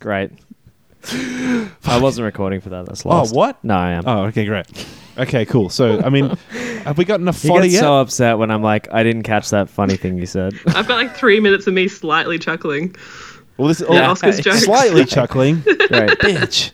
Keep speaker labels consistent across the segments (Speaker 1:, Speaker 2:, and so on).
Speaker 1: Great. I wasn't recording for that. That's lost.
Speaker 2: Oh, what?
Speaker 1: No, I am.
Speaker 2: Oh, okay, great. Okay, cool. So, I mean, have we got enough
Speaker 1: he
Speaker 2: fodder
Speaker 1: gets
Speaker 2: yet?
Speaker 1: so upset when I'm like, I didn't catch that funny thing you said.
Speaker 3: I've got like three minutes of me slightly chuckling.
Speaker 2: well, this
Speaker 3: Yeah,
Speaker 2: oh,
Speaker 3: Oscar's jokes.
Speaker 2: slightly chuckling.
Speaker 1: Great.
Speaker 2: Bitch.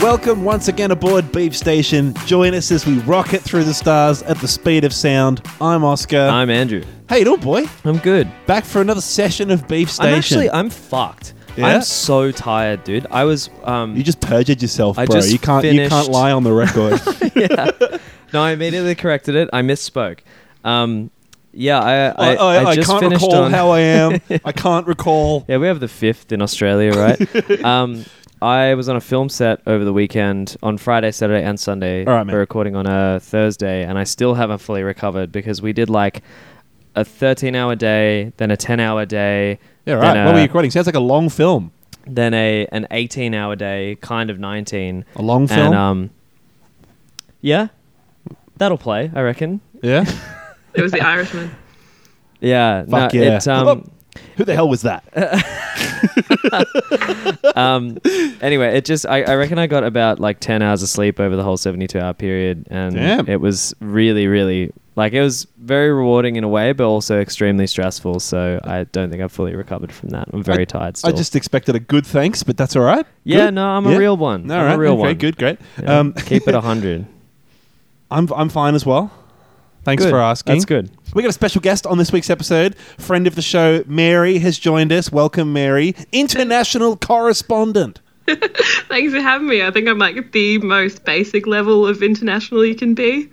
Speaker 2: Welcome once again aboard Beef Station. Join us as we rocket through the stars at the speed of sound. I'm Oscar.
Speaker 1: I'm Andrew.
Speaker 2: Hey, you doing, boy?
Speaker 1: I'm good.
Speaker 2: Back for another session of Beef Station.
Speaker 1: I'm actually I'm fucked.
Speaker 2: Yeah?
Speaker 1: I'm so tired, dude. I was um
Speaker 2: you just perjured yourself,
Speaker 1: I
Speaker 2: bro.
Speaker 1: just
Speaker 2: You can't you can't
Speaker 1: finished-
Speaker 2: lie on the record.
Speaker 1: no, I immediately corrected it. I misspoke. Um yeah, I
Speaker 2: I,
Speaker 1: I,
Speaker 2: I,
Speaker 1: I just
Speaker 2: can't
Speaker 1: finished
Speaker 2: recall
Speaker 1: on
Speaker 2: how I am. I can't recall.
Speaker 1: Yeah, we have the fifth in Australia, right? um, I was on a film set over the weekend on Friday, Saturday, and Sunday.
Speaker 2: All right, mate.
Speaker 1: We're recording on a Thursday, and I still haven't fully recovered because we did like a 13 hour day, then a 10 hour day.
Speaker 2: Yeah, right.
Speaker 1: Then uh,
Speaker 2: what
Speaker 1: a,
Speaker 2: were you recording? Sounds like a long film.
Speaker 1: then a an 18 hour day, kind of 19.
Speaker 2: A long film.
Speaker 1: And um, yeah, that'll play, I reckon.
Speaker 2: yeah.
Speaker 3: It was the Irishman.
Speaker 1: Yeah,
Speaker 2: Fuck
Speaker 1: no,
Speaker 2: yeah.
Speaker 1: It, um,
Speaker 2: Who the hell was that?
Speaker 1: um, anyway, it just, I, I reckon I got about like 10 hours of sleep over the whole 72 hour period. And
Speaker 2: Damn.
Speaker 1: it was really, really, like, it was very rewarding in a way, but also extremely stressful. So I don't think I've fully recovered from that. I'm very tired still.
Speaker 2: I just expected a good thanks, but that's all right.
Speaker 1: yeah,
Speaker 2: Good.
Speaker 1: no, I'm a
Speaker 2: Yeah.
Speaker 1: real one.
Speaker 2: All
Speaker 1: I'm
Speaker 2: right.
Speaker 1: a real
Speaker 2: okay,
Speaker 1: one.
Speaker 2: Good. Great.
Speaker 1: Yeah.
Speaker 2: Um,
Speaker 1: Keep it 100.
Speaker 2: I'm I'm fine as well. Thanks
Speaker 1: Good.
Speaker 2: for asking.
Speaker 1: That's good.
Speaker 2: We got a special guest on this week's episode. Friend of the show, Mary has joined us. Welcome, Mary, international correspondent.
Speaker 3: Thanks for having me. I think I'm like the most basic level of international you can be.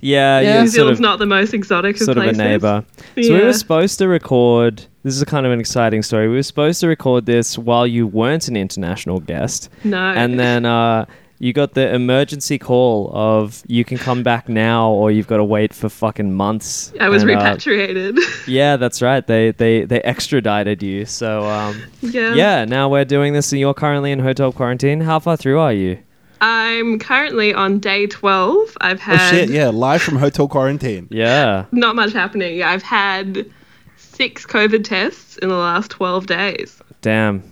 Speaker 1: Yeah,
Speaker 2: Yeah.
Speaker 1: yeah.
Speaker 3: New
Speaker 1: Sort
Speaker 3: Zealand's
Speaker 1: of-
Speaker 3: not the most exotic
Speaker 1: sort
Speaker 3: of
Speaker 1: of a
Speaker 3: places.
Speaker 1: neighbor. So we
Speaker 3: Yeah.
Speaker 1: were supposed to record. This is kind of an exciting story. We were supposed to record this while you weren't an international guest.
Speaker 3: No.
Speaker 1: And then uh, you got the emergency call of you can come back now or you've got to wait for fucking months.
Speaker 3: I was
Speaker 1: And, uh,
Speaker 3: repatriated.
Speaker 1: yeah, that's right. They they they extradited you. So um,
Speaker 3: yeah.
Speaker 1: yeah, now we're doing this and you're currently in hotel quarantine. How far through are you?
Speaker 3: I'm currently on day 12. I've
Speaker 2: Oh
Speaker 3: had
Speaker 2: shit! Yeah, live from hotel quarantine.
Speaker 1: Yeah.
Speaker 3: not much happening. I've had six COVID tests in the last 12 days.
Speaker 1: Damn.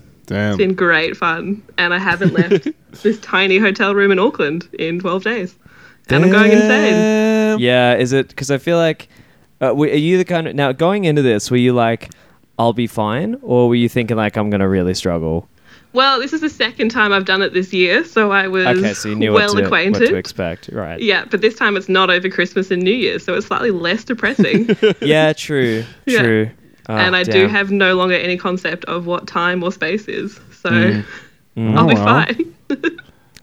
Speaker 1: Oh.
Speaker 2: Damn.
Speaker 3: It's been great fun. And I haven't left this tiny hotel room in Auckland in 12 days. And I'm going insane.
Speaker 2: Damn.
Speaker 1: Yeah, is it? Because I feel like, uh, were- are you the kind of now going into this? Were you like, I'll be fine, or were you thinking like I'm gonna really struggle?
Speaker 3: Well, this is the second time I've done it this year, so I was
Speaker 1: Okay, so you knew
Speaker 3: well
Speaker 1: what, to,
Speaker 3: acquainted.
Speaker 1: what to expect, right?
Speaker 3: Yeah, but this time it's not over Christmas and New Year's, so it's slightly less depressing.
Speaker 1: Yeah, true,
Speaker 3: Yeah.
Speaker 1: true. Ah,
Speaker 3: and I do
Speaker 1: Oh, damn.
Speaker 3: have no longer any concept of what time or space is, so
Speaker 2: Oh,
Speaker 1: Mm.
Speaker 3: I'll be
Speaker 2: well.
Speaker 3: fine.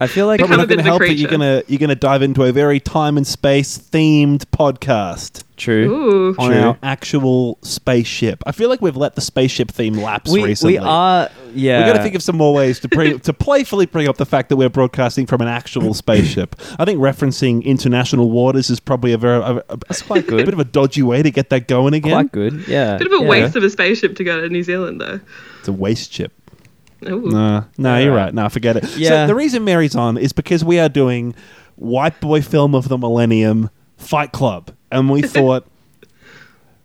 Speaker 1: I feel like
Speaker 2: Probably
Speaker 3: Become
Speaker 2: not
Speaker 3: a bit
Speaker 2: going to
Speaker 3: of a
Speaker 2: help that you're
Speaker 3: creature.
Speaker 2: going to you're going to dive into a very time and space themed podcast
Speaker 1: true.
Speaker 3: Ooh.
Speaker 2: on
Speaker 1: True.
Speaker 2: our actual spaceship. I feel like we've let the spaceship theme lapse
Speaker 1: We,
Speaker 2: recently.
Speaker 1: we are yeah.
Speaker 2: We've got to think of some more ways to bring, to playfully bring up the fact that we're broadcasting from an actual spaceship. I think referencing international waters is probably a very a, a-
Speaker 1: that's quite
Speaker 2: a bit
Speaker 1: good.
Speaker 2: of a dodgy way to get that going again.
Speaker 1: Quite good. Yeah.
Speaker 3: Bit of a
Speaker 1: yeah.
Speaker 3: waste of a spaceship to go to New Zealand, though.
Speaker 2: It's a waste ship.
Speaker 3: Ooh.
Speaker 2: Nah, no, you're
Speaker 1: Alright.
Speaker 2: right. No, forget it.
Speaker 1: Yeah.
Speaker 2: So the reason Mary's on is because we are doing White Boy Film of the Millennium Fight Club. And we thought,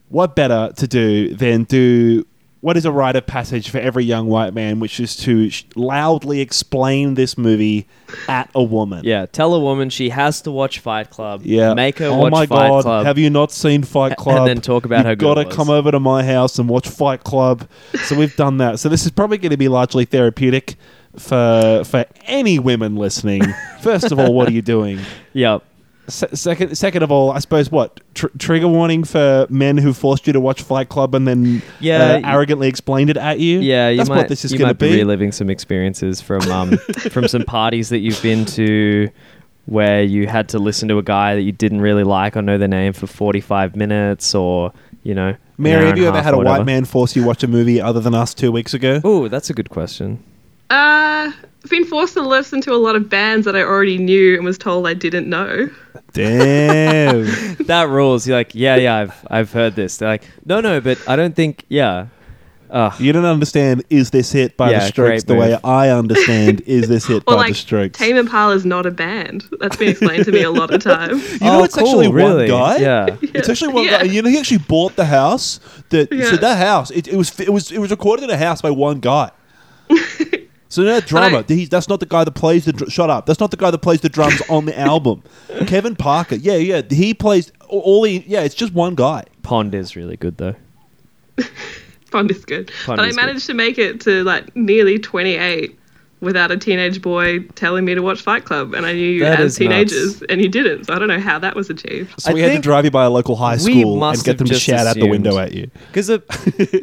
Speaker 2: what better to do than do what is a rite of passage for every young white man, which is to sh- loudly explain this movie at a woman.
Speaker 1: Yeah, tell a woman she has to watch Fight Club.
Speaker 2: Yeah.
Speaker 1: Make her
Speaker 2: oh
Speaker 1: watch
Speaker 2: my
Speaker 1: Fight
Speaker 2: God,
Speaker 1: Club.
Speaker 2: Have you not seen Fight Club?
Speaker 1: then talk about
Speaker 2: You've
Speaker 1: how good
Speaker 2: gotta
Speaker 1: it was.
Speaker 2: come over to my house and watch Fight Club. So we've done that. So this is probably going to be largely therapeutic for for any women listening. First of all, what are you doing?
Speaker 1: yep.
Speaker 2: Se- second, second of all, I suppose what tr- trigger warning for men who forced you to watch Fight Club and then
Speaker 1: Yeah,
Speaker 2: uh, arrogantly explained it at you.
Speaker 1: Yeah, you
Speaker 2: that's
Speaker 1: might,
Speaker 2: what this is
Speaker 1: you
Speaker 2: going to
Speaker 1: might be.
Speaker 2: be.
Speaker 1: reliving some experiences from um, from some parties that you've been to where you had to listen to a guy that you didn't really like or know their name for 45 minutes or, you know. an hour
Speaker 2: Mary, have
Speaker 1: and
Speaker 2: you ever
Speaker 1: half
Speaker 2: had a
Speaker 1: or whatever.
Speaker 2: white man force you to watch a movie other than us two weeks ago?
Speaker 1: Oh, that's a good question.
Speaker 3: Uh, I've been forced to listen to a lot of bands that I already knew and was told I didn't know.
Speaker 2: Damn.
Speaker 1: That rules. You're like, yeah, Ah, yeah, I've, I've heard this. They're like, no, no, but I don't think, yeah. Ugh.
Speaker 2: You don't understand is this hit by
Speaker 1: Yeah,
Speaker 2: the Strokes
Speaker 1: great
Speaker 2: the way
Speaker 1: move.
Speaker 2: I understand is this hit by
Speaker 3: Or
Speaker 2: the
Speaker 3: like
Speaker 2: Strokes.
Speaker 3: Tame Impala's not a band. That's been explained to me a lot of times.
Speaker 2: you know,
Speaker 1: Oh,
Speaker 2: it's actually
Speaker 1: cool,
Speaker 2: one
Speaker 1: really?
Speaker 2: guy.
Speaker 1: Yeah.
Speaker 2: It's actually one
Speaker 3: Yeah.
Speaker 2: guy. You know, he actually bought the house. That
Speaker 3: Yeah.
Speaker 2: so that house it, it was it was it was recorded in a house by one guy. so that drummer,
Speaker 3: But I-
Speaker 2: he- that's not the guy that plays the dr- shut up. That's not the guy that plays the drums on the album. Kevin Parker, yeah, yeah, he plays all the yeah. It's just one guy.
Speaker 1: Pond is really good though.
Speaker 3: Fun is good.
Speaker 1: Fun
Speaker 3: but I
Speaker 1: is good.
Speaker 3: managed to make it to like nearly 28 without a teenage boy telling me to watch Fight Club, and I knew you
Speaker 1: That is
Speaker 3: as
Speaker 1: nuts.
Speaker 3: teenagers, and you didn't. So I don't know how that was achieved.
Speaker 2: So
Speaker 1: I
Speaker 2: we had to
Speaker 1: think
Speaker 2: drive you by a local high
Speaker 1: we
Speaker 2: school and
Speaker 1: must
Speaker 2: get
Speaker 1: have
Speaker 2: them to
Speaker 1: just
Speaker 2: shout out the
Speaker 1: assumed.
Speaker 2: window at you.
Speaker 1: Because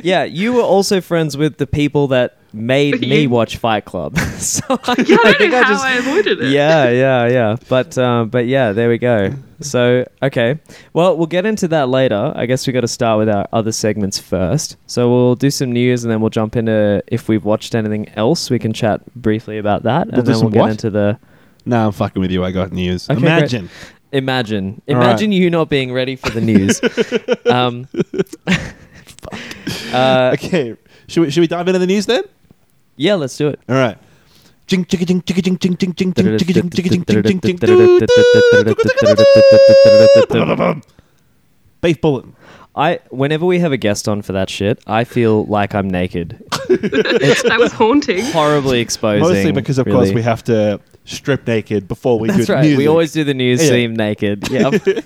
Speaker 1: yeah, you were also friends with the people that made me
Speaker 3: You-
Speaker 1: watch Fight Club. so I,
Speaker 3: Yeah, I
Speaker 1: I
Speaker 3: don't
Speaker 1: think
Speaker 3: know
Speaker 1: I
Speaker 3: how
Speaker 1: just
Speaker 3: I avoided it.
Speaker 1: yeah, yeah, yeah. But um, but yeah, there we go. So okay, well we'll get into that later. I guess we got to start with our other segments first. So we'll do some news and then we'll jump into if we've watched anything else. We can chat briefly about that,
Speaker 2: We'll
Speaker 1: and
Speaker 2: do
Speaker 1: then
Speaker 2: some
Speaker 1: we'll get
Speaker 2: what?
Speaker 1: into the
Speaker 2: No, I'm fucking with you. I got news.
Speaker 1: Okay, great.
Speaker 2: Imagine.
Speaker 1: imagine
Speaker 2: All right.
Speaker 1: imagine you not being ready for the news. um, uh,
Speaker 2: Okay, should we, should we dive into the news then?
Speaker 1: yeah, let's do it.
Speaker 2: All right. Jing jing jing jing jing jing jing jing jing jing jing jing jing jing. Beef bulletin.
Speaker 1: I whenever we have a guest on for that shit, I feel like I'm naked.
Speaker 3: that was haunting.
Speaker 1: Horribly exposing.
Speaker 2: Mostly because of course
Speaker 1: really.
Speaker 2: we have to strip naked before we
Speaker 1: That's
Speaker 2: do
Speaker 1: right.
Speaker 2: music.
Speaker 1: We always do the news
Speaker 2: Yeah.
Speaker 1: seem naked. Yeah. you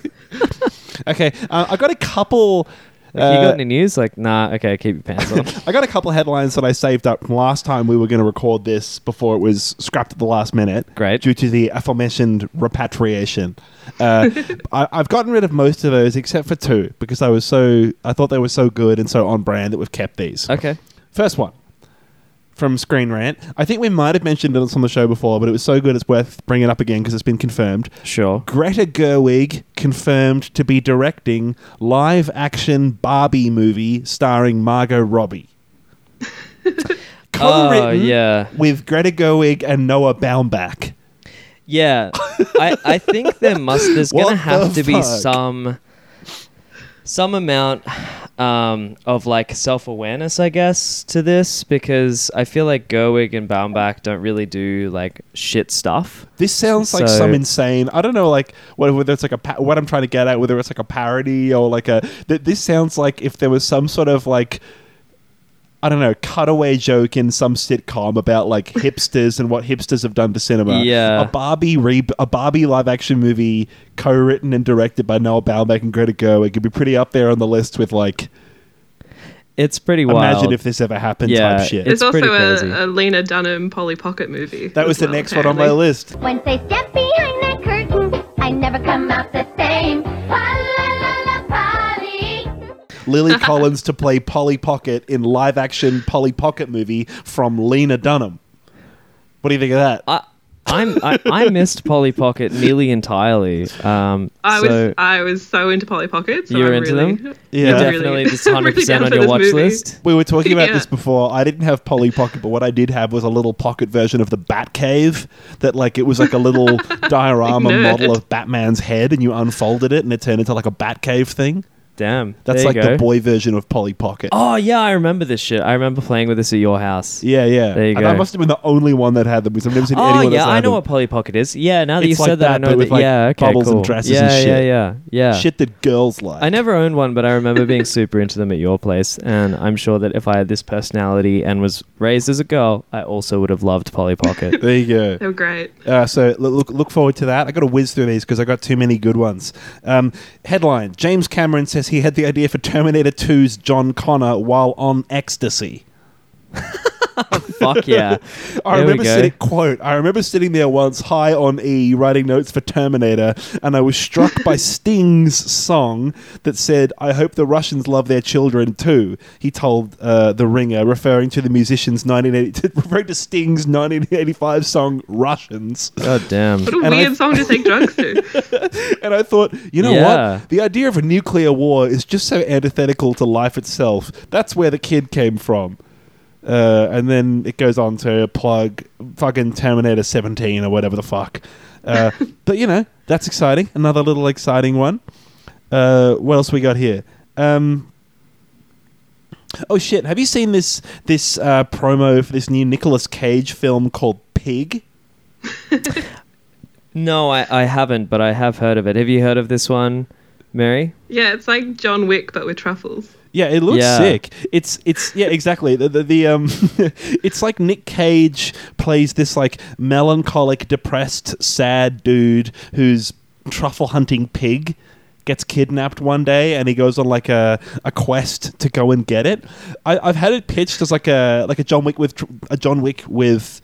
Speaker 2: Okay, uh, I got a couple.
Speaker 1: got
Speaker 2: Uh,
Speaker 1: any news? Like, nah. Okay, keep your pants on.
Speaker 2: I got a couple headlines that I saved up from last time we were going to record this before it was scrapped at the last minute.
Speaker 1: Great.
Speaker 2: Due to the aforementioned repatriation. Uh, I, I've gotten rid of most of those except for two because I was so I thought they were so good and so on brand that we've kept these.
Speaker 1: Okay.
Speaker 2: First one from Screen Rant. I think we might have mentioned it on the show before, but it was so good it's worth bringing up again because it's been confirmed.
Speaker 1: Sure.
Speaker 2: Greta Gerwig confirmed to be directing live action Barbie movie starring Margot Robbie.
Speaker 1: Oh
Speaker 2: Co-written
Speaker 1: yeah.
Speaker 2: with Greta Gerwig and Noah Baumbach.
Speaker 1: Yeah. I I think there must. There's
Speaker 2: What
Speaker 1: gonna have
Speaker 2: the
Speaker 1: to be
Speaker 2: fuck?
Speaker 1: some some amount um, of like self awareness, I guess, to this because I feel like Gerwig and Baumbach don't really do like shit stuff.
Speaker 2: This sounds like
Speaker 1: So-
Speaker 2: some insane. I don't know, like whether whether it's like a pa- what I'm trying to get at, whether it's like a parody or like a. Th- this sounds like if there was some sort of like, I don't know, cutaway joke in some sitcom about like hipsters and what hipsters have done to cinema.
Speaker 1: Yeah.
Speaker 2: a Barbie re- a Barbie live action movie co-written and directed by Noah Baumbach and Greta Gerwig could be pretty up there on the list with like.
Speaker 1: It's pretty wild.
Speaker 2: Imagine if this ever happened.
Speaker 1: Yeah,
Speaker 2: type shit.
Speaker 1: it's
Speaker 3: There's also
Speaker 1: pretty crazy.
Speaker 3: a, a Lena Dunham Polly Pocket movie.
Speaker 2: that was
Speaker 3: as
Speaker 2: the
Speaker 3: well,
Speaker 2: next one on my
Speaker 3: apparently.
Speaker 2: list.
Speaker 4: Once I step behind that curtain, I never come out the same. Pa-la-la-la, Polly.
Speaker 2: Lily Collins to play Polly Pocket in live action Polly Pocket movie from Lena Dunham. What do you think of that?
Speaker 1: I, I'm, I, I missed Polly Pocket nearly entirely. Um,
Speaker 3: I
Speaker 1: so
Speaker 3: was I was so into Polly Pockets. So
Speaker 1: You're
Speaker 3: I'm
Speaker 1: into
Speaker 3: really,
Speaker 1: them?
Speaker 2: Yeah.
Speaker 1: you're
Speaker 2: I'm
Speaker 3: really-
Speaker 1: definitely just
Speaker 3: I'm really
Speaker 1: 100%
Speaker 3: down
Speaker 1: on
Speaker 3: for
Speaker 1: your
Speaker 3: this
Speaker 1: watch
Speaker 3: movie.
Speaker 1: list.
Speaker 2: we were talking about
Speaker 3: Yeah.
Speaker 2: this before. I didn't have Polly Pocket, but what I did have was a little pocket version of the Batcave that, like, it was like a little diorama
Speaker 3: Nerd.
Speaker 2: model of Batman's head, and you unfolded it, and it turned into like a Batcave thing.
Speaker 1: Damn.
Speaker 2: That's
Speaker 1: there
Speaker 2: like
Speaker 1: you
Speaker 2: the
Speaker 1: go.
Speaker 2: boy version of Polly Pocket.
Speaker 1: Oh, yeah, I remember this shit. I remember playing with this at your house.
Speaker 2: Yeah, yeah.
Speaker 1: There you
Speaker 2: and I
Speaker 1: go.
Speaker 2: must have been the only one that had them because I've never seen
Speaker 1: Oh
Speaker 2: anyone
Speaker 1: yeah,
Speaker 2: else that
Speaker 1: I
Speaker 2: had
Speaker 1: know
Speaker 2: them.
Speaker 1: what Polly Pocket is. Yeah, now that
Speaker 2: It's
Speaker 1: you
Speaker 2: like
Speaker 1: said that,
Speaker 2: that,
Speaker 1: I know
Speaker 2: but
Speaker 1: that.
Speaker 2: with, like,
Speaker 1: yeah, okay,
Speaker 2: bubbles and
Speaker 1: cool.
Speaker 2: dresses
Speaker 1: yeah,
Speaker 2: and
Speaker 1: Yeah,
Speaker 2: shit.
Speaker 1: yeah, yeah.
Speaker 2: Shit that girls like.
Speaker 1: I never owned one, but I remember being super into them at your place, and I'm sure that if I had this personality and was raised as a girl, I also would have loved Polly Pocket.
Speaker 2: There you go.
Speaker 3: They were great.
Speaker 2: Uh, so look, look look forward to that. I got to whiz through these because I got too many good ones. Um, headline: James Cameron says he had the idea for Terminator 2's John Connor while on ecstasy.
Speaker 1: Fuck yeah. There
Speaker 2: I
Speaker 1: we
Speaker 2: remember
Speaker 1: go.
Speaker 2: sitting quote. I remember sitting there once, high on E, writing notes for Terminator, and I was struck by Sting's song that said, "I hope the Russians love their children too." He told uh, the Ringer, referring to the musician's 1980, referring to Sting's 1985 song "Russians."
Speaker 1: God damn.
Speaker 3: What a
Speaker 2: And I-
Speaker 3: weird song to take drugs to.
Speaker 2: And I thought, you know
Speaker 1: Yeah.
Speaker 2: what? The idea of a nuclear war is just so antithetical to life itself. That's where the kid came from. Uh, and then it goes on to plug fucking Terminator 17 or whatever the fuck. Uh, but, you know, that's exciting. Another little exciting one. Uh, what else we got here? Um, Oh shit! Have you seen this this uh, promo for this new Nicolas Cage film called Pig?
Speaker 1: No, I, I haven't, but I have heard of it. Have you heard of this one, Mary?
Speaker 3: Yeah, it's like John Wick but with truffles.
Speaker 2: Yeah, it looks
Speaker 1: Yeah.
Speaker 2: sick. It's it's yeah, exactly. The the, the um, it's like Nick Cage plays this like melancholic, depressed, sad dude who's truffle hunting pig. Gets kidnapped one day, and he goes on like a, a quest to go and get it. I, I've had it pitched as like a like a John Wick with tr- a John Wick with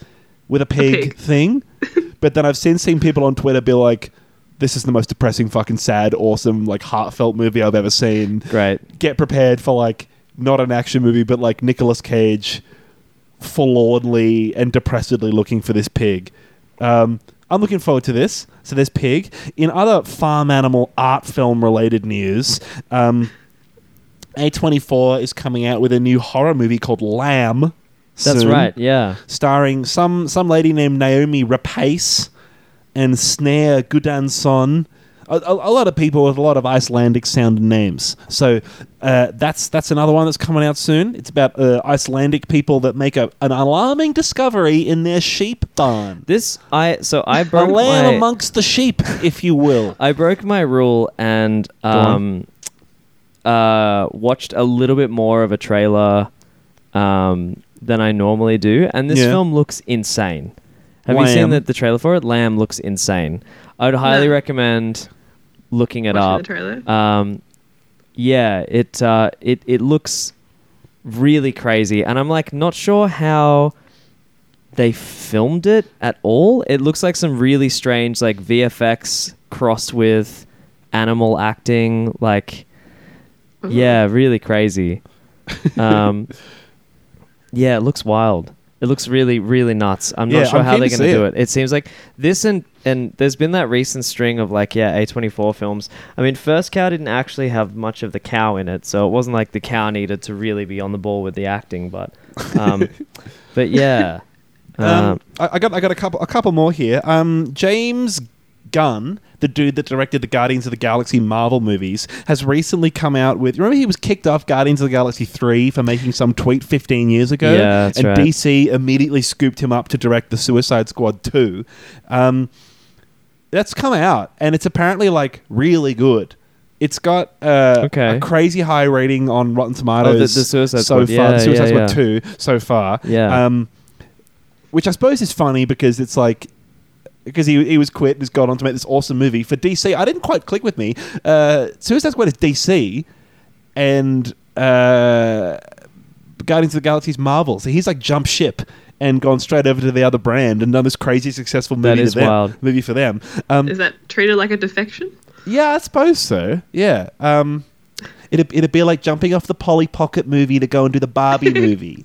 Speaker 2: with a pig,
Speaker 3: pig.
Speaker 2: thing, but then I've since seen people on Twitter be like, "This is the most depressing, fucking sad, awesome, like heartfelt movie I've ever seen."
Speaker 1: Great.
Speaker 2: get prepared for like not an action movie, but like Nicolas Cage forlornly and depressedly looking for this pig. Um, I'm looking forward to this. So there's pig. In other farm animal art film related news, um, A24 is coming out with a new horror movie called Lamb.
Speaker 1: That's
Speaker 2: soon,
Speaker 1: right. Yeah.
Speaker 2: Starring some some lady named Naomi Rapace and Snare Gudanson. A, a, a lot of people with a lot of Icelandic sounding names. So uh, that's that's another one that's coming out soon. It's about uh, Icelandic people that make a, an alarming discovery in their sheep barn.
Speaker 1: This I so I
Speaker 2: A
Speaker 1: broke
Speaker 2: lamb
Speaker 1: my
Speaker 2: amongst the sheep, if you will.
Speaker 1: I broke my rule and um,
Speaker 2: on.
Speaker 1: uh, watched a little bit more of a trailer um, than I normally do, and this
Speaker 2: Yeah.
Speaker 1: film looks insane. Have you seen
Speaker 2: Lamb.
Speaker 1: the, the trailer for it? Lamb looks insane. I would highly
Speaker 3: No.
Speaker 1: recommend looking it
Speaker 3: Watching
Speaker 1: up.
Speaker 3: the trailer.
Speaker 1: Um, yeah, it uh, it it looks really crazy, and I'm like not sure how they filmed it at all. It looks like some really strange like VFX crossed with animal acting, like
Speaker 2: Mm-hmm.
Speaker 1: yeah, really crazy. Um, yeah, it looks wild. It looks really, really nuts. I'm
Speaker 2: Yeah,
Speaker 1: not sure
Speaker 2: I'm
Speaker 1: how
Speaker 2: keen
Speaker 1: they're
Speaker 2: to
Speaker 1: going to
Speaker 2: see
Speaker 1: do it.
Speaker 2: it.
Speaker 1: It seems like this and and there's been that recent string of like yeah, A24 films. I mean, First Cow didn't actually have much of the cow in it, so it wasn't like the cow needed to really be on the ball with the acting, but um, but yeah. Uh,
Speaker 2: Um, I, I got I got a couple a couple more here. Um, James Gunn, the dude that directed the Guardians of the Galaxy Marvel movies, has recently come out with. Remember, he was kicked off Guardians of the Galaxy three for making some tweet fifteen years ago.
Speaker 1: Yeah, that's
Speaker 2: and
Speaker 1: right.
Speaker 2: DC immediately scooped him up to direct the Suicide Squad two. Um, that's come out, and it's apparently like really good. It's got uh,
Speaker 1: Okay. Oh,
Speaker 2: a crazy high rating on Rotten Tomatoes.
Speaker 1: the Suicide
Speaker 2: so
Speaker 1: Squad.
Speaker 2: far,
Speaker 1: Yeah,
Speaker 2: the Suicide
Speaker 1: yeah,
Speaker 2: Squad
Speaker 1: yeah.
Speaker 2: two two so far.
Speaker 1: Yeah.
Speaker 2: Um, which I suppose is funny because it's like because he, he was quit and has gone on to make this awesome movie for DC. I didn't quite click with me. Uh, Suicide Squad is DC, and uh, Guardians of the Galaxy is Marvel. So he's like jump ship and gone straight over to the other brand and done this crazy successful movie.
Speaker 1: That
Speaker 2: to
Speaker 1: is
Speaker 2: them-
Speaker 1: wild.
Speaker 2: movie for them. Um,
Speaker 3: Is that treated like a defection?
Speaker 2: yeah, I suppose so. Yeah. Um, it'd, it'd be like jumping off the Polly Pocket movie to go and do the Barbie movie.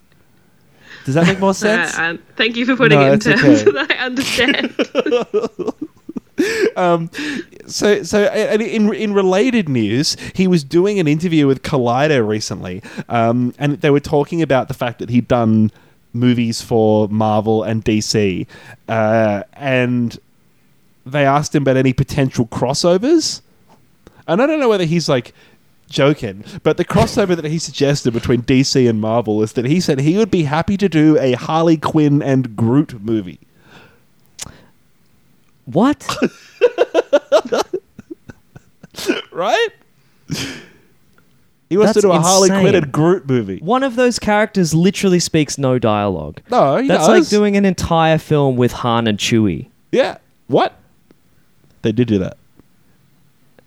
Speaker 2: Does that make more sense?
Speaker 3: I, I- thank you for putting
Speaker 2: No,
Speaker 3: it in
Speaker 2: that's
Speaker 3: terms
Speaker 2: okay.
Speaker 3: that I understand.
Speaker 2: so so and in in related news, he was doing an interview with Collider recently, um, and they were talking about the fact that he'd done movies for Marvel and DC, uh, and they asked him about any potential crossovers, and I don't know whether he's like joking, but the crossover that he suggested between DC and Marvel is that he said he would be happy to do a Harley Quinn and Groot movie.
Speaker 1: what?
Speaker 2: right? He wants
Speaker 1: That's
Speaker 2: to do a Harley
Speaker 1: insane.
Speaker 2: Quinn and Groot movie.
Speaker 1: One of those characters literally speaks no dialogue.
Speaker 2: No, he
Speaker 1: That's
Speaker 2: does.
Speaker 1: like doing an entire film with Han and Chewie.
Speaker 2: Yeah. What? They did do that.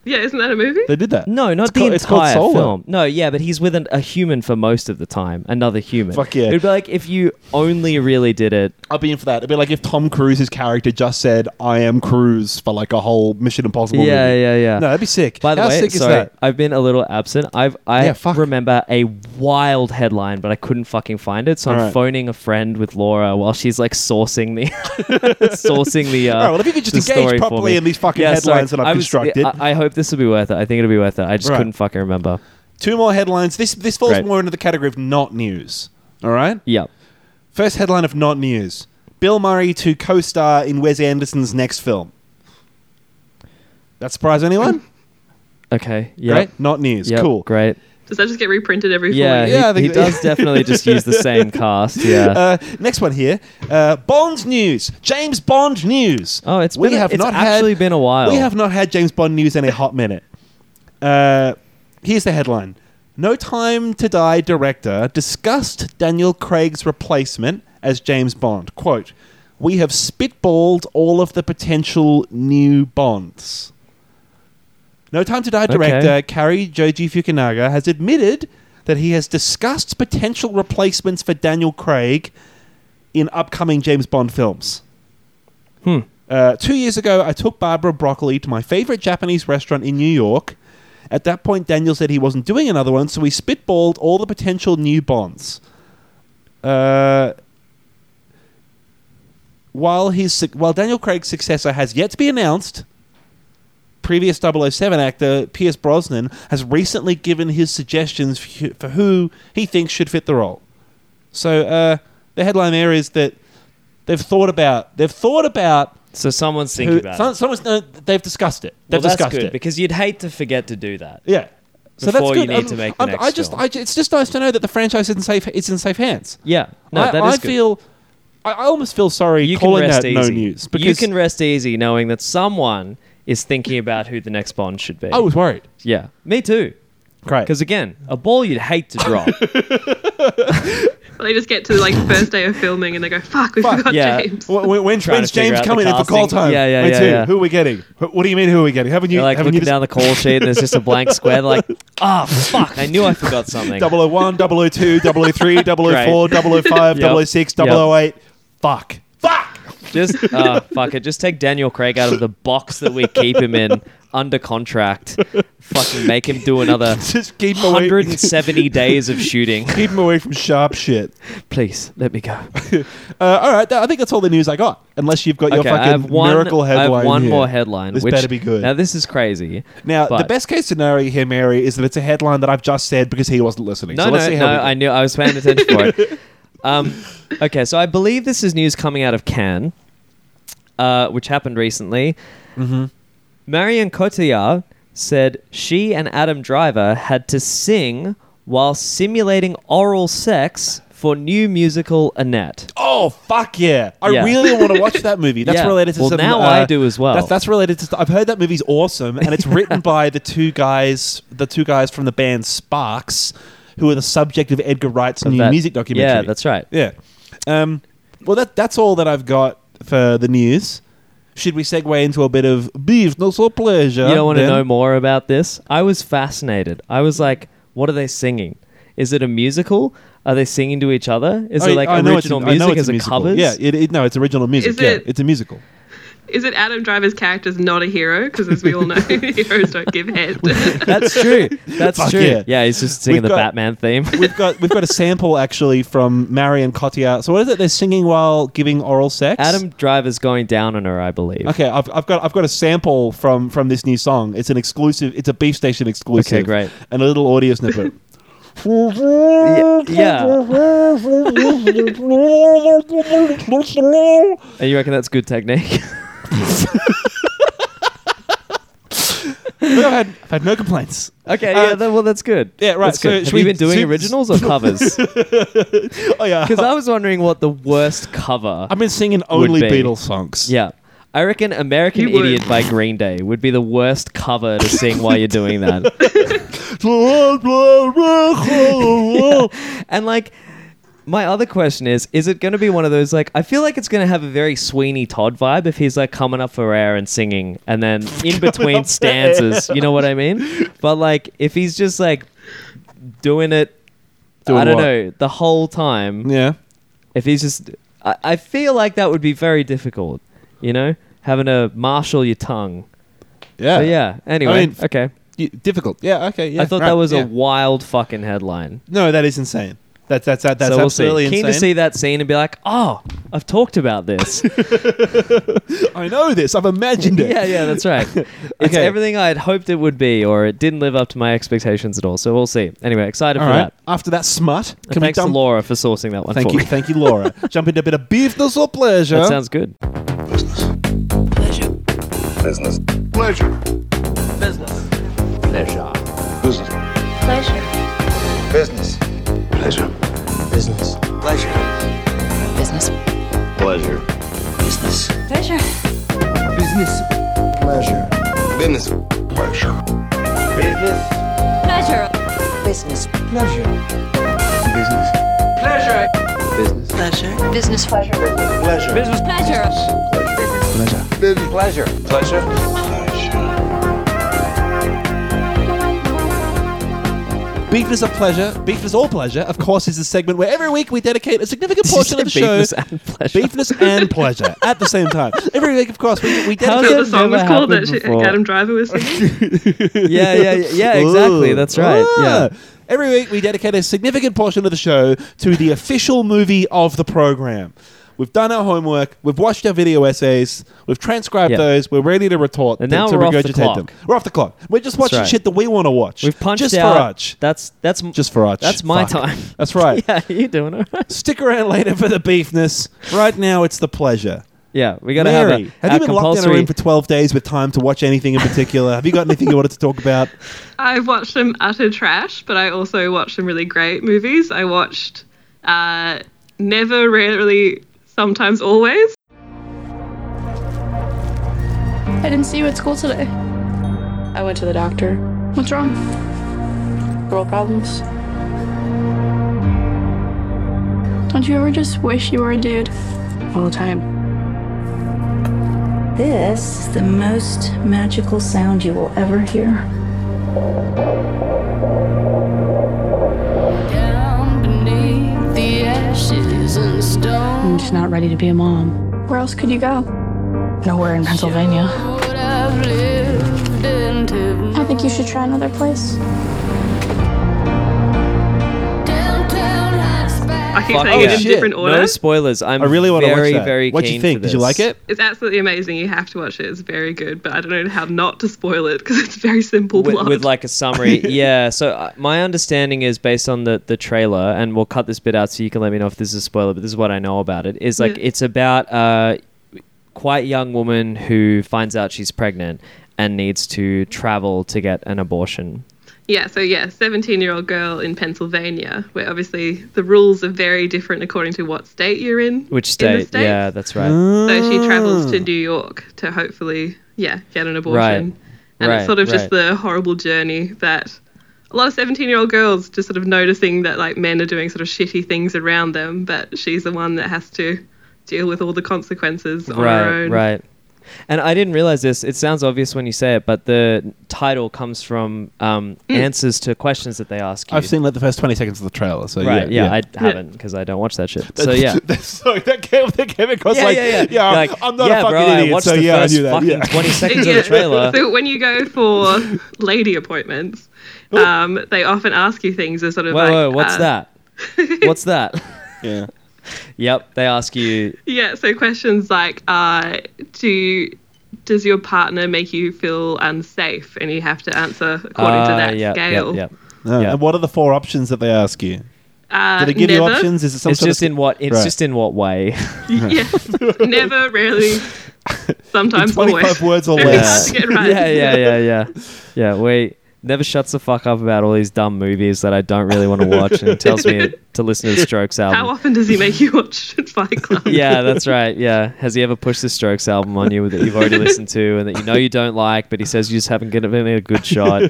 Speaker 3: yeah, isn't that a movie?
Speaker 2: They did that.
Speaker 1: No, not
Speaker 2: It's
Speaker 1: the
Speaker 2: called- it's called
Speaker 1: entire
Speaker 2: Solo.
Speaker 1: film. No, yeah, but he's with an, a human for most of the time, another human.
Speaker 2: Fuck yeah.
Speaker 1: It'd be like if you only really did it.
Speaker 2: I'd be in for that. It'd be like if Tom Cruise's character just said, "I am Cruise" for like a whole Mission Impossible.
Speaker 1: Yeah,
Speaker 2: movie.
Speaker 1: yeah, yeah.
Speaker 2: No, that'd be sick.
Speaker 1: By the
Speaker 2: How
Speaker 1: way,
Speaker 2: sick
Speaker 1: sorry,
Speaker 2: is that?
Speaker 1: I've been a little absent. I've I
Speaker 2: Yeah, fuck.
Speaker 1: remember a wild headline, but I couldn't fucking find it. So I'm
Speaker 2: Alright.
Speaker 1: phoning a friend with Laura while she's like sourcing the sourcing the. Uh,
Speaker 2: Alright, well, if you could just
Speaker 1: the
Speaker 2: engage
Speaker 1: story for
Speaker 2: properly
Speaker 1: me.
Speaker 2: in these fucking
Speaker 1: Yeah, sorry.
Speaker 2: headlines that I've
Speaker 1: I was-
Speaker 2: constructed.
Speaker 1: I, I hope this will be worth it. I think it'll be worth it. I just
Speaker 2: Right.
Speaker 1: couldn't fucking remember.
Speaker 2: Two more headlines. This this falls
Speaker 1: Great.
Speaker 2: more into the category of not news. All right.
Speaker 1: Yep.
Speaker 2: First headline of not news: Bill Murray to co-star in Wes Anderson's next film. That surprise anyone?
Speaker 1: Okay. Yep.
Speaker 2: Great. Not news.
Speaker 1: Yep.
Speaker 2: Cool.
Speaker 1: Great.
Speaker 3: Does that just get reprinted every
Speaker 1: Yeah,
Speaker 3: four
Speaker 1: he,
Speaker 3: years?
Speaker 2: Yeah, I think
Speaker 1: he
Speaker 2: that-
Speaker 1: does definitely just use the same cast. Yeah.
Speaker 2: Uh, next one here. Uh, Bond news. James Bond news.
Speaker 1: Oh, it's been a- it's
Speaker 2: had-
Speaker 1: actually been a while.
Speaker 2: We have not had James Bond news in a hot minute. Uh, here's the headline: No Time to Die director discussed Daniel Craig's replacement as James Bond. Quote: We have spitballed all of the potential new Bonds. No Time to Die director
Speaker 1: Okay.
Speaker 2: Kari Joji Fukunaga has admitted that he has discussed potential replacements for Daniel Craig in upcoming James Bond films.
Speaker 1: Hmm.
Speaker 2: Uh, two years ago, I took Barbara Broccoli to my favorite Japanese restaurant in New York. At that point, Daniel said he wasn't doing another one, so we spitballed all the potential new Bonds. Uh, while his su- while Daniel Craig's successor has yet to be announced, previous 007 actor uh, Pierce Brosnan has recently given his suggestions for who- for who he thinks should fit the role. So uh, the headline there is that they've thought about they've thought about
Speaker 1: So someone's thinking
Speaker 2: who
Speaker 1: about
Speaker 2: some,
Speaker 1: it.
Speaker 2: someone's no, they've discussed it. They've
Speaker 1: Well, that's
Speaker 2: discussed
Speaker 1: good
Speaker 2: it.
Speaker 1: because you'd hate to forget to do that.
Speaker 2: Yeah. So that's
Speaker 1: Before
Speaker 2: good. Um,
Speaker 1: you need to make the
Speaker 2: I
Speaker 1: next
Speaker 2: just,
Speaker 1: film.
Speaker 2: I ju- it's just nice to know that the franchise is in safe. It's in safe hands.
Speaker 1: Yeah. No,
Speaker 2: I,
Speaker 1: that is
Speaker 2: I
Speaker 1: good.
Speaker 2: feel. I, I almost feel sorry
Speaker 1: you can
Speaker 2: calling
Speaker 1: rest
Speaker 2: that
Speaker 1: easy.
Speaker 2: no news because
Speaker 1: you can rest easy knowing that someone is thinking about who the next Bond should be.
Speaker 2: I was worried.
Speaker 1: yeah, me too.
Speaker 2: Great.
Speaker 1: Because again, a ball you'd hate to drop.
Speaker 3: Or They just get to like first day of filming and they go, "Fuck, we
Speaker 2: Fuck,
Speaker 3: forgot
Speaker 1: yeah.
Speaker 3: James."
Speaker 2: Wh- wh- when's
Speaker 1: Trying
Speaker 2: when's
Speaker 1: to figure
Speaker 2: James
Speaker 1: out the
Speaker 2: coming in for call
Speaker 1: casting.
Speaker 2: time?
Speaker 1: Yeah, yeah,
Speaker 2: Me
Speaker 1: yeah,
Speaker 2: too.
Speaker 1: yeah.
Speaker 2: Who are we getting? Wh- What do you mean? Who are we getting? Haven't you?
Speaker 1: They're like
Speaker 2: haven't
Speaker 1: looking
Speaker 2: you
Speaker 1: down the call sheet and there's just a blank square. They're like, ah, fuck, I knew I forgot something.
Speaker 2: 001, 002, 003, 004, 005,
Speaker 1: Yep.
Speaker 2: 006,
Speaker 1: Yep.
Speaker 2: 008. Fuck. Fuck.
Speaker 1: Just uh, fuck it. Just take Daniel Craig out of the box that we keep him in under contract. Fucking make him do another
Speaker 2: Just keep him away.
Speaker 1: 170 days of shooting.
Speaker 2: Keep him away from sharp shit.
Speaker 1: Please let me go.
Speaker 2: Uh, all right, th- I think that's all the news I got. Unless you've got your
Speaker 1: Okay,
Speaker 2: fucking
Speaker 1: I have one
Speaker 2: miracle headline.
Speaker 1: I have one
Speaker 2: here.
Speaker 1: more headline.
Speaker 2: This
Speaker 1: which,
Speaker 2: better be good.
Speaker 1: Now this is crazy.
Speaker 2: Now, the
Speaker 1: but-
Speaker 2: best case scenario here, Mary, is that it's a headline that I've just said because he wasn't listening.
Speaker 1: No,
Speaker 2: so let's
Speaker 1: no,
Speaker 2: see
Speaker 1: no.
Speaker 2: how we do.
Speaker 1: I knew I was paying attention for it. Um, okay, so I believe this is news coming out of Cannes, uh, which happened recently.
Speaker 2: Mm-hmm.
Speaker 1: Marion Cotillard said she and Adam Driver had to sing while simulating oral sex for new musical Annette.
Speaker 2: Oh fuck yeah! I
Speaker 1: Yeah.
Speaker 2: really want to watch that movie. That's
Speaker 1: Yeah.
Speaker 2: related to
Speaker 1: Well,
Speaker 2: some.
Speaker 1: now
Speaker 2: uh,
Speaker 1: I do as well.
Speaker 2: That's, that's related to. St- I've heard that movie's awesome, and it's written by the two guys, the two guys from the band Sparks, who are the subject of Edgar Wright's new
Speaker 1: That-
Speaker 2: music documentary.
Speaker 1: Yeah, that's right.
Speaker 2: Yeah. Um, well, that that's all that I've got for the news. Should we segue into a bit of beef? No so pleasure.
Speaker 1: You don't want to
Speaker 2: then?
Speaker 1: know more about this? I was fascinated. I was like, what are they singing? Is it a musical? Are they singing to each other? Is
Speaker 2: Oh,
Speaker 1: it like
Speaker 2: I know it's
Speaker 1: original
Speaker 2: an- I know
Speaker 1: music?
Speaker 2: it's
Speaker 1: Is
Speaker 2: a
Speaker 1: it
Speaker 2: musical.
Speaker 1: covers?
Speaker 2: Yeah, it, it- no, it's original music.
Speaker 3: Is
Speaker 2: yeah,
Speaker 3: it-
Speaker 2: it's a musical.
Speaker 3: Is it Adam Driver's character's not a hero? Because as we all know, heroes don't give head.
Speaker 1: That's true. That's
Speaker 2: Fuck
Speaker 1: true.
Speaker 2: yeah.
Speaker 1: Yeah. he's just singing
Speaker 2: We've
Speaker 1: the
Speaker 2: got-
Speaker 1: Batman theme.
Speaker 2: we've got we've got a sample actually from Marion Cotillard. So what is it? They're singing while giving oral sex.
Speaker 1: Adam Driver's going down on her, I believe.
Speaker 2: Okay, I've, I've got I've got a sample from from this new song. It's an exclusive. It's a Beef Station exclusive.
Speaker 1: Okay, great.
Speaker 2: And a little audio snippet.
Speaker 5: Yeah.
Speaker 1: And you reckon that's good technique?
Speaker 2: I've had I've had no complaints.
Speaker 1: okay,
Speaker 2: Uh,
Speaker 1: yeah, that, well, that's good.
Speaker 2: yeah, right,
Speaker 1: That's
Speaker 2: so
Speaker 1: good.
Speaker 2: should
Speaker 1: Have you
Speaker 2: we
Speaker 1: been doing
Speaker 2: zoom-
Speaker 1: originals or covers?
Speaker 2: Oh yeah,
Speaker 1: Because I was wondering what the worst cover.
Speaker 2: I've been singing only
Speaker 1: be.
Speaker 2: Beatles songs.
Speaker 1: yeah. I reckon American
Speaker 3: You would.
Speaker 1: Idiot by Green Day would be the worst cover to sing while you're doing that. And like, my other question is: Is it going to be one of those like? I feel like it's going to have a very Sweeney Todd vibe if he's like coming up for air and singing, and then in between
Speaker 2: up for
Speaker 1: stanzas, you know what I mean? But like, if he's just like doing it,
Speaker 2: Doing
Speaker 1: I don't
Speaker 2: what?
Speaker 1: know, the whole time.
Speaker 2: Yeah.
Speaker 1: If he's just, I, I feel like that would be very difficult. You know, having to marshal your tongue.
Speaker 2: Yeah.
Speaker 1: But yeah. Anyway,
Speaker 2: mean, f-
Speaker 1: okay.
Speaker 2: Y- Difficult. Yeah. Okay. Yeah.
Speaker 1: I thought
Speaker 2: right,
Speaker 1: that was
Speaker 2: yeah.
Speaker 1: a wild fucking headline.
Speaker 2: No, that is insane. That's that's that, that's
Speaker 1: so we'll see.
Speaker 2: absolutely
Speaker 1: Keen to
Speaker 2: insane.
Speaker 1: see that scene and be like, oh, I've talked about this.
Speaker 2: I know this. I've imagined it.
Speaker 1: yeah, yeah, that's right. It's
Speaker 2: Okay.
Speaker 1: everything I had hoped it would be, or it didn't live up to my expectations at all. So we'll see. Anyway, excited
Speaker 2: All
Speaker 1: for
Speaker 2: right.
Speaker 1: that.
Speaker 2: After that smut,
Speaker 1: And thanks to Laura for sourcing that one
Speaker 2: Thank
Speaker 1: for
Speaker 2: you,
Speaker 1: me.
Speaker 2: thank you, Laura. Jump into a bit of beef, no or pleasure.
Speaker 1: That sounds good.
Speaker 6: Pleasure.
Speaker 4: Pleasure.
Speaker 5: Business. Pleasure. Business. Pleasure.
Speaker 6: Business.
Speaker 5: Pleasure. Business.
Speaker 6: Pleasure.
Speaker 5: Pleasure. Business. Pleasure. Business.
Speaker 6: Pleasure. Business.
Speaker 5: Business. Pleasure. Business.
Speaker 6: Business.
Speaker 5: Pleasure.
Speaker 6: Pleasure. Business. Pleasure.
Speaker 5: Pleasure. Business. Pleasure. Pleasure. Pleasure.
Speaker 2: Beefness of Pleasure, Beefness or Pleasure, of course, is the segment where every week we dedicate a significant
Speaker 1: Did you
Speaker 2: portion of the
Speaker 1: say
Speaker 2: show.
Speaker 1: beefness and pleasure?
Speaker 2: Beefness and pleasure at the same time. Every week, of course, we, we
Speaker 1: How's
Speaker 2: dedicate.
Speaker 1: it
Speaker 3: the song was
Speaker 1: never
Speaker 3: called that
Speaker 1: happened
Speaker 3: shit
Speaker 1: before.
Speaker 3: Adam Driver was singing.
Speaker 1: Yeah, yeah, yeah, yeah, exactly.
Speaker 2: Ooh.
Speaker 1: That's right.
Speaker 2: Ah.
Speaker 1: Yeah.
Speaker 2: Every week we dedicate a significant portion of the show to the official movie of the program. We've done our homework. We've watched our video essays. We've transcribed
Speaker 1: Yeah.
Speaker 2: those. We're ready to retort
Speaker 1: And
Speaker 2: to,
Speaker 1: now
Speaker 2: to
Speaker 1: we're off the
Speaker 2: regurgitate them.
Speaker 1: clock.
Speaker 2: We're off the clock. We're just
Speaker 1: That's
Speaker 2: watching
Speaker 1: right.
Speaker 2: shit that we want to watch.
Speaker 1: We've punched
Speaker 2: just
Speaker 1: out.
Speaker 2: for Arch.
Speaker 1: That's that's
Speaker 2: Just for Arch.
Speaker 1: That's my
Speaker 2: Fuck.
Speaker 1: time.
Speaker 2: That's right.
Speaker 1: yeah, you doing it?
Speaker 2: Stick around later for the beefness. Right now, it's the pleasure.
Speaker 1: Yeah, we gotta have
Speaker 2: Mary,
Speaker 1: a,
Speaker 2: have,
Speaker 1: our
Speaker 2: you been locked in a
Speaker 1: compulsory.
Speaker 2: room for 12 days with time to watch anything in particular? have you got anything you wanted to talk about?
Speaker 3: I've watched some utter trash, but I also watched some really great movies. I watched uh, Never, Rarely, Sometimes, Always.
Speaker 7: I didn't see you at school today. I went to the doctor. What's wrong? Girl problems. Don't you ever just wish you were a dude? All the time.
Speaker 8: This is the most magical sound you will ever hear.
Speaker 7: I'm just not ready to be a mom. Where else could you go? Nowhere in Pennsylvania. I think you should try another place.
Speaker 3: I keep
Speaker 1: Fuck
Speaker 3: saying
Speaker 1: yeah.
Speaker 3: it in different order.
Speaker 1: No spoilers. I'm
Speaker 2: Oh, I really want to watch
Speaker 1: very,
Speaker 2: that.
Speaker 1: very
Speaker 2: what do
Speaker 1: keen
Speaker 2: you think?
Speaker 1: for
Speaker 2: Did you
Speaker 1: this.
Speaker 2: like it?
Speaker 3: It's absolutely amazing. You have to watch it. It's very good, but I don't know how not to spoil it because it's a very simple
Speaker 1: With,
Speaker 3: plot.
Speaker 1: with like a summary, yeah. So uh, my understanding is based on the the trailer, and we'll cut this bit out so you can let me know if this is a spoiler. But this is what I know about it. Is like
Speaker 3: Yeah.
Speaker 1: it's about a quite young woman who finds out she's pregnant and needs to travel to get an abortion.
Speaker 3: Yeah, so yeah, 17 year old girl in Pennsylvania, where obviously the rules are very different according to what state you're in.
Speaker 1: Which
Speaker 3: in the
Speaker 1: state?
Speaker 3: States. Oh.
Speaker 1: yeah, that's right.
Speaker 3: So she travels to New York to hopefully, yeah, get an abortion.
Speaker 1: Right.
Speaker 3: And
Speaker 1: Right,
Speaker 3: it's sort of just
Speaker 1: right.
Speaker 3: the horrible journey that a lot of 17 year old girls just sort of noticing that like men are doing sort of shitty things around them, but she's the one that has to deal with all the consequences on
Speaker 1: right,
Speaker 3: her own.
Speaker 1: Right. And I didn't realize this. It sounds obvious when you say it, but the title comes from um,
Speaker 3: Mm.
Speaker 1: answers to questions that they ask you.
Speaker 2: I've seen like the first 20 seconds of the trailer. So
Speaker 1: Right.
Speaker 2: yeah,
Speaker 1: Yeah, I haven't because I don't watch that shit. So yeah.
Speaker 2: so that came, that came across
Speaker 1: Yeah,
Speaker 2: like,
Speaker 1: yeah, yeah.
Speaker 2: I'm-
Speaker 1: Like,
Speaker 2: I'm not
Speaker 1: yeah,
Speaker 2: a fucking
Speaker 1: bro, I
Speaker 2: idiot.
Speaker 1: watched
Speaker 2: So
Speaker 1: the
Speaker 2: yeah, I
Speaker 1: first
Speaker 2: knew that.
Speaker 1: fucking
Speaker 2: Yeah.
Speaker 1: 20 seconds of
Speaker 3: Yeah.
Speaker 1: the trailer.
Speaker 3: So when you go for lady appointments, um, they often ask you things as sort of
Speaker 1: Whoa,
Speaker 3: like,
Speaker 1: whoa, what's
Speaker 3: uh,
Speaker 1: that? What's that?
Speaker 2: yeah.
Speaker 1: yep, they ask you.
Speaker 3: Yeah, so questions like, uh, do does your partner make you feel unsafe? And you have to answer according to
Speaker 1: uh,
Speaker 3: that
Speaker 1: yep,
Speaker 3: scale.
Speaker 1: Yep, yep.
Speaker 2: No,
Speaker 1: Yeah.
Speaker 2: And what are the four options that they ask you?
Speaker 3: Uh,
Speaker 2: Do they give you
Speaker 3: never,
Speaker 2: options? Is it some
Speaker 1: It's
Speaker 2: sort
Speaker 1: just
Speaker 2: of
Speaker 1: in what it's
Speaker 2: Right.
Speaker 1: just in what way.
Speaker 3: Yeah, never, rarely, sometimes, always.
Speaker 2: 25 words or
Speaker 3: Very
Speaker 2: less?
Speaker 3: hard to get right.
Speaker 1: yeah, yeah, yeah, yeah. Yeah, wait. Never shuts the fuck up about all these dumb movies that I don't really want to watch and tells me to listen to the Strokes
Speaker 2: um,
Speaker 1: album.
Speaker 3: How often does he make you watch Fight Club?
Speaker 1: yeah, that's right. Yeah. Has he ever pushed the Strokes album on you that you've already listened to and that you know you don't like, but he says you just haven't given it a good shot?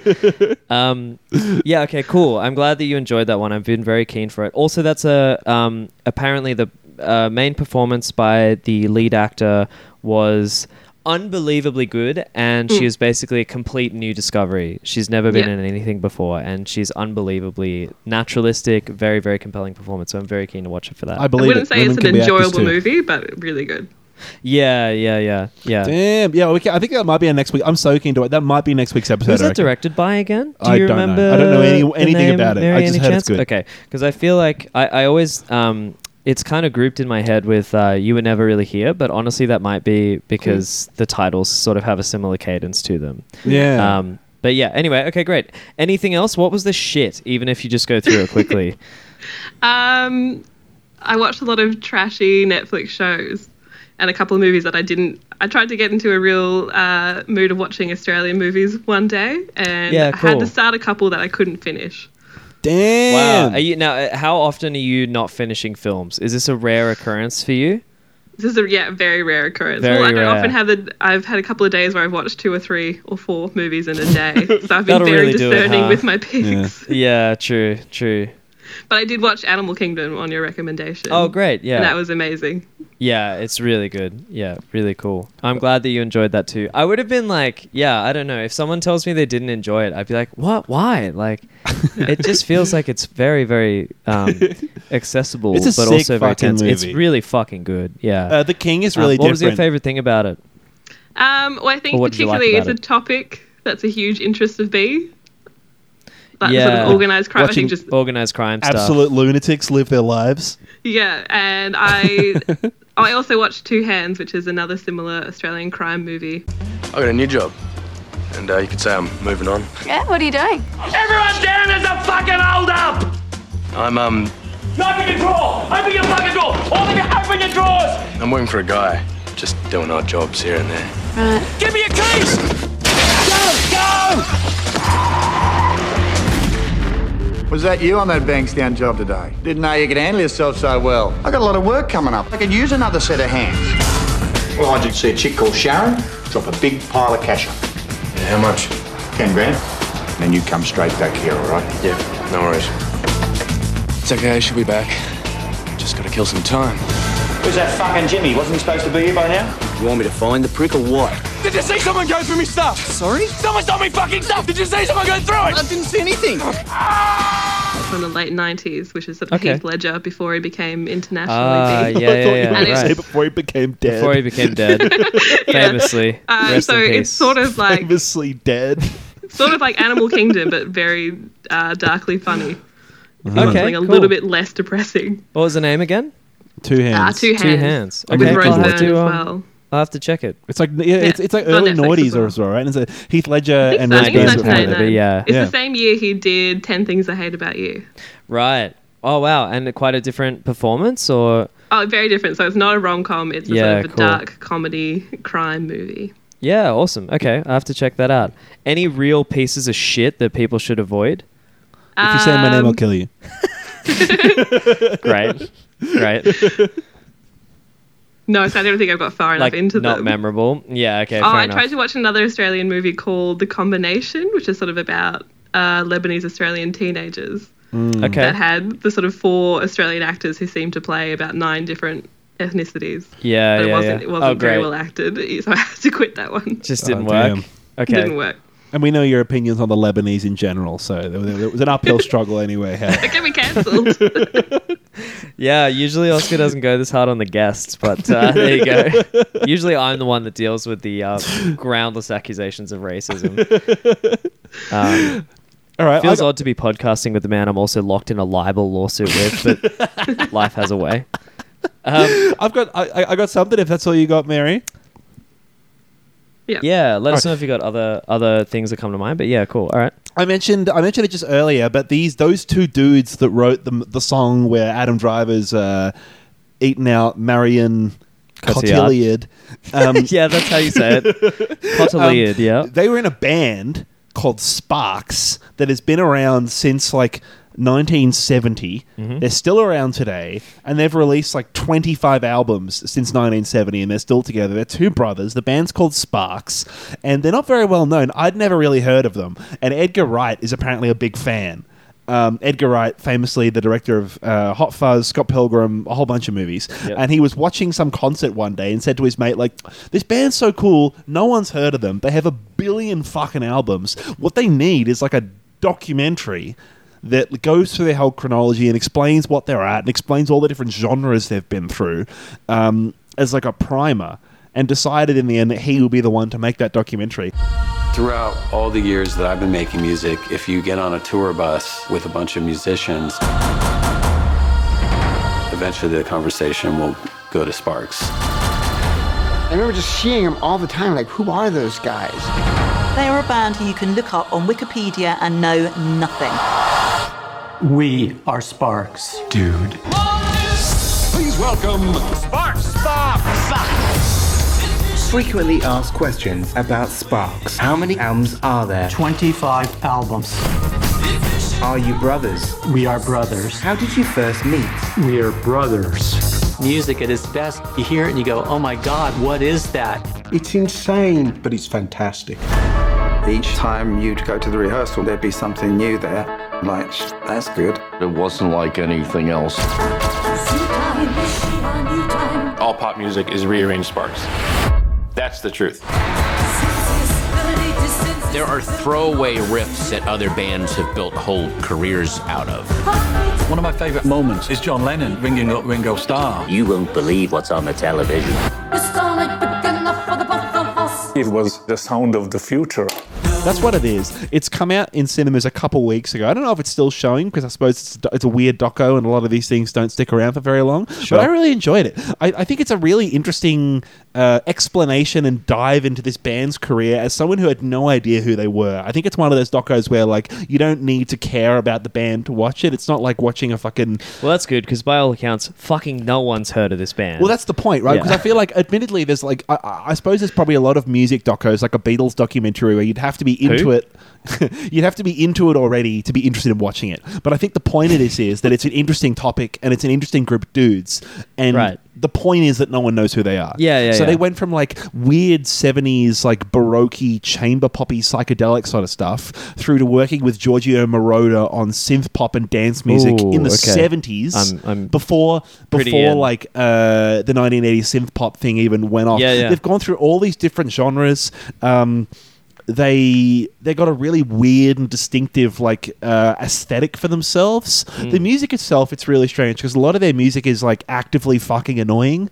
Speaker 1: Um, yeah, okay, cool. I'm glad that you enjoyed that one. I've been very keen for it. Also, that's a um, apparently the uh, main performance by the lead actor was unbelievably good and she is basically a complete new discovery she's never been
Speaker 3: Yeah.
Speaker 1: in anything before and she's unbelievably naturalistic very very compelling performance so i'm very keen to watch it for that
Speaker 2: I
Speaker 3: I
Speaker 2: believe
Speaker 3: wouldn't
Speaker 2: it.
Speaker 3: say
Speaker 2: Women
Speaker 3: it's
Speaker 2: can
Speaker 3: an
Speaker 2: be actors
Speaker 3: enjoyable
Speaker 2: too.
Speaker 3: movie, but really good.
Speaker 1: Yeah, yeah, yeah, yeah.
Speaker 2: Damn. Yeah, we can, I think that might be our next week. I'm so keen to it. That might be next week's episode.
Speaker 1: Who's
Speaker 2: I
Speaker 1: that
Speaker 2: reckon.
Speaker 1: directed by again? Do
Speaker 2: I
Speaker 1: you
Speaker 2: don't know.
Speaker 1: remember?
Speaker 2: I don't know any-
Speaker 1: the
Speaker 2: anything
Speaker 1: name,
Speaker 2: about it. I
Speaker 1: Mary,
Speaker 2: just
Speaker 1: any
Speaker 2: heard it's
Speaker 1: chance?
Speaker 2: good.
Speaker 1: Okay, because I feel like I, I always um, it's kind of grouped in my head with uh, "You Were Never Really Here," but honestly, that might be because the titles sort of have a similar cadence to them.
Speaker 2: Yeah.
Speaker 1: Um, but yeah. Anyway, okay, great. Anything else? What was the shit? Even if you just go through it quickly.
Speaker 3: Um, I watched a lot of trashy Netflix shows and a couple of movies that I didn't. I tried to get into a real uh, mood of watching Australian movies one day, and
Speaker 1: Yeah,
Speaker 3: I had
Speaker 1: cool.
Speaker 3: to start a couple that I couldn't finish.
Speaker 2: Damn.
Speaker 1: Wow. Are you now? uh, How often are you not finishing films? Is this a rare occurrence for you?
Speaker 3: This is a yeah very rare occurrence.
Speaker 1: Very
Speaker 3: well, I don't
Speaker 1: rare.
Speaker 3: often have the. I've had a couple of days where I've watched two or three or four movies in a day, so I've been
Speaker 1: That'll
Speaker 3: very
Speaker 1: really do it,
Speaker 3: discerning
Speaker 1: huh?
Speaker 3: with my picks.
Speaker 1: Yeah. True. True.
Speaker 3: But I did watch Animal Kingdom on your recommendation.
Speaker 1: Oh, great. Yeah.
Speaker 3: And that was amazing.
Speaker 1: Yeah, it's really good. Yeah, really cool. I'm glad that you enjoyed that too. I would have been like, yeah, I don't know. If someone tells me they didn't enjoy it, I'd be like, what? Why? Like, it just feels like it's very, very um, accessible,
Speaker 2: It's a
Speaker 1: but
Speaker 2: sick
Speaker 1: also very
Speaker 2: fucking
Speaker 1: tense. It's
Speaker 2: movie.
Speaker 1: really fucking good. Yeah.
Speaker 2: Uh, the King is
Speaker 1: Um,
Speaker 2: really
Speaker 1: what was your
Speaker 2: different.
Speaker 1: favorite thing about it?
Speaker 3: Um, well, I think
Speaker 1: Well, what did you like
Speaker 3: particularly it's
Speaker 1: about
Speaker 3: a topic that's a huge interest of me. That sort
Speaker 1: yeah,
Speaker 3: of organized crime. I
Speaker 1: Watching
Speaker 3: think just
Speaker 1: organized crime stuff.
Speaker 2: Absolute lunatics live their lives.
Speaker 3: yeah, and I. I also watched Two Hands, which is another similar Australian crime movie.
Speaker 5: I got a new job. And uh, you could say I'm moving on.
Speaker 7: Yeah, what are you doing?
Speaker 9: Everyone down is a fucking hold up!
Speaker 5: I'm um
Speaker 9: Open your drawer! Open your fucking drawer! All of you open your drawers!
Speaker 5: I'm working for a guy, just doing odd jobs here and there.
Speaker 9: Give me your keys! Go! Go!
Speaker 10: Was that you on that Bankstown job today? Didn't know you could handle yourself so well. I got a lot of work coming up. I could use another set of hands.
Speaker 11: Well, I did see a chick called Sharon drop a big pile of cash up.
Speaker 5: Yeah, how much?
Speaker 11: 10 grand. Then you come straight back here, all right?
Speaker 5: Yeah, no worries. It's okay, she'll be back. Just gotta kill some time.
Speaker 11: Who's that fucking Jimmy? Wasn't he supposed to be here by now?
Speaker 5: You want me to find the prick or what?
Speaker 9: Did you see someone go through me stuff? Sorry? Someone stole me fucking stuff! Did you see someone go through it? I didn't see anything!
Speaker 3: from the late 90s, which is sort of
Speaker 1: Okay.
Speaker 3: Heath Ledger before he became internationally
Speaker 1: Ah, yeah,
Speaker 3: big.
Speaker 1: yeah,
Speaker 2: thought you
Speaker 1: yeah.
Speaker 3: And it's-
Speaker 2: Say
Speaker 1: right.
Speaker 2: before he became dead.
Speaker 1: Before he became dead, famously.
Speaker 3: Uh,
Speaker 1: Rest
Speaker 3: so
Speaker 1: in peace.
Speaker 3: it's sort of like
Speaker 2: famously dead.
Speaker 3: sort of like Animal Kingdom, but very uh, darkly funny.
Speaker 2: Mm-hmm.
Speaker 1: okay,
Speaker 3: Something a
Speaker 1: cool.
Speaker 3: little bit less depressing.
Speaker 1: What was the name again?
Speaker 2: Two
Speaker 3: Ah,
Speaker 2: hands.
Speaker 3: two hands.
Speaker 1: Two hands.
Speaker 3: With
Speaker 1: Okay,
Speaker 2: Rose
Speaker 1: I'll have
Speaker 3: Byrne
Speaker 1: to,
Speaker 3: as
Speaker 1: um,
Speaker 3: well.
Speaker 1: I'll have to check it.
Speaker 2: It's like yeah, It's, it's like
Speaker 3: It's on
Speaker 2: early
Speaker 3: Netflix
Speaker 2: noughties
Speaker 3: as well.
Speaker 2: or so, right? And it's a Heath Ledger and
Speaker 3: so.
Speaker 2: Rose
Speaker 3: I think
Speaker 2: Byrne's
Speaker 3: it's
Speaker 2: performance.
Speaker 3: 1999.
Speaker 1: yeah.
Speaker 3: It's
Speaker 2: Yeah.
Speaker 3: the same year he did 10 Things I Hate About You.
Speaker 1: Right. Oh wow, and quite a different performance, or
Speaker 3: Oh, very different. So it's not a rom com, it's a
Speaker 1: Yeah,
Speaker 3: sort of a
Speaker 1: cool.
Speaker 3: dark comedy crime movie.
Speaker 1: yeah, awesome. Okay, I have to check that out. Any real pieces of shit that people should avoid?
Speaker 2: If you say my
Speaker 3: Um,
Speaker 2: name, I'll kill you.
Speaker 1: Great, great.
Speaker 3: No, so I don't think I've got far enough
Speaker 1: like
Speaker 3: into
Speaker 1: not
Speaker 3: them.
Speaker 1: memorable. Yeah. Okay.
Speaker 3: Oh,
Speaker 1: fair
Speaker 3: I
Speaker 1: enough. Mm.
Speaker 3: tried to watch another Australian movie called The Combination, which is sort of about uh, Lebanese Australian teenagers
Speaker 1: okay.
Speaker 3: that had the sort of four Australian actors who seemed to play about nine different ethnicities.
Speaker 1: yeah. yeah.
Speaker 3: But it wasn't,
Speaker 1: yeah.
Speaker 3: It wasn't
Speaker 1: oh,
Speaker 3: very
Speaker 1: great.
Speaker 3: well acted, so I had to quit that one. It
Speaker 1: Just didn't
Speaker 2: Oh,
Speaker 1: work.
Speaker 2: damn.
Speaker 1: Okay.
Speaker 3: Didn't work.
Speaker 2: And we know your opinions on the Lebanese in general, so there, there was an uphill struggle anyway. hey.
Speaker 3: Get me cancelled.
Speaker 1: Yeah. Usually Oscar doesn't go this hard on the guests, but uh, there you go. usually I'm the one that deals with the uh, groundless accusations of racism. Um,
Speaker 2: All right,
Speaker 1: Feels
Speaker 2: I got-
Speaker 1: odd to be podcasting with the man I'm also locked in a libel lawsuit with, but life has a way. Um,
Speaker 2: I've got I, I- I got something. If that's all you got, Mary.
Speaker 1: yeah, let us know if you got other other things that come to mind. But yeah, cool. All right.
Speaker 2: I mentioned I mentioned it just earlier, but these those two dudes that wrote the the song where Adam Driver's uh, eating out Marion
Speaker 1: Cotillard.
Speaker 2: Cotillard. Um,
Speaker 1: Yeah, that's how you say it. Cotillard. yeah.
Speaker 2: They were in a band called Sparks that has been around since like 1970. They're still around today, and they've released like 25 albums since 1970, and they're still together. They're two brothers. The band's called Sparks, and they're not very well known. I'd never really heard of them, and Edgar Wright is apparently a big fan. Um, Edgar Wright, famously the director of uh, Hot Fuzz, Scott Pilgrim, a whole bunch of movies,
Speaker 1: Yep.
Speaker 2: and he was watching some concert one day and said to his mate, "Like this band's so cool, no one's heard of them. They have a billion fucking albums. What they need is like a documentary." That goes through their whole chronology and explains what they're at and explains all the different genres they've been through um, as like a primer, and decided in the end that he will be the one to make that documentary.
Speaker 12: Throughout all the years that I've been making music, if you get on a tour bus with a bunch of musicians, eventually the conversation will go to Sparks.
Speaker 10: I remember just seeing them all the time, like, who are those guys?
Speaker 13: They are a band who you can look up on Wikipedia and know nothing.
Speaker 14: We are Sparks. Dude.
Speaker 5: Please welcome Sparks
Speaker 15: Frequently asked questions about Sparks. How many albums are there?
Speaker 14: 25 albums.
Speaker 15: Are you brothers?
Speaker 14: We are brothers.
Speaker 15: How did you first meet?
Speaker 14: We are brothers. Music at its best, you hear it and you go, oh my God, what is that?
Speaker 15: It's insane, but it's fantastic.
Speaker 16: Each time you'd go to the rehearsal, there'd be something new there. Like, that's good.
Speaker 17: It wasn't like anything else.
Speaker 18: All pop music is rearranged sparks. That's the truth.
Speaker 19: There are throwaway riffs that other bands have built whole careers out of.
Speaker 20: One of my favorite moments is John Lennon ringing up Ringo Starr.
Speaker 21: You won't believe what's on the television.
Speaker 22: It was the sound of the future.
Speaker 2: That's what it is. It's come out in cinemas a couple weeks ago. I don't know if it's still showing because I suppose it's, it's a weird doco and a lot of these things don't stick around for very long.
Speaker 1: Sure.
Speaker 2: But I really enjoyed it. I, I think it's a really interesting uh, explanation and dive into this band's career as someone who had no idea who they were. I think it's one of those docos where like you don't need to care about the band to watch it. It's not like watching a fucking.
Speaker 1: Well, that's good because by all accounts, fucking no one's heard of this band.
Speaker 2: Well, that's the point, right?
Speaker 1: Yeah.
Speaker 2: Because I feel like, admittedly, there's like I- I, I suppose there's probably a lot of music docos, like a Beatles documentary, where you'd have to be
Speaker 1: Who?
Speaker 2: into it. You'd have to be into it already to be interested in watching it. But I think the point of this is that it's an interesting topic and it's an interesting group of dudes. And
Speaker 1: Right.
Speaker 2: the point is that no one knows who they are.
Speaker 1: Yeah, yeah,
Speaker 2: So they
Speaker 1: yeah.
Speaker 2: went from like weird 70s, like Baroque chamber poppy psychedelic sort of stuff through to working with Giorgio Moroder on synth pop and dance music
Speaker 1: Ooh,
Speaker 2: in the
Speaker 1: okay.
Speaker 2: 70s
Speaker 1: I'm- I'm
Speaker 2: before
Speaker 1: pretty
Speaker 2: before
Speaker 1: in.
Speaker 2: like uh, the 1980s synth pop thing even went off.
Speaker 1: Yeah, yeah.
Speaker 2: They've gone through all these different genres. Um, they they got a really weird and distinctive like uh, aesthetic for themselves. The music itself, it's really strange because a lot of their music is like actively fucking annoying.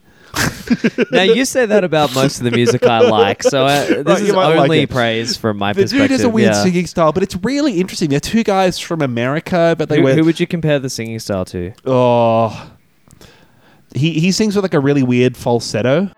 Speaker 1: now you say that about most of the music I like, so I, this
Speaker 2: Right,
Speaker 1: is
Speaker 2: you might like
Speaker 1: only
Speaker 2: it.
Speaker 1: praise from my
Speaker 2: The
Speaker 1: perspective.
Speaker 2: dude has a weird
Speaker 1: yeah.
Speaker 2: singing style, but it's really interesting. They're two guys from America, but they
Speaker 1: who,
Speaker 2: were
Speaker 1: who would you compare the singing style to?
Speaker 2: oh. He, he sings with like a really weird falsetto.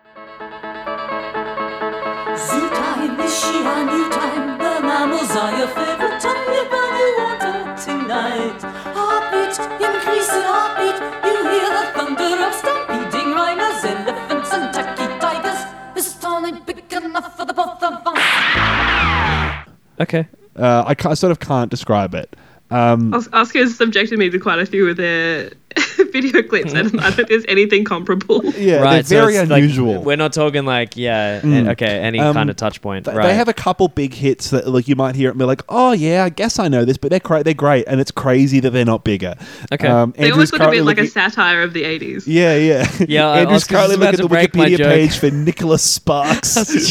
Speaker 1: Okay.
Speaker 2: Uh, I, ca- I sort of can't describe it. Um,
Speaker 3: Os- Oscar's subjected me to quite a few of their video clips. I don't, I don't think there's anything comparable.
Speaker 2: Yeah,
Speaker 1: right, so
Speaker 2: they're very
Speaker 1: it's like-
Speaker 2: unusual.
Speaker 1: we're not talking like yeah,
Speaker 2: Mm.
Speaker 1: eh, okay, any
Speaker 2: Um,
Speaker 1: kind of touch point.
Speaker 2: Th-
Speaker 1: right.
Speaker 2: They have a couple big hits that like you might hear it and be like, oh yeah, I guess I know this, but they're cra- they're great, and it's crazy that they're not bigger. Um,
Speaker 1: Okay.
Speaker 3: they
Speaker 2: Andrew's
Speaker 3: almost look a
Speaker 2: currently
Speaker 3: bit like a
Speaker 2: looking-
Speaker 3: satire of the 80s.
Speaker 2: Yeah, yeah.
Speaker 1: Yeah, I- I
Speaker 2: Andrew's
Speaker 1: was just
Speaker 2: currently
Speaker 1: about
Speaker 2: looking at
Speaker 1: to
Speaker 2: the
Speaker 1: break my
Speaker 2: Wikipedia
Speaker 1: joke.
Speaker 2: page for Nicholas Sparks.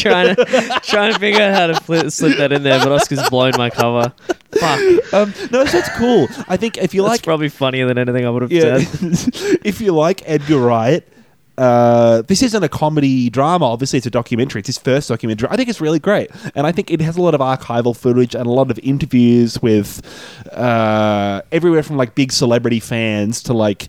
Speaker 1: trying to trying to figure out how to fli slip that in there, but Oscar's blown my cover. Fuck,
Speaker 2: um, no, so it's cool. I think if you
Speaker 1: that's
Speaker 2: like,
Speaker 1: probably funnier than anything I would have
Speaker 2: yeah,
Speaker 1: said.
Speaker 2: if you like Edgar Wright. Uh, this isn't a comedy drama. Obviously, it's a documentary. It's his first documentary. I think it's really great, and I think it has a lot of archival footage and a lot of interviews with uh, everywhere from like big celebrity fans to like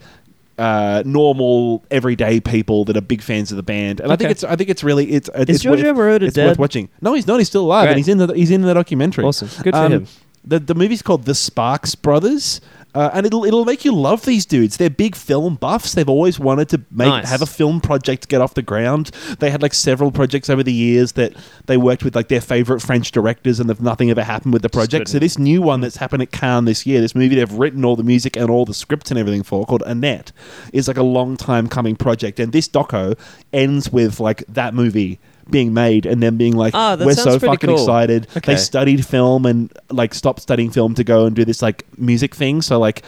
Speaker 2: uh, normal everyday people that are big fans of the band. And I think
Speaker 1: Okay.
Speaker 2: it's I think it's really it's it's,
Speaker 1: Is Giorgio
Speaker 2: worth,
Speaker 1: Moroder
Speaker 2: it's worth
Speaker 1: dead?
Speaker 2: watching. No, he's not. He's still alive,
Speaker 1: Great.
Speaker 2: and he's in the he's in the documentary. Um,
Speaker 1: Awesome. Good for him.
Speaker 2: The the movie's called The Sparks Brothers. Uh, and it'll it'll make you love these dudes. They're big film buffs. They've always wanted to make
Speaker 1: Nice.
Speaker 2: have a film project get off the ground. They had like several projects over the years that they worked with like their favorite French directors, and if nothing ever happened with the project. So
Speaker 1: couldn't.
Speaker 2: this new one that's happened at Cannes this year, this movie they've written all the music and all the script and everything for, called Annette, is like a long time coming project. And this doco ends with like that movie being made and them being like,
Speaker 1: Ah, that
Speaker 2: "We're
Speaker 1: sounds
Speaker 2: so
Speaker 1: pretty
Speaker 2: fucking
Speaker 1: cool."
Speaker 2: excited." They
Speaker 1: Okay.
Speaker 2: studied film and like stopped studying film to go and do this like music thing. So like.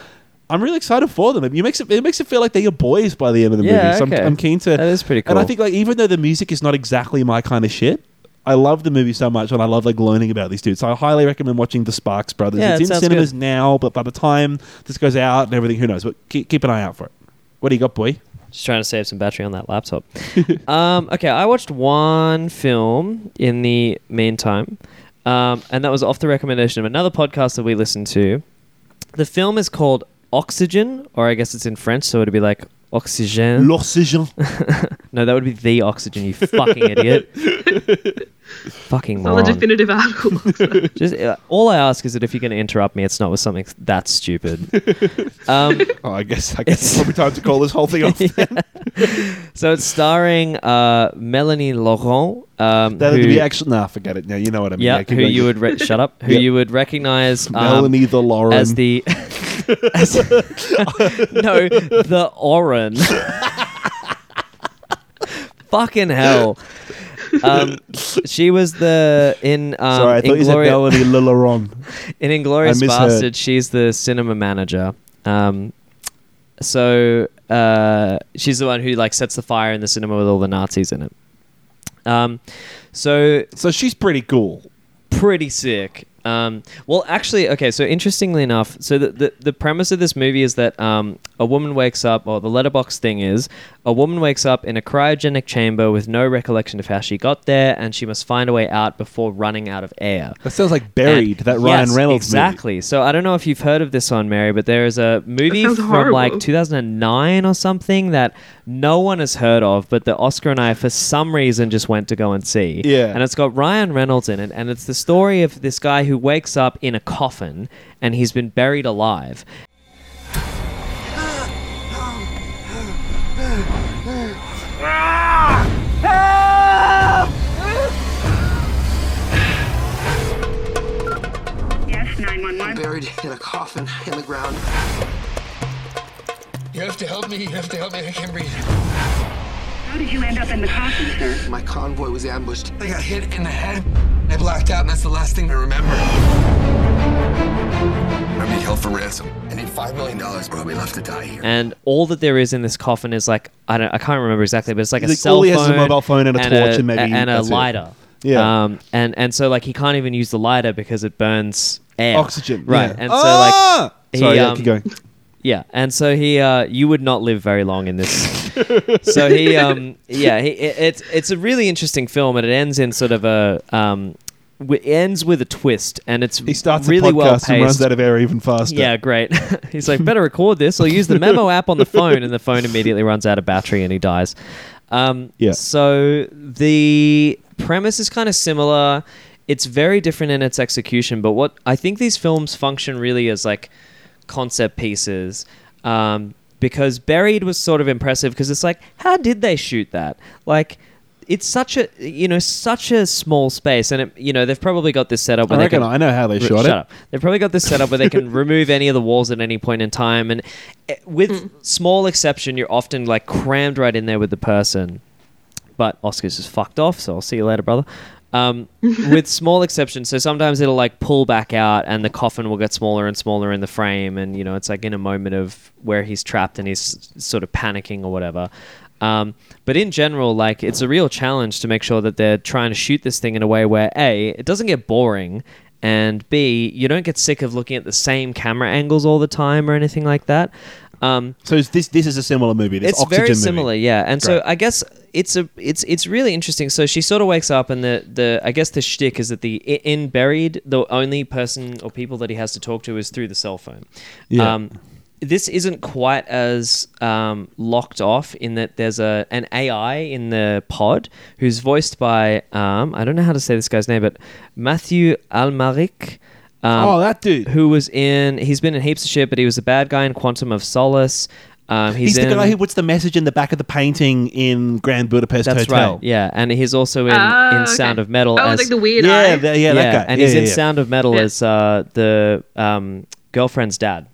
Speaker 2: I'm really excited for them. It makes it, it makes it feel like they're your boys by the end of the
Speaker 1: Yeah,
Speaker 2: movie. So
Speaker 1: okay.
Speaker 2: I'm, I'm keen to.
Speaker 1: That is pretty
Speaker 2: And I
Speaker 1: cool.
Speaker 2: think like even though the music is not exactly my kind of shit, I love the movie so much, and I love like learning about these dudes. So I highly recommend watching the Sparks Brothers.
Speaker 1: Yeah,
Speaker 2: it's
Speaker 1: that
Speaker 2: in
Speaker 1: sounds
Speaker 2: cinemas
Speaker 1: good.
Speaker 2: now, but by the time this goes out and everything, who knows? But keep, keep an eye out for it. What do you got, boy?
Speaker 1: Just trying to save some battery on that laptop. um, okay, I watched one film in the meantime, um, and that was off the recommendation of another podcast that we listened to. The film is called Oxygen, or I guess it's in French, so it'd be like Oxygène.
Speaker 2: L'Oxygen.
Speaker 1: no, that would be the Oxygen, you fucking idiot. Fucking
Speaker 3: Not the
Speaker 1: moron.
Speaker 3: definitive article.
Speaker 1: Just uh, all I ask is that if you're going to interrupt me, it's not with something that stupid. Um,
Speaker 2: oh, I guess I guess it's probably time to call this whole thing off.
Speaker 1: so it's starring uh, Melanie Laurent. Um,
Speaker 2: That'd
Speaker 1: who-
Speaker 2: be actually. Nah, forget it. No, you know what I mean.
Speaker 1: yeah,
Speaker 2: keep
Speaker 1: who
Speaker 2: going.
Speaker 1: you would re- shut up? Who
Speaker 2: Yeah.
Speaker 1: you would recognize? um,
Speaker 2: Melanie the Lauren.
Speaker 1: as the as- no the Oren. Fucking hell! Um, she was the in um,
Speaker 2: Sorry, I thought you said
Speaker 1: Inglouri-
Speaker 2: Melanie Lilleron.
Speaker 1: in Inglorious
Speaker 2: I misheard.
Speaker 1: Bastard, she's the cinema manager. Um, so uh, she's the one who like sets the fire in the cinema with all the Nazis in it. Um, so
Speaker 2: so she's pretty cool,
Speaker 1: pretty sick. Um, well, actually, okay. So interestingly enough, so the, the the premise of this movie is that um, a woman wakes up, or the letterbox thing is, a woman wakes up in a cryogenic chamber with no recollection of how she got there, and she must find a way out before running out of air.
Speaker 2: That sounds like Buried, that Ryan
Speaker 1: Yes,
Speaker 2: Reynolds movie.
Speaker 1: exactly. So I don't know if you've heard of this one, Mary, but there is a movie
Speaker 3: That
Speaker 1: from
Speaker 3: sounds horrible.
Speaker 1: like 2009 or something that no one has heard of, but that Oscar and I, for some reason, just went to go and see.
Speaker 2: Yeah.
Speaker 1: And it's got Ryan Reynolds in it, and it's the story of this guy who wakes up in a coffin and he's been buried alive.
Speaker 9: Yes, 911. I'm buried in a coffin in the ground. You have to help me. You have to help me. I can't breathe. How did you end up in the coffin, sir? My convoy was ambushed. I got hit in the head. I blacked out, and that's the last thing I remember. I need help for ransom. I need $5 million, or I'll be left to die here.
Speaker 1: And all that there is in this coffin is like I don't I can't remember exactly, but it's like a
Speaker 2: Like,
Speaker 1: cell
Speaker 2: all he
Speaker 1: phone,
Speaker 2: has is a mobile phone and a torch and maybe
Speaker 1: and a
Speaker 2: that's it.
Speaker 1: lighter.
Speaker 2: Yeah.
Speaker 1: Um, and and so like he can't even use the lighter because it burns air,
Speaker 2: Oxygen,
Speaker 1: right?
Speaker 2: yeah.
Speaker 1: And
Speaker 2: Ah!
Speaker 1: so like he,
Speaker 2: Sorry, yeah,
Speaker 1: um,
Speaker 2: keep going.
Speaker 1: Yeah, and so he, uh, you would not live very long in this. so he, um, yeah, he, it, it's it's a really interesting film, and it ends in sort of a um, w- ends with a twist, and it's
Speaker 2: He starts
Speaker 1: really
Speaker 2: a podcast
Speaker 1: well
Speaker 2: and runs
Speaker 1: paced.
Speaker 2: out of air even faster.
Speaker 1: Yeah, great. He's like, better record this or use the memo app on the phone, and the phone immediately runs out of battery and he dies. Um,
Speaker 2: Yeah.
Speaker 1: So the premise is kind of similar. It's very different in its execution, but what I think these films function really as like concept pieces. Um, because Buried was sort of impressive because it's like, how did they shoot that? Like, it's such a you know such a small space, and it, you know they've probably got this set up. where
Speaker 2: I
Speaker 1: they
Speaker 2: reckon
Speaker 1: can-
Speaker 2: I know how they
Speaker 1: R-
Speaker 2: shot
Speaker 1: shut
Speaker 2: it.
Speaker 1: Up. They've probably got this set up where they can remove any of the walls at any point in time, and eh, with small exception, you're often like crammed right in there with the person. But Oscar's just fucked off, so I'll see you later, brother. Um, with small exceptions, so sometimes it'll like pull back out, and the coffin will get smaller and smaller in the frame, and you know it's like in a moment of where he's trapped and he's s- sort of panicking or whatever. Um, but in general, like it's a real challenge to make sure that they're trying to shoot this thing in a way where a it doesn't get boring, and B, you don't get sick of looking at the same camera angles all the time or anything like that. Um,
Speaker 2: So is this this is a similar movie. This
Speaker 1: it's
Speaker 2: Oxygen
Speaker 1: very
Speaker 2: movie.
Speaker 1: similar, yeah. And so
Speaker 2: Great.
Speaker 1: I guess it's a it's it's really interesting. So she sort of wakes up, and the the I guess the shtick is that the i- in buried the only person or people that he has to talk to is through the cell phone.
Speaker 2: Yeah.
Speaker 1: Um, this isn't quite as um, locked off in that there's a an AI in the pod who's voiced by um, I don't know how to say this guy's name, but Matthew Almaric. Um,
Speaker 2: Oh, that dude.
Speaker 1: who was in he's been in heaps of shit, but he was a bad guy in Quantum of Solace. Um,
Speaker 2: He's,
Speaker 1: he's
Speaker 2: the
Speaker 1: in-
Speaker 2: guy who puts the message in the back of the painting in Grand Budapest
Speaker 1: that's
Speaker 2: Hotel.
Speaker 1: right. Yeah, and he's also in,
Speaker 3: Ah,
Speaker 1: in Sound
Speaker 3: okay.
Speaker 1: of Metal.
Speaker 3: Oh,
Speaker 1: as,
Speaker 3: like the weird
Speaker 2: yeah,
Speaker 3: eye.
Speaker 2: that- yeah, that guy.
Speaker 1: And
Speaker 2: Yeah,
Speaker 1: he's in
Speaker 2: yeah, yeah.
Speaker 1: Sound of Metal as uh, the um, girlfriend's dad.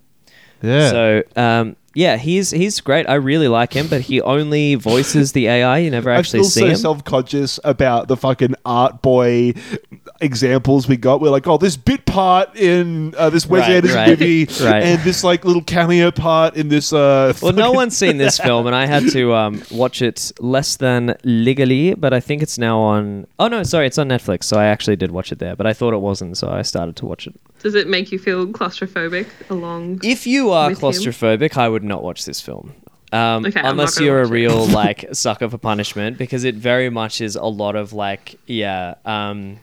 Speaker 2: Yeah.
Speaker 1: So um, yeah, he's he's great. I really like him, but he only voices the AI. You never
Speaker 2: I'm
Speaker 1: actually
Speaker 2: still
Speaker 1: see
Speaker 2: so
Speaker 1: him.
Speaker 2: self-conscious about the fucking art boy examples we got. We're like, oh, this bit part in uh, this Wes
Speaker 1: Right,
Speaker 2: Anderson
Speaker 1: right,
Speaker 2: movie,
Speaker 1: right.
Speaker 2: and this like little cameo part in this. Uh,
Speaker 1: well, no
Speaker 2: fucking-
Speaker 1: one's seen this film, and I had to um, watch it less than legally, but I think it's now on. Oh no, sorry, it's on Netflix. So I actually did watch it there, but I thought it wasn't, so I started to watch it.
Speaker 3: Does it make you feel claustrophobic along?
Speaker 1: If you are
Speaker 3: with him?
Speaker 1: claustrophobic, I would not watch this film. Um,
Speaker 3: Okay, I'm not
Speaker 1: unless
Speaker 3: gonna
Speaker 1: you're a
Speaker 3: watch it.
Speaker 1: real like sucker for punishment, because it very much is a lot of like, yeah, um,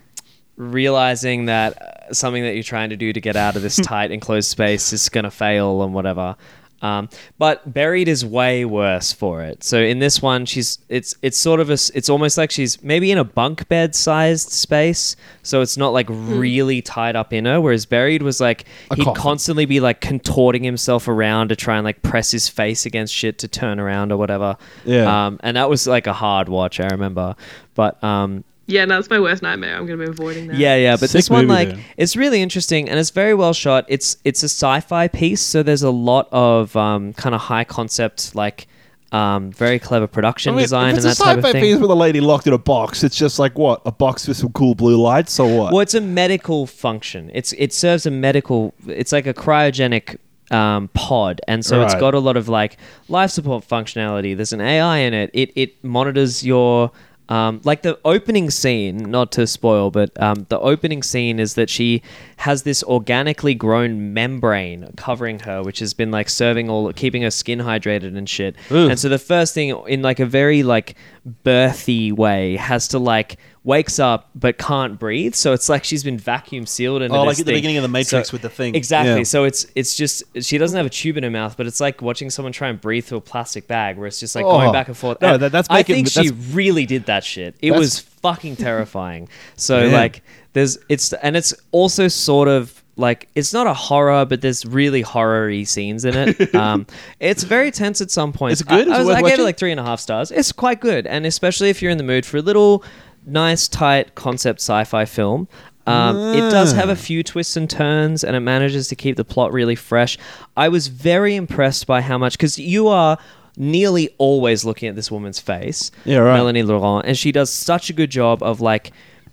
Speaker 1: realizing that uh, something that you're trying to do to get out of this tight enclosed space is gonna fail and whatever. Um, but buried is way worse for it. So in this one, she's it's it's sort of a s- it's almost like she's maybe in a bunk bed sized space, so it's not like really tied up in her. Whereas buried was like
Speaker 4: Hmm. A
Speaker 1: he'd
Speaker 4: coffin.
Speaker 1: constantly be like contorting himself around to try and like press his face against shit to turn around or whatever.
Speaker 3: Yeah.
Speaker 1: Um, and that was like a hard watch. I remember, but um,
Speaker 3: Yeah, no, it's my worst nightmare. I'm going to be avoiding that.
Speaker 1: yeah, yeah, but
Speaker 4: Sick
Speaker 1: this one
Speaker 4: movie,
Speaker 1: like
Speaker 4: though.
Speaker 1: it's really interesting and it's very well shot. It's it's a sci-fi piece, so there's a lot of um, kind of high concept like um, very clever production design
Speaker 2: if
Speaker 1: and
Speaker 2: it's
Speaker 1: that
Speaker 2: a
Speaker 1: type of
Speaker 2: sci-fi
Speaker 1: thing.
Speaker 2: piece with a lady locked in a box, it's just like what a box with some cool blue lights. So what?
Speaker 1: Well, it's a medical function. It's it serves a medical. It's like a cryogenic um, pod, and so it's
Speaker 4: Right.
Speaker 1: got a lot of like life support functionality. There's an AI in it. It it monitors your. Um, like the opening scene, not to spoil, but um, the opening scene is that she has this organically grown membrane covering her, which has been like serving all, keeping her skin hydrated and shit.
Speaker 4: Ooh.
Speaker 1: And so the first thing, in like a very like birthy way, has to like wakes up but can't breathe. So it's like she's been vacuum sealed and
Speaker 2: Oh, like at the beginning of The Matrix with the thing.
Speaker 1: Exactly.
Speaker 2: Yeah.
Speaker 1: So it's it's just she doesn't have a tube in her mouth, but it's like watching someone try and breathe through a plastic bag, where it's just like going
Speaker 2: Oh.
Speaker 1: back and forth.
Speaker 2: No,
Speaker 1: And
Speaker 2: that- that's
Speaker 1: I
Speaker 2: making-
Speaker 1: think she
Speaker 2: that's-
Speaker 1: really did that shit. It
Speaker 2: That's-
Speaker 1: was fucking terrifying. So
Speaker 2: Man.
Speaker 1: like there's it's and it's also sort of like it's not a horror, but there's really horror-y scenes in it. Um, it's very tense at some points.
Speaker 4: Is it good?
Speaker 1: I, I
Speaker 4: Is it
Speaker 1: was-
Speaker 4: worth
Speaker 1: I gave it
Speaker 4: watching?
Speaker 1: like three and a half stars. It's quite good, and especially if you're in the mood for a little nice, tight concept sci-fi film. Um, It does have a
Speaker 2: Mm.
Speaker 1: few twists and turns, and it manages to keep the plot really fresh. I was very impressed by how much because you are nearly always looking at this woman's face,
Speaker 2: Yeah, right.
Speaker 1: Melanie Laurent, and she does such a good job of like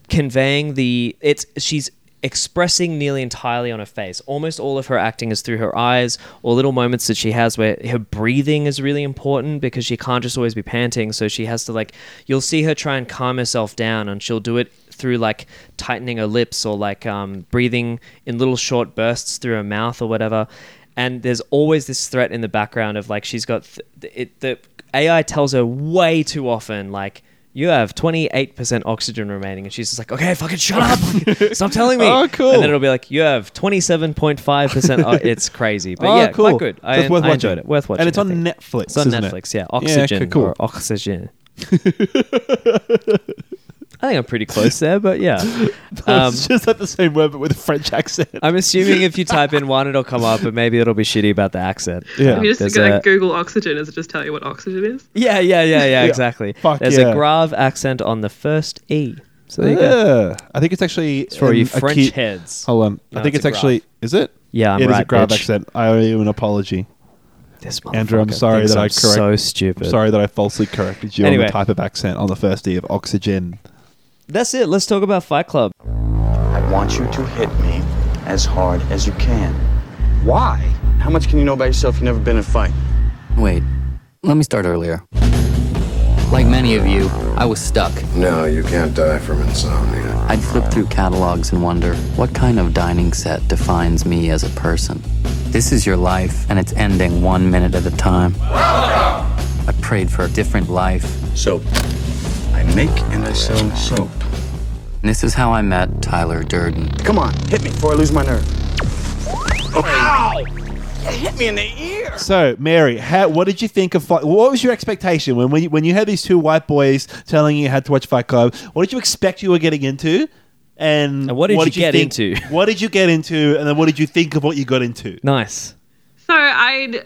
Speaker 1: conveying the it's she's expressing nearly entirely on her face. Almost all of her acting is through her eyes or little moments that she has where her breathing is really important because she can't just always be panting, so she has to like you'll see her try and calm herself down and she'll do it through like tightening her lips or like um, breathing in little short bursts through her mouth or whatever. And there's always this threat in the background of like she's got th- it. The AI tells her way too often like you have 28% oxygen remaining and she's just like okay fucking shut up stop telling me
Speaker 2: Oh, cool.
Speaker 1: and then it'll be like you have 27.5% o-" it's crazy but
Speaker 2: Oh,
Speaker 1: yeah
Speaker 2: cool.
Speaker 1: quite good I,
Speaker 2: That's worth
Speaker 1: I enjoyed
Speaker 2: watching.
Speaker 1: it worth
Speaker 2: And
Speaker 1: watching
Speaker 2: it's
Speaker 1: I
Speaker 2: on
Speaker 1: think.
Speaker 2: Netflix,
Speaker 1: it's on
Speaker 2: isn't it?
Speaker 1: Netflix yeah
Speaker 2: Yeah, okay,
Speaker 1: Oxygen
Speaker 2: cool.
Speaker 1: or Oxygen I think I'm pretty close there but yeah Um,
Speaker 2: it's just like the same word but with a French accent.
Speaker 1: I'm assuming if you type in one it'll come up but maybe it'll be shitty about the accent
Speaker 3: If you just
Speaker 1: There's
Speaker 3: go
Speaker 1: a-
Speaker 3: Google oxygen, does it just tell you what oxygen is?
Speaker 1: yeah yeah yeah yeah
Speaker 2: Yeah.
Speaker 1: exactly
Speaker 2: Fuck
Speaker 1: there's
Speaker 2: yeah.
Speaker 1: a grave accent on the first E so there you go
Speaker 2: yeah, I think it's actually
Speaker 1: It's for you
Speaker 2: an- a
Speaker 1: French
Speaker 2: key-
Speaker 1: heads.
Speaker 2: Hold on,
Speaker 1: No,
Speaker 2: I think
Speaker 1: it's
Speaker 2: it's,
Speaker 1: a
Speaker 2: actually
Speaker 1: graph.
Speaker 2: is it?
Speaker 1: Yeah, I'm
Speaker 2: It is a
Speaker 1: right,
Speaker 2: grave
Speaker 1: bitch.
Speaker 2: accent. I owe you an apology.
Speaker 1: This
Speaker 2: Andrew, I'm
Speaker 1: motherfucker
Speaker 2: sorry
Speaker 1: thinks
Speaker 2: that I
Speaker 1: I'm
Speaker 2: correct.
Speaker 1: so stupid.
Speaker 2: Sorry that I falsely corrected you on
Speaker 1: Anyway.
Speaker 2: the type of accent on the first day of oxygen.
Speaker 1: That's it. Let's talk about Fight Club.
Speaker 11: I want you to hit me as hard as you can.
Speaker 6: Why? How much can you know about yourself? You've never been in a fight. Wait, let me start earlier. Like many of you, I was stuck.
Speaker 5: No, you can't die from insomnia.
Speaker 6: I'd flip through catalogs and wonder what kind of dining set defines me as a person. This is your life, and it's ending one minute at a time. I prayed for a different life. Soap. I make and I sell soap. And this is how I met Tyler Durden.
Speaker 16: Come on, hit me before I lose my nerve.
Speaker 6: Ow!
Speaker 16: You hit me in the ear.
Speaker 2: So, Mary, how, what did you think of Fight? What was your expectation when we, when you had these two white boys telling you you had to watch Fight Club? What did you expect you were getting into? And,
Speaker 1: what did you get
Speaker 2: think-
Speaker 1: into?
Speaker 2: What did you get into? And then what did you think of what you got into?
Speaker 1: Nice.
Speaker 3: So I'd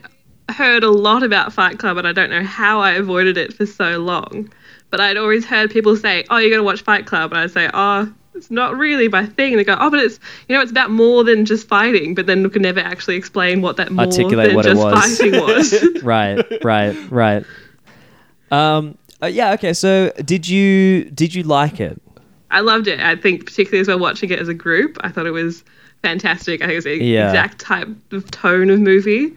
Speaker 3: heard a lot about Fight Club, and I don't know how I avoided it for so long. But I'd always heard people say, "Oh, you're gonna watch Fight Club," and I'd say, "Oh, it's not really my thing." And they go, "Oh, but it's you know, it's about more than just fighting." But then could never actually explain what that more
Speaker 1: Articulate
Speaker 3: than
Speaker 1: what it
Speaker 3: just
Speaker 1: was.
Speaker 3: fighting was.
Speaker 1: right, right, right. Um, uh, yeah. Okay. So, did you did you like it?
Speaker 3: I loved it. I think particularly as we're watching it as a group, I thought it was fantastic. I think it's the
Speaker 1: Yeah.
Speaker 3: exact type of tone of movie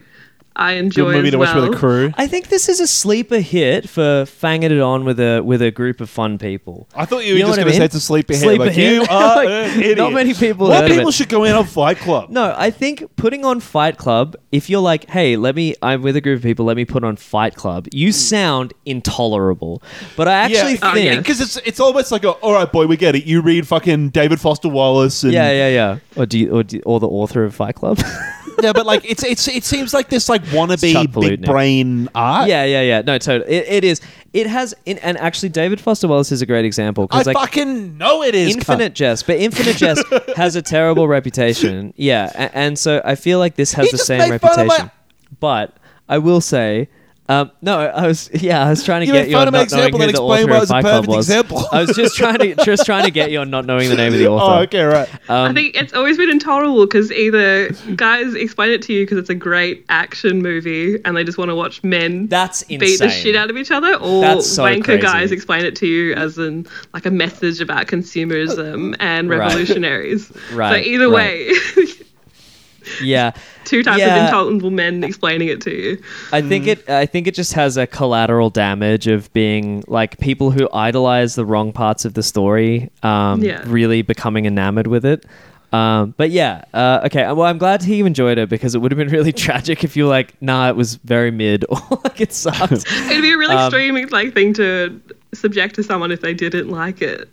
Speaker 3: I enjoy. as well.
Speaker 1: I think this is a sleeper hit for fanging it on with a with a group of fun people.
Speaker 2: I thought you were just going to say it's a sleeper hit.
Speaker 1: Sleeper
Speaker 2: like,
Speaker 1: hit.
Speaker 2: You are
Speaker 1: Like,
Speaker 2: an idiot.
Speaker 1: Not many people.
Speaker 2: More
Speaker 1: heard of
Speaker 2: people
Speaker 1: it.
Speaker 2: should go in on Fight Club.
Speaker 1: No, I think putting on Fight Club, if you're like, hey, let me, I'm with a group of people, let me put on Fight Club, you sound intolerable. But I actually think.
Speaker 2: because it's it's almost like a all right, boy, we get it. You read fucking David Foster Wallace and
Speaker 1: Yeah, yeah, yeah. Or do you, or, do, or the author of Fight Club?
Speaker 2: yeah, but like it's it's it seems like this like
Speaker 1: Chuck
Speaker 2: wannabe
Speaker 1: Palahniuk.
Speaker 2: big brain art.
Speaker 1: Yeah, yeah, yeah. No, totally. It, it is. It has, in, and actually, David Foster Wallace is a great example
Speaker 2: I
Speaker 1: because like
Speaker 2: fucking know it is. cunt.
Speaker 1: Infinite Jest, but Infinite Jest has a terrible reputation. Yeah, a- and, so I feel like this has
Speaker 2: He
Speaker 1: the
Speaker 2: just
Speaker 1: same
Speaker 2: made fun of my-
Speaker 1: reputation. But I will say. Um, no, I was yeah, I was trying to
Speaker 2: You
Speaker 1: get
Speaker 2: made
Speaker 1: you
Speaker 2: fun
Speaker 1: on
Speaker 2: of my
Speaker 1: not knowing
Speaker 2: example
Speaker 1: who the
Speaker 2: and explain
Speaker 1: author
Speaker 2: why it
Speaker 1: of
Speaker 2: was a
Speaker 1: Fight Club
Speaker 2: perfect
Speaker 1: was.
Speaker 2: example.
Speaker 1: I was just trying to just trying to get you on not knowing the name of the author.
Speaker 2: Oh, okay, right.
Speaker 3: I think it's always been intolerable because either guys explain it to you because it's a great action movie and they just want to watch men
Speaker 1: That's
Speaker 3: beat the
Speaker 1: insane.
Speaker 3: shit out of each other, or
Speaker 1: That's so
Speaker 3: wanker
Speaker 1: crazy.
Speaker 3: guys explain it to you as in like a message about consumerism and
Speaker 1: Right.
Speaker 3: revolutionaries.
Speaker 1: Right,
Speaker 3: So either
Speaker 1: right.
Speaker 3: way,
Speaker 1: yeah,
Speaker 3: two types
Speaker 1: Yeah.
Speaker 3: of intolerable men explaining it to you.
Speaker 1: I
Speaker 2: Hmm.
Speaker 1: think it. I think it just has a collateral damage of being like people who idolize the wrong parts of the story, um,
Speaker 3: Yeah.
Speaker 1: really becoming enamored with it. Um, but yeah, uh, okay. Well, I'm glad he enjoyed it because it would have been really tragic if you were like, nah, it was very mid or like it sucked.
Speaker 3: It'd be a real
Speaker 1: Um,
Speaker 3: extreme like thing to subject to someone if they didn't like it.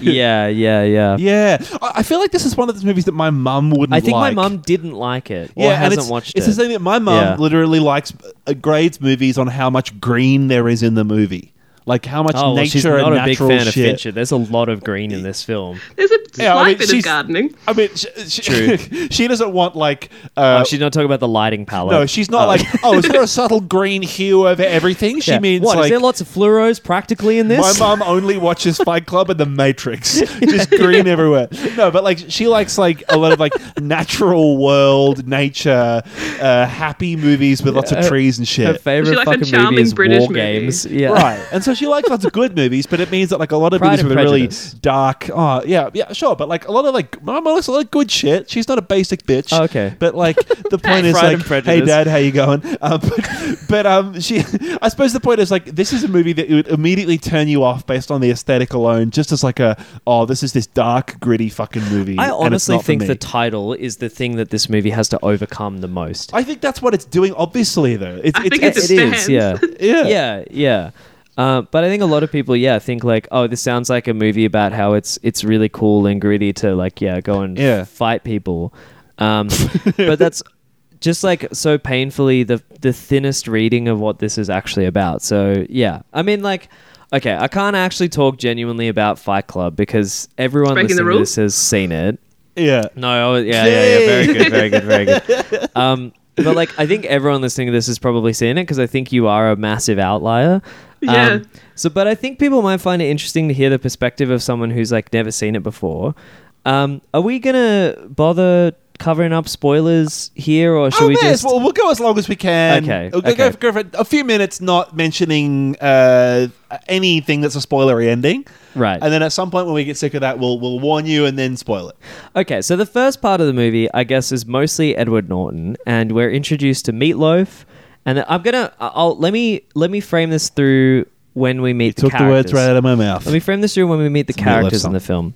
Speaker 1: yeah, yeah, yeah.
Speaker 2: Yeah, I I feel like this is one of those movies that my mum wouldn't.
Speaker 1: I think
Speaker 2: like.
Speaker 1: my mum didn't like it or hasn't
Speaker 2: it's,
Speaker 1: watched
Speaker 2: it's
Speaker 1: it.
Speaker 2: the same thing. My mum
Speaker 1: Yeah.
Speaker 2: literally likes uh, grades movies on how much green there is in the movie, like how much
Speaker 1: Oh, well, she's
Speaker 2: nature
Speaker 1: not
Speaker 2: and
Speaker 1: a big
Speaker 2: natural
Speaker 1: fan of
Speaker 2: shit.
Speaker 1: Fincher. There's a lot of green in this film.
Speaker 3: There's a
Speaker 2: Yeah, I
Speaker 3: slight
Speaker 2: mean,
Speaker 3: bit
Speaker 2: she's-
Speaker 3: of gardening.
Speaker 2: I mean, she, she,
Speaker 1: True.
Speaker 2: she doesn't want like. Uh,
Speaker 1: oh, she's not talking about the lighting palette.
Speaker 2: no, she's not
Speaker 1: Oh.
Speaker 2: like. Oh, is there a subtle green hue over everything? She
Speaker 1: Yeah.
Speaker 2: means
Speaker 1: What, is
Speaker 2: like.
Speaker 1: there lots of fluoros practically in this?
Speaker 2: my mum only watches Fight Club and The Matrix, just green everywhere. No, but like she likes like a lot of like natural world, nature, uh, happy movies with lots of
Speaker 1: Uh, Her-
Speaker 2: trees and shit.
Speaker 1: Her favorite
Speaker 3: She likes a
Speaker 1: fucking movie
Speaker 3: charming
Speaker 1: is
Speaker 3: British
Speaker 1: War
Speaker 3: movie.
Speaker 1: Games. Yeah.
Speaker 2: Right. And so she likes lots of good movies, but it means that like a lot of
Speaker 1: Pride
Speaker 2: movies
Speaker 1: and
Speaker 2: with really
Speaker 1: Prejudice.
Speaker 2: dark. Oh yeah, yeah, sure. But like a lot of like my mom likes a lot of good shit. She's not a basic bitch.
Speaker 1: Oh, okay.
Speaker 2: But like the point is
Speaker 1: Pride
Speaker 2: like,
Speaker 1: and
Speaker 2: hey
Speaker 1: Prejudice.
Speaker 2: dad, how you going? Um, but, but um, she. I suppose the point is like this is a movie that would immediately turn you off based on the aesthetic alone, just as like a oh this is this dark gritty fucking movie.
Speaker 1: I
Speaker 2: and it's
Speaker 1: honestly
Speaker 2: not for
Speaker 1: think
Speaker 2: me.
Speaker 1: the title is the thing that this movie has to overcome the most.
Speaker 2: I think that's what it's doing. Obviously, though, it's,
Speaker 3: I think
Speaker 1: It-
Speaker 3: it's
Speaker 1: it is,
Speaker 3: fans.
Speaker 1: yeah,
Speaker 2: Yeah.
Speaker 1: yeah, yeah. Uh, but I think a lot of people, yeah, think like, oh, this sounds like a movie about how it's it's really cool and gritty to like, yeah, go and
Speaker 2: Yeah.
Speaker 1: fight people. Um, but that's just like so painfully the the thinnest reading of what this is actually about. So yeah, I mean, like, okay, I can't actually talk genuinely about Fight Club because everyone
Speaker 3: Breaking the
Speaker 1: listening to
Speaker 3: rules?
Speaker 1: this has seen it.
Speaker 2: yeah.
Speaker 1: No, I was- yeah, yeah, yeah. Very good, very good, very good. Um, but like, I think everyone listening to this has probably seen it because I think you are a massive outlier. Um,
Speaker 3: Yeah.
Speaker 1: so, but I think people might find it interesting to hear the perspective of someone who's like never seen it before. Um, are we gonna bother covering up spoilers here, or should
Speaker 2: oh,
Speaker 1: we
Speaker 2: yes.
Speaker 1: just?
Speaker 2: Well, we'll go as long as we can.
Speaker 1: Okay,
Speaker 2: We'll go-
Speaker 1: okay.
Speaker 2: Go, for, go for a few minutes not mentioning uh, anything that's a spoilery ending.
Speaker 1: Right.
Speaker 2: And then at some point when we get sick of that, we'll, we'll warn you and then spoil it.
Speaker 1: Okay, so the first part of the movie, I guess, is mostly Edward Norton, and we're introduced to Meatloaf. And I'm gonna, I'll let me let me frame this through when we meet. the characters.
Speaker 2: of my mouth.
Speaker 1: Let me frame this through when we meet the
Speaker 2: a Meatloaf
Speaker 1: characters in
Speaker 2: song.
Speaker 1: the film.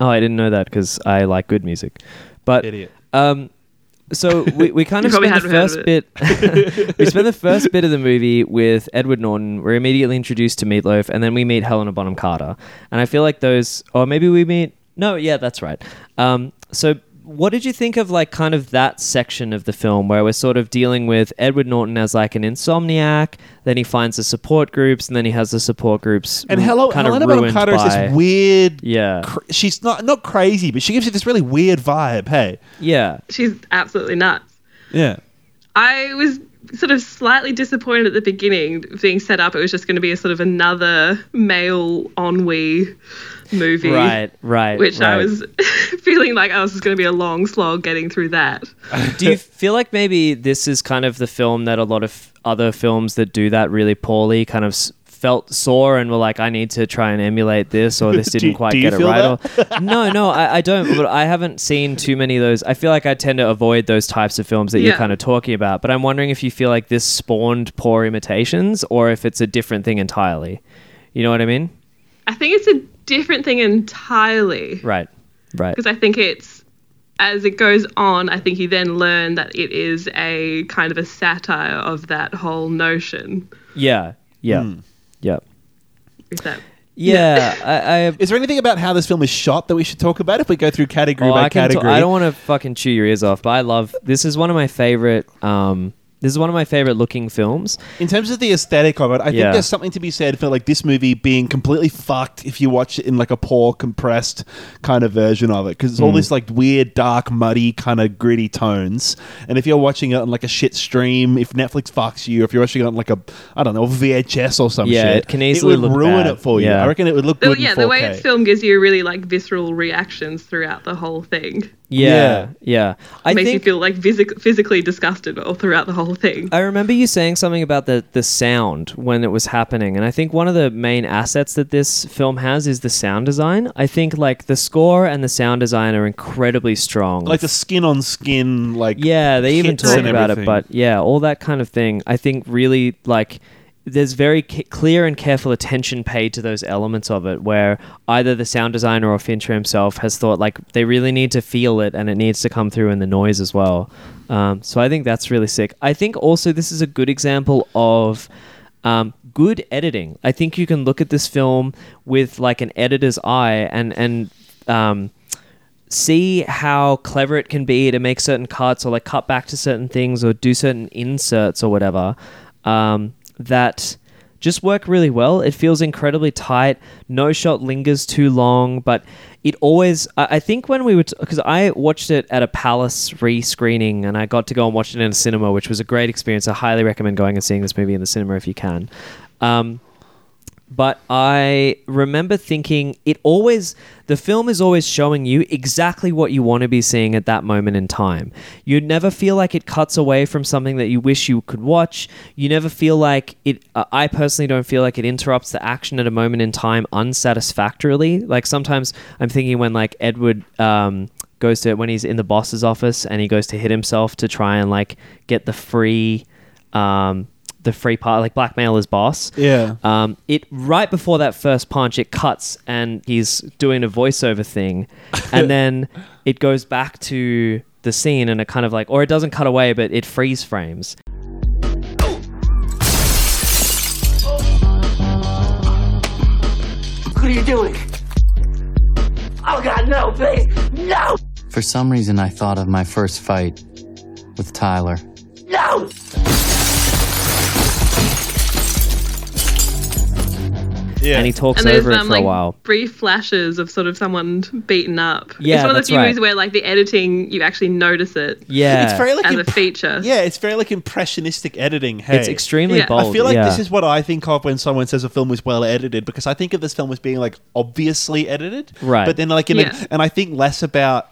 Speaker 1: Oh, I didn't know that because I like good music. But
Speaker 2: Idiot.
Speaker 1: Um, so we, we kind
Speaker 3: You
Speaker 1: of
Speaker 3: probably
Speaker 1: spend the
Speaker 3: hadn't
Speaker 1: first
Speaker 3: heard
Speaker 1: bit. we spend the first bit of the movie with Edward Norton. We're immediately introduced to Meatloaf, and then we meet Helena Bonham Carter. And I feel like those, or maybe we meet. No, yeah, that's right. Um, so what did you think of like kind of that section of the film where we're sort of dealing with Edward Norton as like an insomniac, then he finds the support groups, and then he has the support groups
Speaker 2: And
Speaker 1: r-
Speaker 2: hello,
Speaker 1: kind
Speaker 2: Helena
Speaker 1: of
Speaker 2: Bonham
Speaker 1: ruined
Speaker 2: Carter is
Speaker 1: by-
Speaker 2: this weird.
Speaker 1: Yeah.
Speaker 2: Cr- she's not not crazy, but she gives you this really weird vibe. Hey.
Speaker 1: Yeah.
Speaker 3: She's absolutely nuts.
Speaker 2: Yeah.
Speaker 3: I was sort of slightly disappointed at the beginning being set up. It was just going to be a sort of another male ennui movie.
Speaker 1: Right, right.
Speaker 3: Which I
Speaker 1: right.
Speaker 3: was feeling like I was just going to be a long slog getting through that.
Speaker 1: do you feel like maybe this is kind of the film that a lot of other films that do that really poorly kind of s- felt sore and were like, I need to try and emulate this, or this
Speaker 2: Do-
Speaker 1: didn't quite
Speaker 2: do you
Speaker 1: get it
Speaker 2: feel
Speaker 1: right? Or, no, no, I, I don't. But I haven't seen too many of those. I feel like I tend to avoid those types of films that you're
Speaker 3: Yeah.
Speaker 1: kind of talking about. But I'm wondering if you feel like this spawned poor imitations, or if it's a different thing entirely. You know what I mean?
Speaker 3: I think it's a different thing entirely
Speaker 1: Right. Right.
Speaker 3: because I think it's as it goes on, I think you then learn that it is a kind of a satire of that whole notion.
Speaker 2: Hmm.
Speaker 1: Yeah. Yeah. Yeah.
Speaker 3: If that
Speaker 1: Yeah, I, I
Speaker 2: Is there anything about how this film is shot that we should talk about if we go through category
Speaker 1: Oh,
Speaker 2: by
Speaker 1: I can
Speaker 2: category?
Speaker 1: Talk, I don't want to fucking chew your ears off, but I love this. Is one of my favorite. Um, this is one of my favorite looking films.
Speaker 2: In terms of the aesthetic of it,
Speaker 1: Yeah.
Speaker 2: I think there's something to be said for like this movie being completely fucked if you watch it in like a poor, compressed kind of version of it because it's all
Speaker 1: Mm.
Speaker 2: this like weird, dark, muddy kind of gritty tones. And if you're watching it on like a shit stream, if Netflix fucks you, if you're watching it on like a I don't know VHS or some
Speaker 1: Yeah,
Speaker 2: shit,
Speaker 1: it can easily
Speaker 2: would
Speaker 1: look
Speaker 2: ruin
Speaker 1: bad.
Speaker 2: it for you.
Speaker 1: Yeah.
Speaker 2: I reckon it would look
Speaker 3: Oh,
Speaker 2: good.
Speaker 3: yeah,
Speaker 2: in
Speaker 3: the way
Speaker 2: 4K.
Speaker 3: it's filmed gives you really like visceral reactions throughout the whole thing.
Speaker 1: Yeah, yeah. I
Speaker 3: makes
Speaker 1: think Uh,
Speaker 3: you feel like physic- physically disgusted all throughout the whole thing.
Speaker 1: I remember you saying something about the the sound when it was happening, and I think one of the main assets that this film has is the sound design. I think like the score and the sound design are incredibly strong.
Speaker 2: like the skin on skin, like
Speaker 1: yeah, they even
Speaker 2: hits and
Speaker 1: talk about it,
Speaker 2: everything.
Speaker 1: but yeah, all that kind of thing. I think really like there's very c- clear and careful attention paid to those elements of it, where either the sound designer or Fincher himself has thought like they really need to feel it, and it needs to come through in the noise as well. Um, so I think that's really sick. I think also this is a good example of um, good editing. I think you can look at this film with like an editor's eye and and um, see how clever it can be to make certain cuts or like cut back to certain things or do certain inserts or whatever um, that just work really well. It feels incredibly tight. No shot lingers too long, but it always. I, I think when we were because I watched it at a Palace re-screening, and I got to go and watch it in a cinema, which was a great experience. I highly recommend going and seeing this movie in the cinema if you can. Um, but I remember thinking it always the film is always showing you exactly what you want to be seeing at that moment in time. You never feel like it cuts away from something that you wish you could watch. You never feel like it uh, I personally don't feel like it interrupts the action at a moment in time unsatisfactorily. Like sometimes I'm thinking when like Edward um goes to when he's in the boss's office and he goes to hit himself to try and like get the free um the free part like blackmail his boss
Speaker 2: Yeah.
Speaker 1: um, it right before that first punch, it cuts and he's doing a voiceover thing, and then it goes back to the scene and it kind of like, or it doesn't cut away, but it freeze frames.
Speaker 4: What are you doing? Oh God, no, please, no,
Speaker 6: For some reason, I thought of my first fight with Tyler.
Speaker 4: no!
Speaker 2: Yeah.
Speaker 1: And he talks
Speaker 3: and there's
Speaker 1: over it
Speaker 3: um,
Speaker 1: for
Speaker 3: like
Speaker 1: a while.
Speaker 3: brief flashes of sort of someone beaten up.
Speaker 1: Yeah,
Speaker 3: it's one of
Speaker 1: that's
Speaker 3: the few
Speaker 1: right.
Speaker 3: movies where like the editing you actually notice it.
Speaker 1: Yeah. It's very,
Speaker 2: like,
Speaker 3: as
Speaker 2: imp-
Speaker 3: a feature.
Speaker 2: Yeah, it's very like impressionistic editing. Hey,
Speaker 1: It's extremely Yeah. bold,
Speaker 2: I feel like
Speaker 1: yeah.
Speaker 2: this is what I think of when someone says a film was well edited because I think of this film as being like obviously edited,
Speaker 1: Right.
Speaker 2: But then like in
Speaker 1: Yeah.
Speaker 2: a, and I think less about.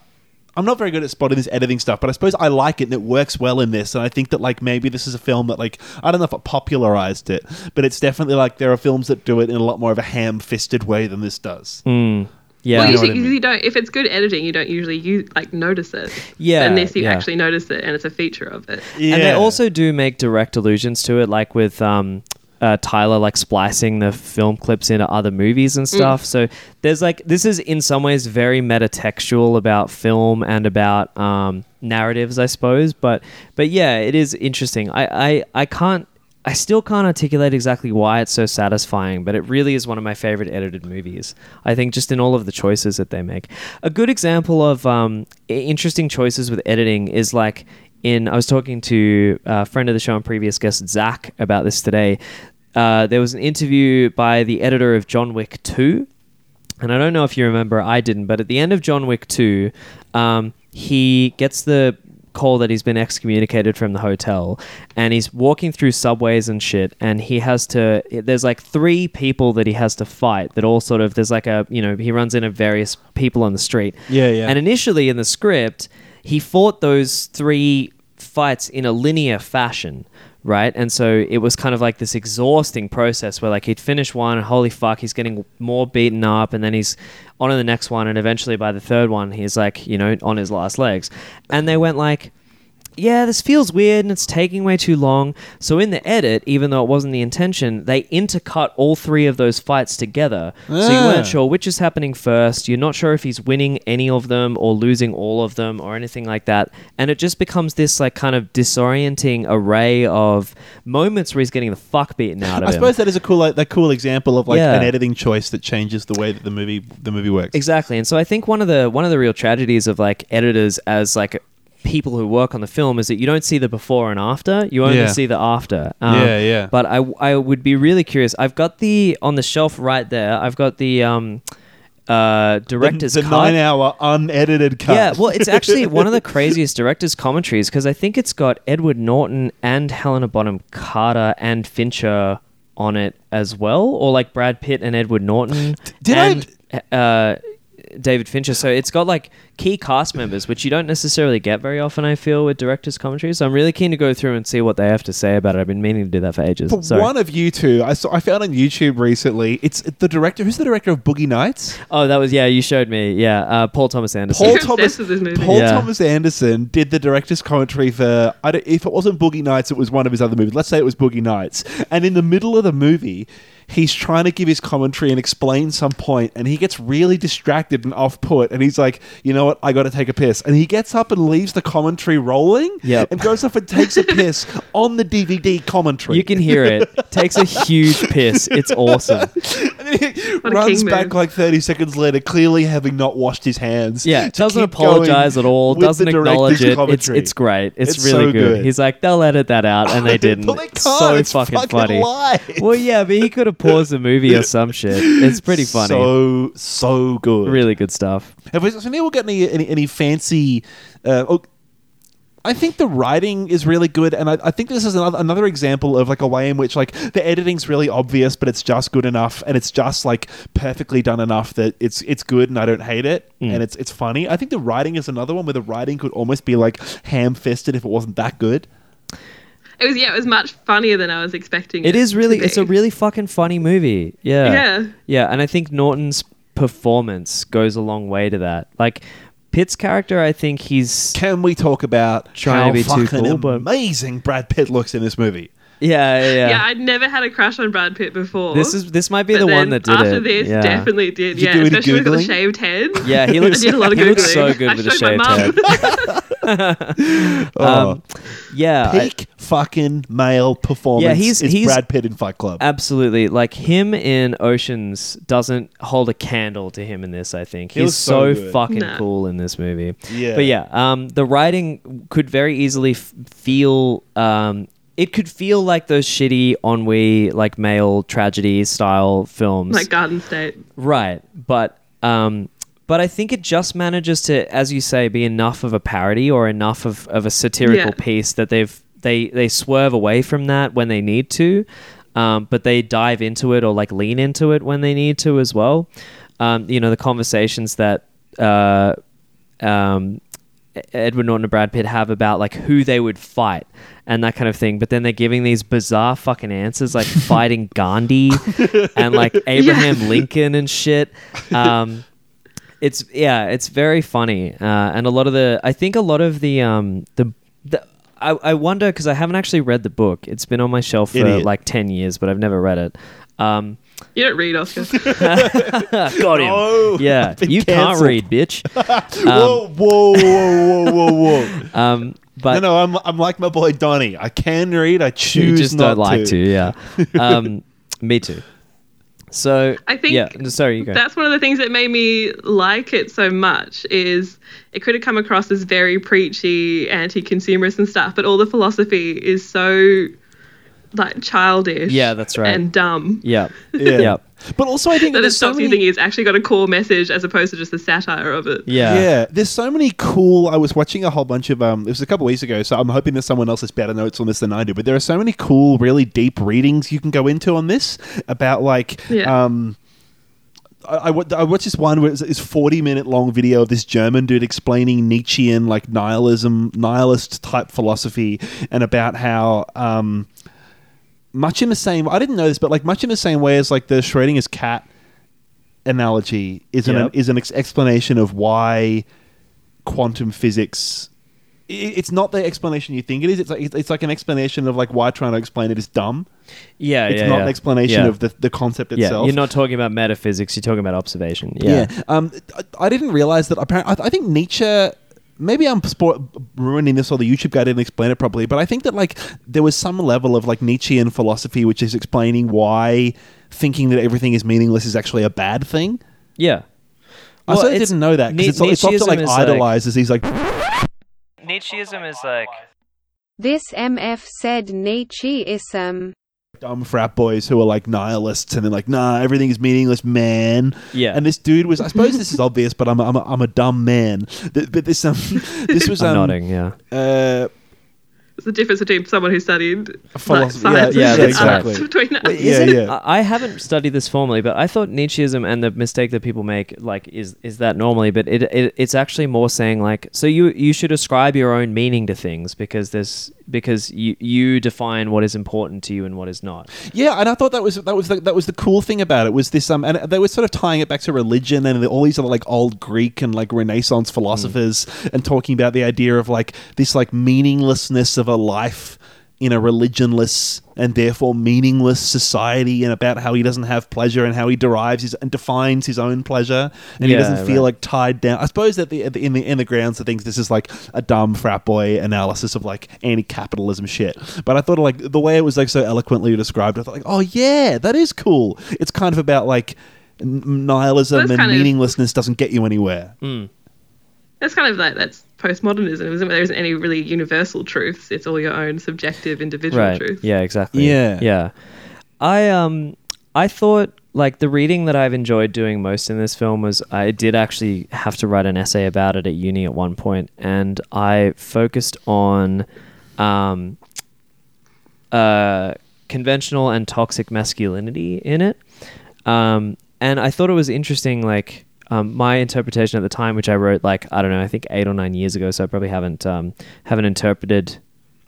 Speaker 2: I'm not very good at spotting this editing stuff, but I suppose I like it and it works well in this. And I think that like maybe this is a film that like I don't know if it popularized it, but it's definitely like there are films that do it in a lot more of a ham-fisted way than this does.
Speaker 1: Mm. Yeah.
Speaker 3: Well,
Speaker 2: You know what
Speaker 3: usually
Speaker 2: I
Speaker 3: 'cause
Speaker 2: mean?
Speaker 3: you don't. If it's good editing, you don't usually you like notice it.
Speaker 1: Yeah,
Speaker 3: Unless you
Speaker 1: yeah.
Speaker 3: actually notice it, and it's a feature of it.
Speaker 1: And they also do make direct allusions to it, like with um, uh, Tyler like splicing the film clips into other movies and stuff. So there's like this is in some ways very metatextual about film and about um, narratives, I suppose. But but yeah, it is interesting. I I, I can't. I still can't articulate exactly why it's so satisfying, but it really is one of my favorite edited movies. I think just in all of the choices that they make. A good example of um, i- interesting choices with editing is like in I was talking to a friend of the show and previous guest Zach about this today. Uh, there was an interview by the editor of John Wick 2, and I don't know if you remember, I didn't, but at the end of John Wick 2, um, he gets the call that he's been excommunicated from the hotel and he's walking through subways and shit and he has to there's like three people that he has to fight that all sort of there's like a you know he runs into various people on the street
Speaker 2: Yeah, yeah.
Speaker 1: and initially in the script, he fought those three fights in a linear fashion, right? And so it was kind of like this exhausting process where like he'd finish one and holy fuck, he's getting more beaten up and then he's on to the next one and eventually by the third one he's like, you know, on his last legs. And they went like yeah, this feels weird and it's taking way too long. So in the edit, even though it wasn't the intention, they intercut all three of those fights together. So you
Speaker 7: Ah.
Speaker 1: weren't sure which is happening first. You're not sure if he's winning any of them or losing all of them or anything like that. And it just becomes this like kind of disorienting array of moments where he's getting the fuck beaten out of
Speaker 2: I
Speaker 1: him.
Speaker 2: suppose that is a cool, like, that cool example of like
Speaker 1: Yeah.
Speaker 2: an editing choice that changes the way that the movie the movie works.
Speaker 1: Exactly. And so I think one of the one of the real tragedies of like editors as like people who work on the film is that you don't see the before and after. You only
Speaker 2: Yeah.
Speaker 1: see the after. Um,
Speaker 2: Yeah, yeah.
Speaker 1: But I I would be really curious. I've got the on the shelf right there. I've got the um uh director's
Speaker 2: the
Speaker 1: cut.
Speaker 2: nine-hour unedited cut.
Speaker 1: Yeah, well, it's actually one of the craziest director's commentaries because I think it's got Edward Norton and Helena Bonham Carter and Fincher on it as well, or like Brad Pitt and Edward Norton. Did I? Uh, David Fincher. So it's got like key cast members, which you don't necessarily get very often. I feel with directors' commentaries. So I'm really keen to go through and see what they have to say about it. I've been meaning to do that for ages.
Speaker 2: But
Speaker 1: Sorry.
Speaker 2: one of you two, I saw, I found on YouTube recently. It's the director. Who's the director of Boogie Nights?
Speaker 1: Oh, that was yeah. You showed me yeah. Uh, Paul Thomas Anderson.
Speaker 2: Paul Thomas, Paul
Speaker 1: Yeah.
Speaker 2: Thomas Anderson did the director's commentary for. I don't, if it wasn't Boogie Nights, it was one of his other movies. Let's say it was Boogie Nights, and in the middle of the movie. He's trying to give his commentary and explain some point, and he gets really distracted and off put. And he's like, "You know what? I got to take a piss." And he gets up and leaves the commentary rolling,
Speaker 1: Yep.
Speaker 2: and goes off and takes a piss on the DVD commentary.
Speaker 1: You can hear it. Takes a huge piss. It's awesome.
Speaker 3: What a
Speaker 2: runs
Speaker 3: king move.
Speaker 2: back like 30 seconds later, clearly having not washed his hands.
Speaker 1: Yeah,
Speaker 2: to
Speaker 1: doesn't
Speaker 2: keep
Speaker 1: apologize
Speaker 2: going
Speaker 1: at all.
Speaker 2: with the
Speaker 1: Doesn't acknowledge
Speaker 2: director's
Speaker 1: it. It's,
Speaker 2: commentary.
Speaker 1: it's great. It's,
Speaker 2: It's
Speaker 1: really
Speaker 2: so
Speaker 1: good.
Speaker 2: good.
Speaker 1: He's like, they'll edit that out, and they didn't. It's so
Speaker 2: It's
Speaker 1: fucking,
Speaker 2: fucking
Speaker 1: funny.
Speaker 2: live.
Speaker 1: Well, yeah, but he could have paused the movie or some shit. It's pretty funny.
Speaker 2: So, so good.
Speaker 1: Really good stuff.
Speaker 2: Have we, so we'll get any, any, any fancy. Uh, oh, I think the writing is really good, and I, I think this is another, another example of like a way in which like the editing's really obvious, but it's just good enough, and it's just like perfectly done enough that it's it's good, and I don't hate it,
Speaker 1: Mm.
Speaker 2: and it's it's funny. I think the writing is another one where the writing could almost be like ham fisted if it wasn't that good.
Speaker 3: It was yeah, it was much funnier than I was expecting.
Speaker 1: It is really.
Speaker 3: to be.
Speaker 1: It's a really fucking funny movie. Yeah.
Speaker 3: Yeah.
Speaker 1: Yeah, and I think Norton's performance goes a long way to that. Like Pitt's character, I think he's.
Speaker 2: Can we talk about
Speaker 1: trying
Speaker 2: How
Speaker 1: to be too
Speaker 2: fucking
Speaker 1: cool? But
Speaker 2: amazing Brad Pitt looks in this movie.
Speaker 1: yeah, yeah,
Speaker 3: yeah.
Speaker 1: yeah.
Speaker 3: I'd never had a crush on Brad Pitt before.
Speaker 1: This is- this might be
Speaker 3: But
Speaker 1: the one
Speaker 3: then
Speaker 1: that did
Speaker 3: after
Speaker 1: it.
Speaker 3: this,
Speaker 1: Yeah.
Speaker 3: definitely did.
Speaker 1: Did you
Speaker 3: yeah,
Speaker 1: do any
Speaker 3: especially with the
Speaker 1: Googling?
Speaker 3: shaved head.
Speaker 1: Yeah, he looks.
Speaker 3: I did a lot of
Speaker 1: he
Speaker 3: googling.
Speaker 1: looks so good
Speaker 3: I
Speaker 1: with a
Speaker 3: showed my
Speaker 1: shaved
Speaker 3: mum.
Speaker 1: head.
Speaker 2: Oh.
Speaker 1: Um, yeah, I-
Speaker 2: Peak fucking male performance. Yeah, he's,
Speaker 1: he's-
Speaker 2: is
Speaker 1: he's-
Speaker 2: Brad Pitt in Fight Club.
Speaker 1: Absolutely. Like him in Oceans doesn't hold a candle to him in this, I think.
Speaker 2: He
Speaker 1: He's
Speaker 2: was
Speaker 1: so,
Speaker 2: so good.
Speaker 1: fucking
Speaker 2: Nah.
Speaker 1: cool in this movie.
Speaker 2: Yeah.
Speaker 1: But yeah, um, the writing could very easily f- feel. Um, it could feel like those shitty ennui, like male tragedy style films.
Speaker 3: Like Garden State.
Speaker 1: Right, but um, but I think it just manages to, as you say, be enough of a parody or enough of, of a satirical
Speaker 3: Yeah.
Speaker 1: piece that they've they they swerve away from that when they need to, um, but they dive into it or like lean into it when they need to as well. Um, you know, the conversations that. Uh, um, Edward Norton and Brad Pitt have about like who they would fight and that kind of thing, but then they're giving these bizarre fucking answers like fighting Gandhi and like Abraham Lincoln and shit. Um, it's yeah, it's very funny, uh, and a lot of the I think a lot of the um the, the I, I wonder because I haven't actually read the book. It's been on my shelf for
Speaker 2: Idiot.
Speaker 1: like ten years, but I've never read it. Um,
Speaker 3: You don't read Oscar.
Speaker 1: Got him. yeah, you can't
Speaker 2: cancelled.
Speaker 1: read, bitch.
Speaker 2: whoa, whoa, whoa, whoa, whoa, whoa.
Speaker 1: Um, but
Speaker 2: no, no, I'm, I'm like my boy Donnie. I can read. I choose
Speaker 1: you just
Speaker 2: not
Speaker 1: don't like to. yeah. Um, me too. So
Speaker 3: I think
Speaker 1: yeah. n- Sorry, you go.
Speaker 3: That's one of the things that made me like it so much is it could have come across as very preachy, anti-consumerist and stuff, but all the philosophy is so like childish.
Speaker 1: Yeah, that's right.
Speaker 3: And dumb.
Speaker 1: yeah,
Speaker 2: Yeah.
Speaker 1: yeah,
Speaker 2: But also, I think
Speaker 3: that
Speaker 2: there's
Speaker 3: it's
Speaker 2: so
Speaker 3: something
Speaker 2: many.
Speaker 3: thinking it's actually got a core message as opposed to just the satire of it.
Speaker 2: Yeah. There's so many cool. I was watching a whole bunch of. Um, it was a couple weeks ago, so I'm hoping that someone else has better notes on this than I do. But there are so many cool, really deep readings you can go into on this about like.
Speaker 8: Yeah.
Speaker 2: Um, I, I, wa- I watched this one where it's this 40 minute long video of this German dude explaining Nietzschean, like nihilism, nihilist type philosophy, and about how. Um, much in the same, I didn't know this, but like much in the same way as like the Schrodinger's cat analogy is an
Speaker 8: Yep.
Speaker 2: is an ex- explanation of why quantum physics i- it's not the explanation you think it is. It's like it's, it's like an explanation of like why trying to explain it is dumb.
Speaker 1: Yeah,
Speaker 2: it's
Speaker 1: yeah,
Speaker 2: not
Speaker 1: yeah.
Speaker 2: an explanation
Speaker 1: Yeah.
Speaker 2: of the, the concept
Speaker 1: yeah,
Speaker 2: itself.
Speaker 1: you're not talking about metaphysics. You're talking about observation. Yeah,
Speaker 2: Um, I, I didn't realize that. Apparently, I, I think Nietzsche. Maybe I'm spo- ruining this, or the YouTube guy didn't explain it properly. But I think that like there was some level of like Nietzschean philosophy, which is explaining why thinking that everything is meaningless is actually a bad thing.
Speaker 1: yeah.
Speaker 2: I
Speaker 1: Well,
Speaker 2: certainly
Speaker 1: it's-
Speaker 2: didn't know that because
Speaker 1: Nie-
Speaker 2: it's, it's often
Speaker 1: Nietzscheism
Speaker 2: like
Speaker 1: is, like-
Speaker 2: idolizes these like
Speaker 1: Nietzscheism is like
Speaker 7: This MF said Nietzscheism.
Speaker 2: dumb frat boys who are like nihilists and they're like, nah, everything is meaningless, man.
Speaker 1: Yeah.
Speaker 2: And this dude was, I suppose this is obvious, but I'm a, I'm a, I'm a dumb man. Th- But this um, this was
Speaker 1: I'm
Speaker 2: um,
Speaker 1: nodding. Yeah.
Speaker 2: Uh,
Speaker 3: It's the difference between someone who studied like,
Speaker 2: Philosophy, yeah,
Speaker 3: science
Speaker 2: yeah,
Speaker 3: and
Speaker 2: exactly.
Speaker 3: arts between us.
Speaker 1: Isn't- I I haven't studied this formally, but I thought Nietzscheism and the mistake that people make, like, is is that normally, but it, it it's actually more saying like, so you you should ascribe your own meaning to things because there's because you you define what is important to you and what is not.
Speaker 2: yeah, and I thought that was that was the, that was the cool thing about it was this um, and they were sort of tying it back to religion and all these other like old Greek and like Renaissance philosophers and talking about the idea of like this like meaninglessness of a life in a religionless and therefore meaningless society and about how he doesn't have pleasure and how he derives his and defines his own pleasure and
Speaker 1: Yeah,
Speaker 2: he doesn't feel
Speaker 1: right.
Speaker 2: like tied down. I suppose that the, at the in the in the grounds of things, this is like a dumb frat boy analysis of like anti-capitalism shit. But I thought like the way it was like so eloquently described, I thought like, oh yeah, that is cool. It's kind of about like n- nihilism
Speaker 3: That's
Speaker 2: and
Speaker 3: kind of-
Speaker 2: meaninglessness doesn't get you anywhere.
Speaker 3: That's kind of like that's postmodernism, isn't it? There isn't any really universal truths. It's all your own subjective individual
Speaker 1: right.
Speaker 3: truth.
Speaker 1: Yeah, exactly.
Speaker 2: Yeah.
Speaker 1: Yeah. I um I thought like the reading that I've enjoyed doing most in this film was I did actually have to write an essay about it at uni at one point and I focused on um uh conventional and toxic masculinity in it. Um and I thought it was interesting like um, my interpretation at the time, which I wrote like I don't know, I think eight or nine years ago, so I probably haven't um, haven't interpreted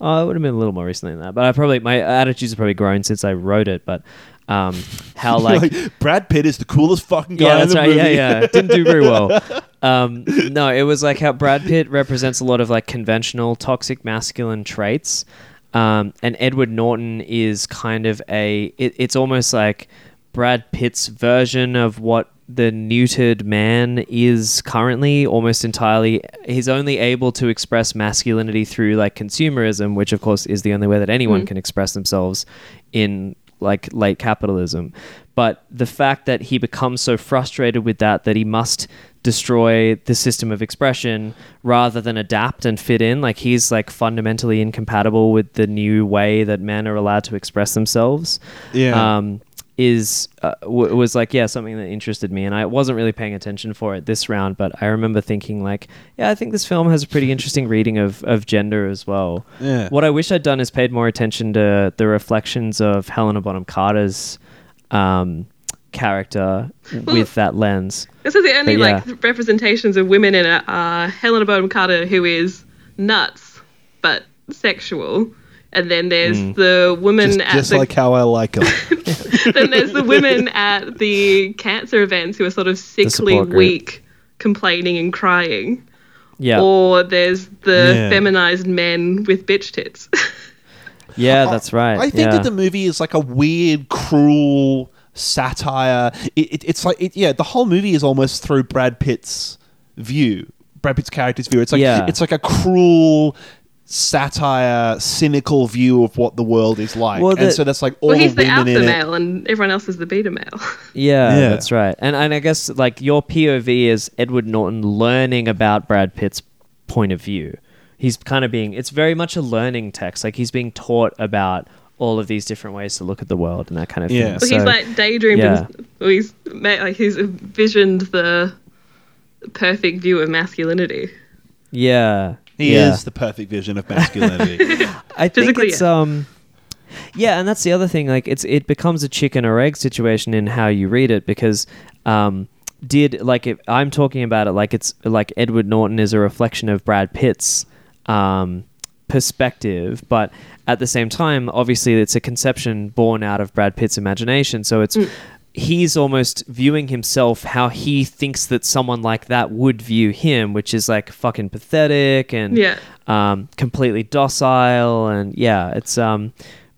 Speaker 1: Oh, it would have been a little more recently than that. But I probably my attitudes have probably grown since I wrote it. But um, how like
Speaker 2: Brad Pitt is the coolest fucking guy
Speaker 1: yeah,
Speaker 2: in
Speaker 1: that's
Speaker 2: the
Speaker 1: right.
Speaker 2: movie.
Speaker 1: Yeah, yeah, didn't do very well. Um, no, it was like how Brad Pitt represents a lot of like conventional toxic masculine traits, um, and Edward Norton is kind of a. It, it's almost like Brad Pitt's version of what the neutered man is currently almost entirely he's only able to express masculinity through like consumerism which of course is the only way that anyone
Speaker 8: Mm.
Speaker 1: can express themselves in like late capitalism but the fact that he becomes so frustrated with that that he must destroy the system of expression rather than adapt and fit in like he's like fundamentally incompatible with the new way that men are allowed to express themselves
Speaker 2: Yeah.
Speaker 1: um, is uh, w- was like yeah something that interested me and I wasn't really paying attention for it this round but I remember thinking like yeah I think this film has a pretty interesting reading of of gender as well
Speaker 2: Yeah.
Speaker 1: what I wish I'd done is paid more attention to the reflections of Helena Bonham Carter's um, character with that lens
Speaker 3: This is the only
Speaker 1: But yeah.
Speaker 3: like representations of women in it are Helena Bonham Carter, who is nuts but sexual, and then there's
Speaker 2: Mm.
Speaker 3: the woman
Speaker 2: Just,
Speaker 3: at
Speaker 2: just
Speaker 3: the
Speaker 2: like how I like him.
Speaker 3: then there's the women at the cancer events who are sort of
Speaker 2: The support
Speaker 3: sickly,
Speaker 2: group.
Speaker 3: weak, complaining and crying.
Speaker 1: yeah
Speaker 3: Or there's the
Speaker 1: Yeah.
Speaker 3: feminized men with bitch tits.
Speaker 1: yeah that's right
Speaker 2: I think
Speaker 1: yeah.
Speaker 2: that the movie is like a weird, cruel satire. It, it, it's like, it, yeah, the whole movie is almost through Brad Pitt's view, Brad Pitt's character's view. It's like
Speaker 1: Yeah.
Speaker 2: it's like a cruel satire, cynical view of what the world is like,
Speaker 1: Well, the-
Speaker 2: and so that's like all
Speaker 3: well, he's
Speaker 2: the
Speaker 3: the
Speaker 2: women
Speaker 3: alpha
Speaker 2: in it.
Speaker 3: male, and everyone else is the beta male.
Speaker 1: Yeah,
Speaker 2: Yeah.
Speaker 1: that's right. And and I guess like your POV is Edward Norton learning about Brad Pitt's point of view. He's kind of being it's very much a learning text. Like he's being taught about all of these different ways to look at the world and that kind of
Speaker 3: Well,
Speaker 1: thing.
Speaker 3: he's
Speaker 1: So-
Speaker 3: like daydreamed.
Speaker 1: Yeah.
Speaker 3: And, well, he's ma- like he's envisioned the perfect view of masculinity.
Speaker 1: Yeah.
Speaker 2: He
Speaker 1: yeah.
Speaker 2: is the perfect vision of masculinity.
Speaker 1: I think
Speaker 3: Physically,
Speaker 1: it's um yeah, and that's the other thing. Like, it's it becomes a chicken or egg situation in how you read it because, um, did like if I'm talking about it like it's like Edward Norton is a reflection of Brad Pitt's um, perspective, but
Speaker 3: Mm.
Speaker 1: at the same time, obviously, it's a conception born out of Brad Pitt's imagination. So it's he's almost viewing himself how he thinks that someone like that would view him, which is like fucking pathetic and
Speaker 3: Yeah.
Speaker 1: um, completely docile and yeah, it's um,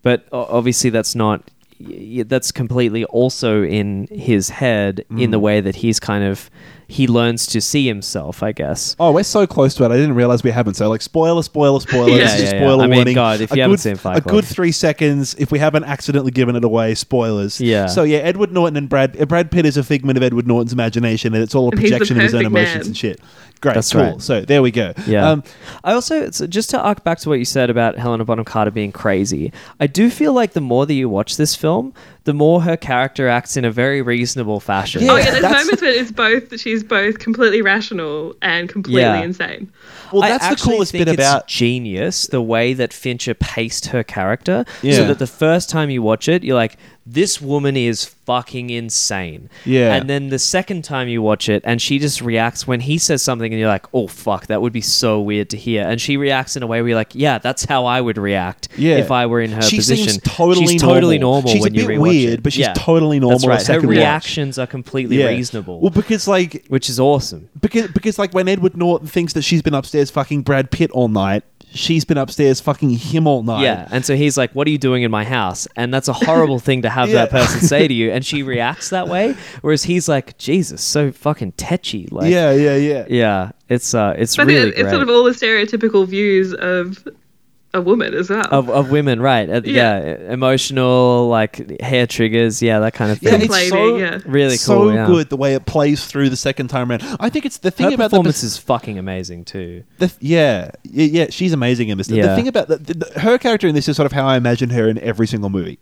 Speaker 1: but o- obviously that's not y- y- that's completely also in his head in
Speaker 2: Mm.
Speaker 1: the way that he's kind of he learns to see himself, I guess.
Speaker 2: Oh, we're so close to it. I didn't realize we haven't. So, like, spoiler, spoiler, spoiler.
Speaker 1: Yeah,
Speaker 2: this is
Speaker 1: yeah, yeah.
Speaker 2: spoiler
Speaker 1: I mean,
Speaker 2: warning.
Speaker 1: God, if
Speaker 2: A
Speaker 1: you haven't
Speaker 2: good-
Speaker 1: seen Fight
Speaker 2: a
Speaker 1: Club.
Speaker 2: good three seconds. If we haven't accidentally given it away, spoilers.
Speaker 1: Yeah.
Speaker 2: So yeah, Edward Norton and Brad uh, Brad Pitt is a figment of Edward Norton's imagination, and it's all a
Speaker 1: And he's the
Speaker 2: projection of his own
Speaker 1: perfect man.
Speaker 2: emotions and shit. Great,
Speaker 1: That's
Speaker 2: cool.
Speaker 1: right.
Speaker 2: So there we go.
Speaker 1: Yeah.
Speaker 2: Um,
Speaker 1: I also so just to arc back to what you said about Helena Bonham Carter being crazy. I do feel like the more that you watch this film, the more her character acts in a very reasonable fashion.
Speaker 3: oh yeah, there's moments where it's both she's both completely rational and completely
Speaker 1: Yeah.
Speaker 3: insane.
Speaker 1: I actually think it's genius the way that Fincher paced her character so
Speaker 2: Yeah.
Speaker 1: that the first time you watch it you're like this woman is fucking insane
Speaker 2: Yeah.
Speaker 1: and then the second time you watch it and she just reacts when he says something and you're like oh fuck that would be so weird to hear and she reacts in a way where you're like yeah that's how I would react
Speaker 2: Yeah.
Speaker 1: if I were in her
Speaker 2: She
Speaker 1: position
Speaker 2: seems totally
Speaker 1: she's totally
Speaker 2: normal.
Speaker 1: normal
Speaker 2: She's a
Speaker 1: when you
Speaker 2: bit
Speaker 1: rewatch
Speaker 2: weird,
Speaker 1: it.
Speaker 2: but she's
Speaker 1: Yeah.
Speaker 2: totally normal
Speaker 1: that's
Speaker 2: a
Speaker 1: right her
Speaker 2: second watch.
Speaker 1: reactions are completely
Speaker 2: Yeah.
Speaker 1: reasonable
Speaker 2: Well, because like,
Speaker 1: which is awesome.
Speaker 2: Because because like when Edward Norton thinks that she's been upstairs fucking Brad Pitt all night, she's been upstairs fucking him all night.
Speaker 1: Yeah, and so he's like, "What are you doing in my house?" And that's a horrible thing to have that
Speaker 2: Yeah.
Speaker 1: person say to you, and she reacts that way. Whereas he's like, "Jesus, so fucking tetchy." Like,
Speaker 2: yeah, yeah, yeah.
Speaker 1: yeah, it's uh, it's
Speaker 3: But I think
Speaker 1: really
Speaker 3: it- it's
Speaker 1: great.
Speaker 3: sort of all the stereotypical views of a woman as well.
Speaker 1: of, of women, right? Uh, yeah. emotional, like hair triggers, yeah, that kind of
Speaker 2: Yeah,
Speaker 1: thing.
Speaker 2: it's so
Speaker 1: really
Speaker 2: so
Speaker 1: cool. yeah.
Speaker 2: good the way it plays through the second time around. I think it's the thing
Speaker 1: Her
Speaker 2: about the
Speaker 1: performance is fucking amazing too.
Speaker 2: The th- yeah, yeah, yeah, she's amazing in this. The-
Speaker 1: Yeah.
Speaker 2: The thing about the, the, the- her character in this is sort of how I imagine her in every single movie.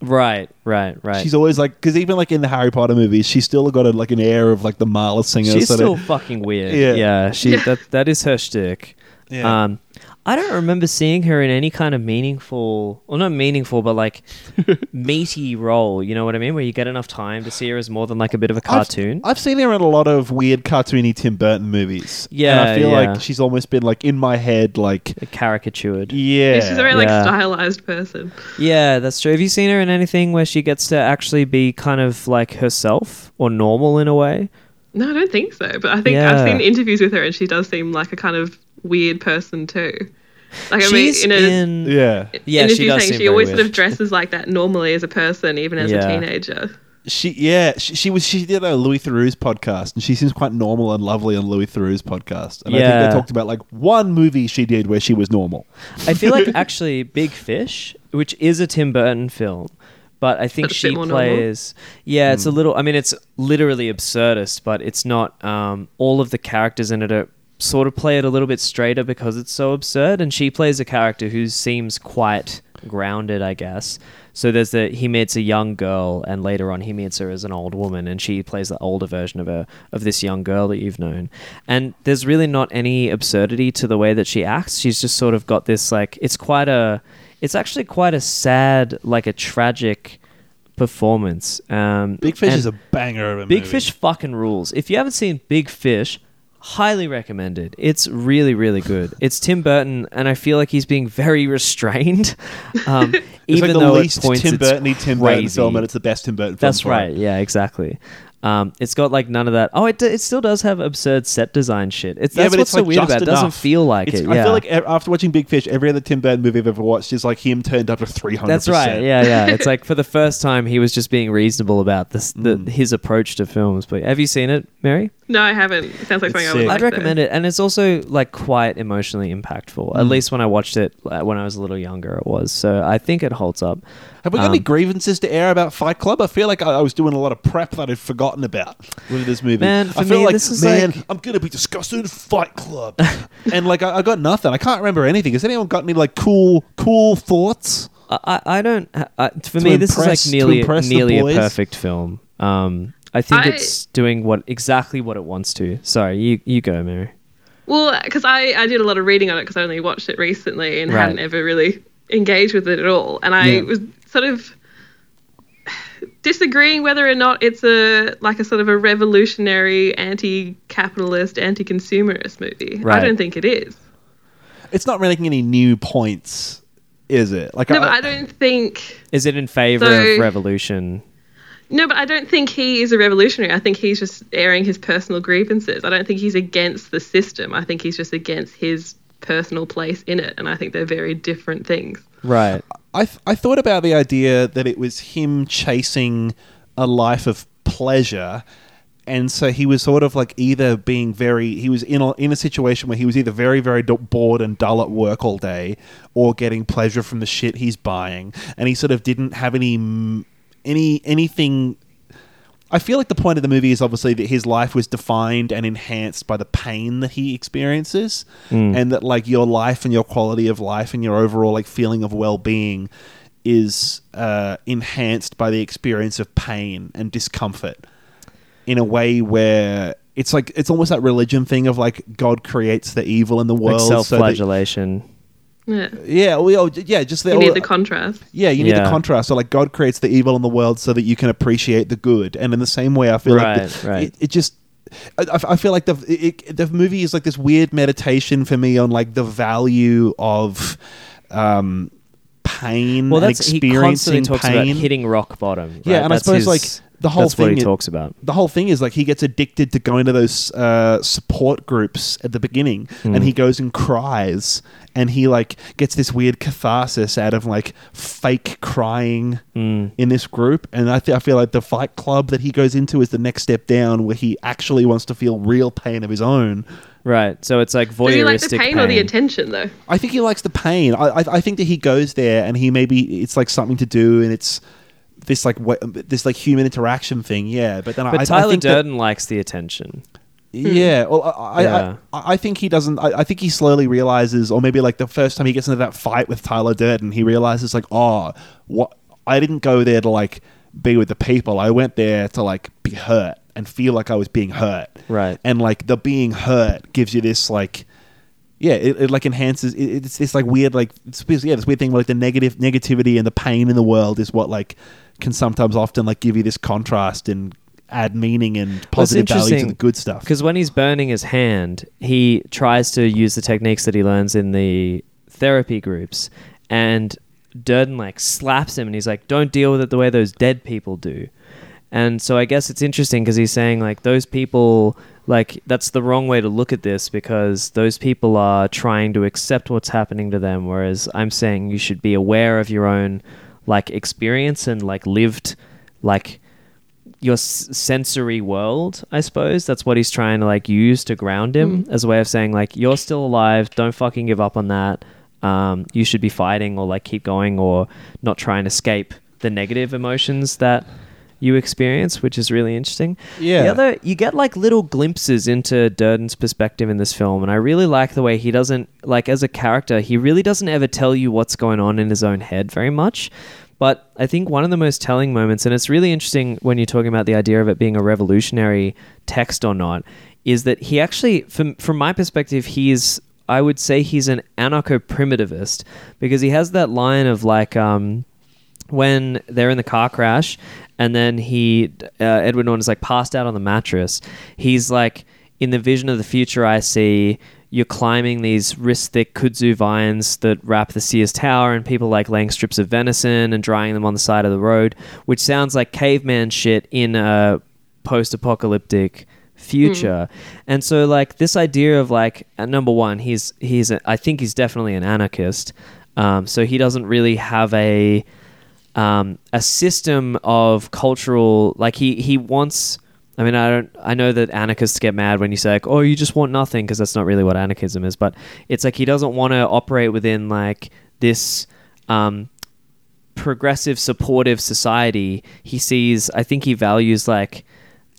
Speaker 1: Right, right, right.
Speaker 2: She's always like, because even like in the Harry Potter movies, she's still got a, like an air of like the Marla singer.
Speaker 1: She's
Speaker 2: sort
Speaker 1: still
Speaker 2: of,
Speaker 1: fucking weird. Yeah,
Speaker 2: Yeah.
Speaker 1: she
Speaker 2: Yeah.
Speaker 1: that that is her shtick.
Speaker 2: Yeah.
Speaker 1: Um, I don't remember seeing her in any kind of meaningful, well, not meaningful, but like meaty role. You know what I mean? Where you get enough time to see her as more than like a bit of a
Speaker 2: I've-
Speaker 1: cartoon.
Speaker 2: I've, seen her in a lot of weird cartoony Tim Burton movies. and
Speaker 1: Yeah,
Speaker 2: I feel
Speaker 1: yeah.
Speaker 2: like she's almost been like in my head, like
Speaker 1: caricatured.
Speaker 2: Yeah,
Speaker 3: she's a very like
Speaker 1: Yeah.
Speaker 3: stylized person.
Speaker 1: yeah, that's true. Have you seen her in anything where she gets to actually be kind of like herself or normal in a way?
Speaker 3: No, I don't think so. But I think
Speaker 1: Yeah.
Speaker 3: I've seen interviews with her, and she does seem like a kind of weird person too. Like I
Speaker 1: She's
Speaker 3: mean, in a
Speaker 1: in- Yeah. Yeah, she
Speaker 3: interview
Speaker 1: does
Speaker 3: thing,
Speaker 1: seem
Speaker 3: she
Speaker 1: very
Speaker 3: always sort
Speaker 1: weird.
Speaker 3: of dresses like that normally as a person, even as
Speaker 2: Yeah.
Speaker 3: a teenager.
Speaker 2: She yeah she, she was she did a Louis Theroux's podcast and she seems quite normal and lovely on Louis Theroux's podcast and I
Speaker 1: Yeah.
Speaker 2: think they talked about like one movie she did where she was normal.
Speaker 1: I feel like actually Big Fish, which is a Tim Burton film, but I think
Speaker 2: But it's a bit
Speaker 1: she
Speaker 2: more normal.
Speaker 1: plays. Yeah, it's a little. I mean, it's literally absurdist, but it's not. Um, all of the characters in it are sort of play it a little bit straighter because it's so absurd, and she plays a character who seems quite grounded, I guess. So there's the he meets a young girl, and later on he meets her as an old woman, and she plays the older version of her of this young girl that you've known. And there's really not any absurdity to the way that she acts. She's just sort of got this like it's quite a it's actually quite a sad like a tragic performance. Um,
Speaker 2: Big Fish
Speaker 1: and
Speaker 2: is a banger of a
Speaker 1: Big
Speaker 2: movie.
Speaker 1: Fish fucking rules. If you haven't seen Big Fish, highly recommended. It's really really good. It's Tim Burton, and I feel like he's being very restrained. Um,
Speaker 2: It's
Speaker 1: even
Speaker 2: like the
Speaker 1: though
Speaker 2: least
Speaker 1: at points
Speaker 2: Tim
Speaker 1: it's
Speaker 2: Burton-y Tim Burton
Speaker 1: crazy.
Speaker 2: film, and it's the best Tim Burton film
Speaker 1: That's
Speaker 2: for it.
Speaker 1: right. Yeah, exactly. Um, it's got like none of that. Oh, it, d- it still does have absurd set design shit. It's that's what's so weird
Speaker 2: just
Speaker 1: about it. It doesn't
Speaker 2: enough.
Speaker 1: feel like
Speaker 2: It's-
Speaker 1: it.
Speaker 2: I
Speaker 1: yeah.
Speaker 2: feel like e- after watching Big Fish, every other Tim Burton movie I've ever watched is like him turned up to three hundred.
Speaker 1: That's right. Yeah, yeah. It's like for the first time he was just being reasonable about this the,
Speaker 2: Mm.
Speaker 1: his approach to films. But have you seen it, Mary?
Speaker 3: No, I haven't. It sounds like something I would. Like,
Speaker 1: I'd recommend it, and it's also like quite emotionally impactful. At
Speaker 2: Mm.
Speaker 1: least when I watched it like, when I was a little younger, it was. So I think it holds up.
Speaker 2: Have we got any
Speaker 1: Um,
Speaker 2: grievances to air about Fight Club? I feel like I, I was doing a lot of prep that I'd forgotten about with this movie.
Speaker 1: Man, for
Speaker 2: I feel
Speaker 1: me,
Speaker 2: like
Speaker 1: this is
Speaker 2: man,
Speaker 1: like-
Speaker 2: I'm gonna be discussing Fight Club, and like I, I got nothing. I can't remember anything. Has anyone got any like cool, cool thoughts?
Speaker 1: I, I don't. I, for
Speaker 2: To
Speaker 1: me, this is
Speaker 2: impress- to
Speaker 1: like nearly
Speaker 2: impress the
Speaker 1: nearly a
Speaker 2: boys?
Speaker 1: perfect film. Um, I think
Speaker 3: I-
Speaker 1: it's doing what exactly what it wants to. Sorry, you you go, Mary.
Speaker 3: Well, because I, I did a lot of reading on it because I only watched it recently and
Speaker 1: Right.
Speaker 3: hadn't ever really engaged with it at all. And I
Speaker 1: Yeah.
Speaker 3: was sort of disagreeing whether or not it's a like a sort of a revolutionary anti-capitalist, anti-consumerist movie. I
Speaker 2: Right.
Speaker 3: don't think it is.
Speaker 2: It's not making any new points, is it? Like
Speaker 3: no, but I don't think
Speaker 1: Is it in favor
Speaker 3: So-
Speaker 1: of revolution?
Speaker 3: No, but I don't think he is a revolutionary. I think he's just airing his personal grievances. I don't think he's against the system. I think he's just against his personal place in it. And I think they're very different things.
Speaker 1: Right.
Speaker 2: I, th- I thought about the idea that it was him chasing a life of pleasure. And so he was sort of like either being very, he was in a, in a situation where he was either very, very du- bored and dull at work all day or getting pleasure from the shit he's buying. And he sort of didn't have any, m- any, anything. I feel like the point of the movie is obviously that his life was defined and enhanced by the pain that he experiences.
Speaker 1: Mm.
Speaker 2: And that like your life and your quality of life and your overall like feeling of well being is uh, enhanced by the experience of pain and discomfort in a way where it's like it's almost that religion thing of like God creates the evil in the world.
Speaker 1: Like
Speaker 2: so that-
Speaker 1: self-flagellation.
Speaker 3: Yeah.
Speaker 2: yeah, we all, yeah, just the,
Speaker 3: You need
Speaker 1: Oh, uh,
Speaker 2: all-
Speaker 3: the contrast.
Speaker 2: yeah, you need
Speaker 1: Yeah.
Speaker 2: the contrast. So like God creates the evil in the world so that you can appreciate the good. And in the same way, I feel like
Speaker 1: Right,
Speaker 2: the-
Speaker 1: right.
Speaker 2: It, it just. I, I- I feel like the it, it- the movie is like this weird meditation for me on like the value of um, pain.
Speaker 1: Well,
Speaker 2: and
Speaker 1: that's he
Speaker 2: experiencing
Speaker 1: constantly talks
Speaker 2: pain.
Speaker 1: about hitting rock bottom.
Speaker 2: Yeah,
Speaker 1: right?
Speaker 2: and I
Speaker 1: That's
Speaker 2: suppose
Speaker 1: his-
Speaker 2: like the whole
Speaker 1: that's
Speaker 2: thing
Speaker 1: what he
Speaker 2: is-
Speaker 1: talks about.
Speaker 2: The whole thing is like he gets addicted to going to those uh, support groups at the beginning,
Speaker 1: Mm.
Speaker 2: and he goes and cries, and he like gets this weird catharsis out of like fake crying
Speaker 1: Hmm.
Speaker 2: in this group. And I, th- I feel like the Fight Club that he goes into is the next step down, where he actually wants to feel real pain of his own.
Speaker 1: Right. So it's like voyeuristic.
Speaker 3: Do you like the pain, or the attention, though?
Speaker 2: I think he likes the pain. I, I, I think that he goes there and he maybe it's like something to do and it's this like wa- this like human interaction thing. Yeah, but then I,
Speaker 1: but
Speaker 2: I, I
Speaker 1: Tyler
Speaker 2: think that-
Speaker 1: Durden likes the attention.
Speaker 2: yeah, well, I,
Speaker 1: Hmm. Yeah.
Speaker 2: I, I, I think he doesn't. I, I think he slowly realizes, or maybe like the first time he gets into that fight with Tyler Durden, he realizes like, oh, what? I didn't go there to like be with the people. I went there to like be hurt and feel like I was being hurt.
Speaker 1: Right.
Speaker 2: And like the being hurt gives you this like, yeah, it, it like enhances. It, it's this like weird like it's, yeah this weird thing where like the negative negativity and the pain in the world is what like can sometimes often like give you this contrast and add meaning and positive value to the good stuff.
Speaker 1: Because when he's burning his hand, he tries to use the techniques that he learns in the therapy groups, and Durden like slaps him, and he's like, "Don't deal with it the way those dead people do." And so I guess it's interesting because he's saying like those people like that's the wrong way to look at this because those people are trying to accept what's happening to them whereas I'm saying you should be aware of your own like experience and like lived like your s- sensory world, I suppose. That's what he's trying to like use to ground him as a way of saying like you're still alive. Don't fucking give up on that. Um, you should be fighting or like keep going or not try and escape the negative emotions that you experience, which is really interesting.
Speaker 2: Yeah.
Speaker 1: The other, you get like little glimpses into Durden's perspective in this film, and I really like the way he doesn't like as a character. He really doesn't ever tell you what's going on in his own head very much. But I think one of the most telling moments, and it's really interesting when you're talking about the idea of it being a revolutionary text or not, is that he actually, from from my perspective, he's I would say he's an anarcho-primitivist because he has that line of like. Um, when they're in the car crash and then he uh, edward norton is like passed out on the mattress he's like in the vision of the future i see you're climbing these wrist-thick kudzu vines that wrap the sears tower and people like laying strips of venison and drying them on the side of the road which sounds like caveman shit in a post-apocalyptic future and so like this idea of like uh, number one he's he's a, i think he's definitely an anarchist um, so he doesn't really have a um, a system of cultural like he he wants I mean I don't I know that anarchists get mad when you say like oh you just want nothing because that's not really what anarchism is but it's like he doesn't want to operate within like this um, progressive supportive society he sees I think he values like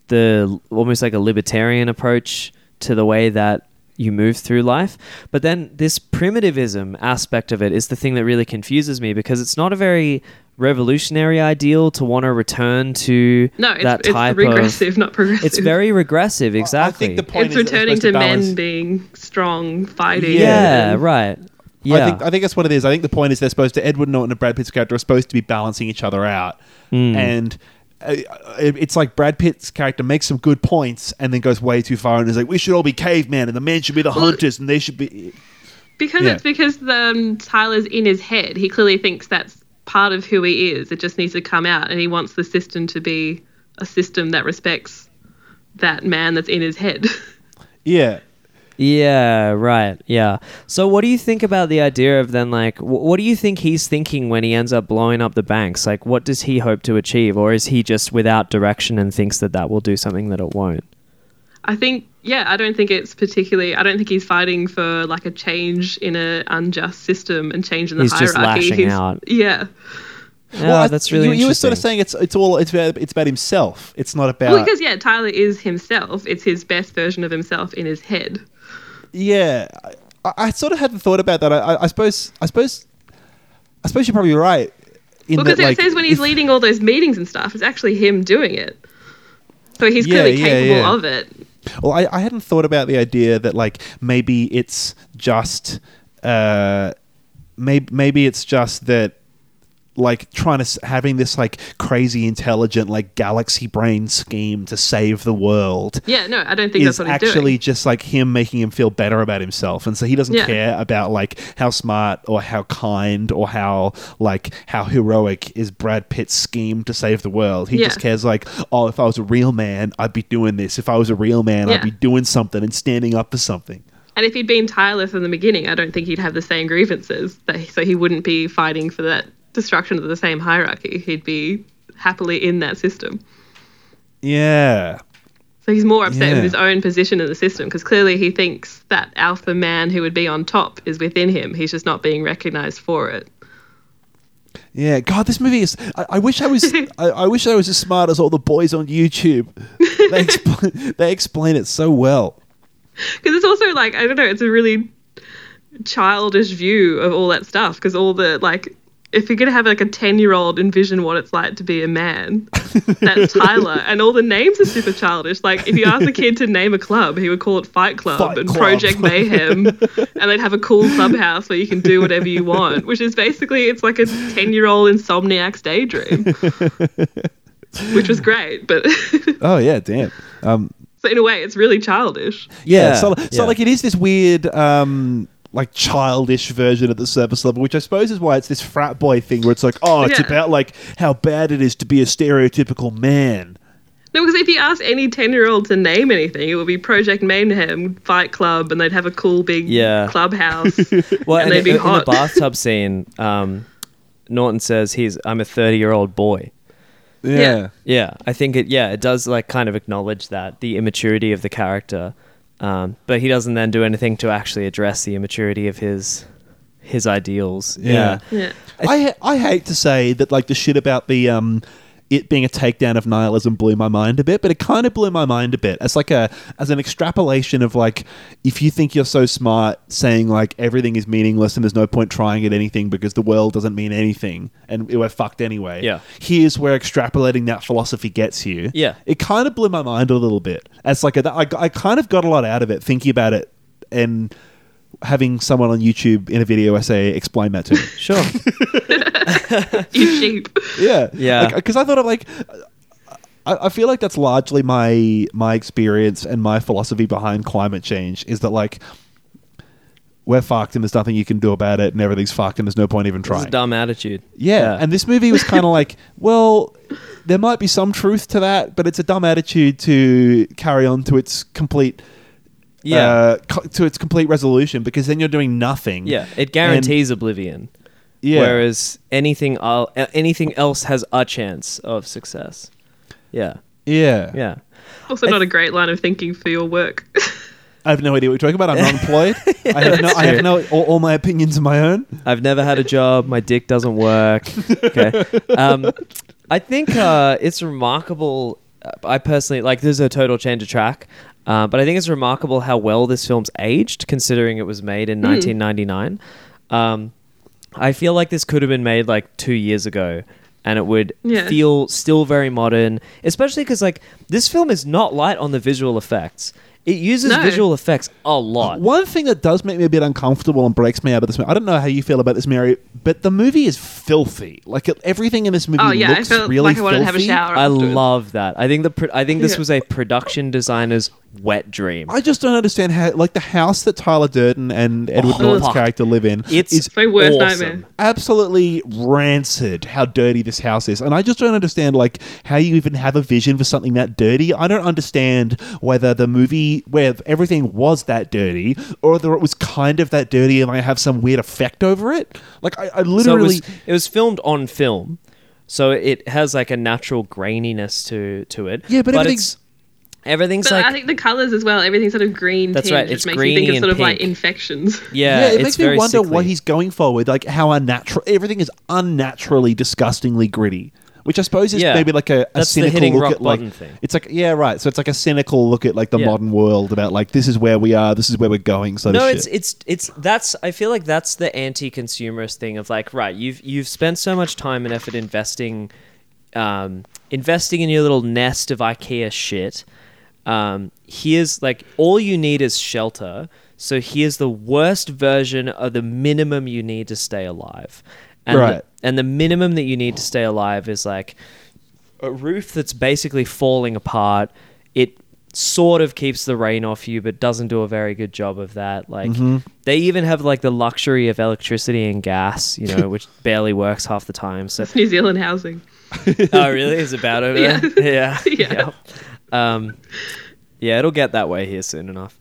Speaker 1: the almost like a libertarian approach to the way that you move through life. But then this primitivism aspect of it is the thing that really confuses me because it's not a very revolutionary ideal to want to return to
Speaker 3: No, it's,
Speaker 1: that
Speaker 3: it's
Speaker 1: type
Speaker 3: regressive,
Speaker 1: of
Speaker 3: not progressive.
Speaker 1: it's very regressive, exactly.
Speaker 3: it's returning to, men being strong, fighting.
Speaker 1: Yeah, right. Yeah.
Speaker 2: I think, I think that's what it is. I think the point is they're supposed to Edward Norton and Brad Pitt's character are supposed to be balancing each other out,
Speaker 1: Mm.
Speaker 2: and uh, it- it's like Brad Pitt's character makes some good points and then goes way too far and is like, "We should all be cavemen, and the men should be the hunters, and they should be."
Speaker 3: Because
Speaker 2: Yeah.
Speaker 3: it's because the um, Tyler's in his head. He clearly thinks that's part of who he is. It just needs to come out, and he wants the system to be a system that respects that man that's in his head.
Speaker 2: Yeah.
Speaker 1: Yeah, right. Yeah. So, what do you think about the idea of then, like, wh- what do you think he's thinking when he ends up blowing up the banks? Like, what does he hope to achieve? Or is he just without direction and thinks that that will do something that it won't?
Speaker 3: I think, yeah, I don't think it's particularly. I don't think he's fighting for like a change in an unjust system and change in the
Speaker 1: He's
Speaker 3: hierarchy.
Speaker 1: just lashing out.
Speaker 3: Yeah.
Speaker 1: Yeah,
Speaker 2: I-
Speaker 1: Ah, that's really
Speaker 2: you, you were sort of
Speaker 1: interesting.
Speaker 2: saying it's it's all it's about, it's about himself. It's not about
Speaker 1: Uh,
Speaker 3: Well, because yeah, Tyler is himself. It's his best version of himself in his head.
Speaker 2: Yeah, I- I, I sort of hadn't thought about that. I, I, I suppose, I suppose, I suppose you're probably right. In
Speaker 3: Well, because
Speaker 2: that,
Speaker 3: it
Speaker 2: like,
Speaker 3: says when he's
Speaker 2: if-
Speaker 3: leading all those meetings and stuff, it's actually him doing it. So he's
Speaker 2: Yeah,
Speaker 3: clearly
Speaker 2: yeah,
Speaker 3: capable
Speaker 2: yeah.
Speaker 3: of it.
Speaker 2: Well, I, I hadn't thought about the idea that like maybe it's just, uh, maybe maybe it's just that like trying to s- having this like crazy intelligent like galaxy brain scheme to save the world.
Speaker 3: Yeah, no, I don't think
Speaker 2: is
Speaker 3: that's what he's
Speaker 2: actually
Speaker 3: doing.
Speaker 2: just like him making him feel better about himself, and so he doesn't
Speaker 3: Yeah.
Speaker 2: care about like how smart or how kind or how like how heroic is Brad Pitt's scheme to save the world. He
Speaker 8: Yeah.
Speaker 2: just cares like, oh, if I was a real man, I'd be doing this. If I was a real man, I'd
Speaker 3: Yeah.
Speaker 2: be doing something and standing up for something.
Speaker 3: And if he'd been Tyler from the beginning, I don't think he'd have the same grievances. That- So he wouldn't be fighting for that destruction of the same hierarchy. He'd be happily in that system.
Speaker 2: Yeah,
Speaker 3: So he's more upset
Speaker 2: Yeah.
Speaker 3: with his own position in the system because clearly he thinks that alpha man who would be on top is within him. He's just not being recognized for it.
Speaker 2: yeah. God, this movie is. I, I wish I was. I, I wish I was as smart as all the boys on YouTube. They expl- they explain it so well.
Speaker 3: Because it's also like, I don't know, it's a really childish view of all that stuff because all the, like, if you're going to have like a 10 year old envision what it's like to be a man, that's Tyler. And all the names are super childish. Like, if you ask a kid to name a club, he would call it Fight Club
Speaker 12: Fight
Speaker 3: and
Speaker 12: Club.
Speaker 3: Project Mayhem. and they'd have a cool clubhouse where you can do whatever you want, which is basically, it's like a 10 year old insomniac's daydream, which was great. But
Speaker 2: oh yeah, damn. Um,
Speaker 3: so in a way, it's really childish.
Speaker 2: Yeah. So, so
Speaker 3: yeah.
Speaker 2: like it is this weird um like childish version at the surface level, which I suppose is why it's this frat boy thing where it's like, oh, it's
Speaker 3: Yeah.
Speaker 2: about like how bad it is to be a stereotypical man.
Speaker 3: No, because if you ask any 10 year old to name anything, it would be Project Mayhem, Fight Club, and they'd have a cool big
Speaker 1: Yeah.
Speaker 3: clubhouse.
Speaker 1: Well, and
Speaker 3: and they'd
Speaker 1: in,
Speaker 3: be
Speaker 1: in the
Speaker 3: hot.
Speaker 1: bathtub scene, um, Norton says he's I'm a 30 year old boy.
Speaker 2: Yeah. Yeah.
Speaker 1: yeah. I think it. Yeah, it does like kind of acknowledge that the immaturity of the character, um, but he doesn't then do anything to actually address the immaturity of his his ideals.
Speaker 2: Yeah. I ha- I hate to say that like the shit about the um it being a takedown of nihilism blew my mind a bit, but it kind of blew my mind a bit as like a as an extrapolation of like if you think you're so smart, saying like everything is meaningless and there's no point trying at anything because the world doesn't mean anything and we're fucked anyway.
Speaker 1: Yeah.
Speaker 2: here's where extrapolating that philosophy gets you.
Speaker 1: Yeah.
Speaker 2: it kind of blew my mind a little bit as like a, I I kind of got a lot out of it thinking about it and having someone on YouTube in a video essay explain that to me.
Speaker 1: sure.
Speaker 3: you sheep.
Speaker 2: Yeah,
Speaker 1: Yeah.
Speaker 2: Because I thought of like, I, I feel like that's largely my my experience and my philosophy behind climate change is that like we're fucked and there's nothing you can do about it and everything's fucked and there's no point even
Speaker 1: It's a
Speaker 2: trying.
Speaker 1: dumb attitude.
Speaker 2: Yeah, and this movie was kind of like, well, there might be some truth to that, but it's a dumb attitude to carry on to its complete.
Speaker 1: Yeah.
Speaker 2: uh, co- to its complete resolution because then you're doing nothing.
Speaker 1: Yeah,
Speaker 2: And-
Speaker 1: it guarantees oblivion.
Speaker 2: Yeah.
Speaker 1: Whereas anything el- anything else has a chance of success. Yeah.
Speaker 2: Yeah.
Speaker 1: Yeah.
Speaker 3: Also, not a great line of thinking for your work.
Speaker 2: I have no idea what you're talking about. I'm not employed. I have no.
Speaker 1: That's
Speaker 2: I have
Speaker 1: true.
Speaker 2: no. All, all my opinions are my own.
Speaker 1: I've never had a job. My dick doesn't work. Okay. Um, I think uh, it's remarkable. uh, I personally like this is a total change of track, uh, but I think it's remarkable how well this film's aged considering it was made in
Speaker 23: Hmm.
Speaker 1: 1999. Um, I feel like this could have been made like two years ago and it would
Speaker 23: Yeah.
Speaker 1: feel still very modern, especially because like this film is not light on the visual effects. It uses
Speaker 2: No.
Speaker 1: visual effects a lot.
Speaker 2: One thing that does make me a bit uncomfortable and breaks me out of this movie. I don't know how you feel about this, Mary, but the movie is filthy. Like it, everything in this movie
Speaker 3: Oh, yeah, I
Speaker 2: looks
Speaker 3: felt
Speaker 2: really
Speaker 3: like I wanted to have a
Speaker 2: filthy.
Speaker 3: shower
Speaker 1: I love that. I think the pro- I think this
Speaker 2: Yeah.
Speaker 1: was a production designer's wet dream.
Speaker 2: I just don't understand how, like, the house that Tyler Durden and Edward
Speaker 1: Oh,
Speaker 2: Norton's
Speaker 1: fuck.
Speaker 2: character live in.
Speaker 1: It's
Speaker 2: is
Speaker 1: my worst
Speaker 2: awesome.
Speaker 1: nightmare.
Speaker 2: Absolutely rancid how dirty this house is, and I just don't understand like how you even have a vision for something that dirty. I don't understand whether the movie where everything was that dirty, or whether it was kind of that dirty and I have some weird effect over it. Like I, I literally.
Speaker 1: so it was, it was filmed on film, so it has like a natural graininess to to it.
Speaker 2: Yeah, but
Speaker 1: it's- everything's
Speaker 3: But
Speaker 1: like
Speaker 3: I think the colors as well. Everything's sort of green.
Speaker 1: That's
Speaker 3: tinge,
Speaker 1: right,
Speaker 3: which
Speaker 1: it's
Speaker 3: makes you think
Speaker 1: greeny
Speaker 3: of sort
Speaker 1: and
Speaker 3: of like
Speaker 1: pink.
Speaker 3: infections.
Speaker 1: Yeah,
Speaker 2: it
Speaker 1: it's
Speaker 2: makes me
Speaker 1: very
Speaker 2: wonder what
Speaker 1: sickly.
Speaker 2: he's going for with like how unnatural everything is unnaturally disgustingly gritty. Which I suppose is
Speaker 1: Yeah.
Speaker 2: maybe like a, a
Speaker 1: That's the
Speaker 2: cynical
Speaker 1: hitting
Speaker 2: look
Speaker 1: rock
Speaker 2: at like
Speaker 1: bottom thing.
Speaker 2: it's like yeah right so it's like a cynical look at like the
Speaker 1: Yeah.
Speaker 2: modern world about like this is where we are this is where we're going so
Speaker 1: no,
Speaker 2: shit.
Speaker 1: it's it's it's that's I feel like that's the anti-consumerist thing of like right you've you've spent so much time and effort investing, um, investing in your little nest of IKEA shit. Um, here's like all you need is shelter. So here's the worst version of the minimum you need to stay alive. And
Speaker 2: Right.
Speaker 1: The, and the minimum that you need to stay alive is like a roof that's basically falling apart. It sort of keeps the rain off you, but doesn't do a very good job of that. Like
Speaker 2: Mhm.
Speaker 1: they even have like the luxury of electricity and gas, you know, which barely works half the time. So
Speaker 3: It's New Zealand housing.
Speaker 1: oh, really? Is it bad over
Speaker 3: Yeah.
Speaker 1: there? Yeah.
Speaker 3: Yeah.
Speaker 1: Yeah. Um, yeah, it'll get that way here soon enough.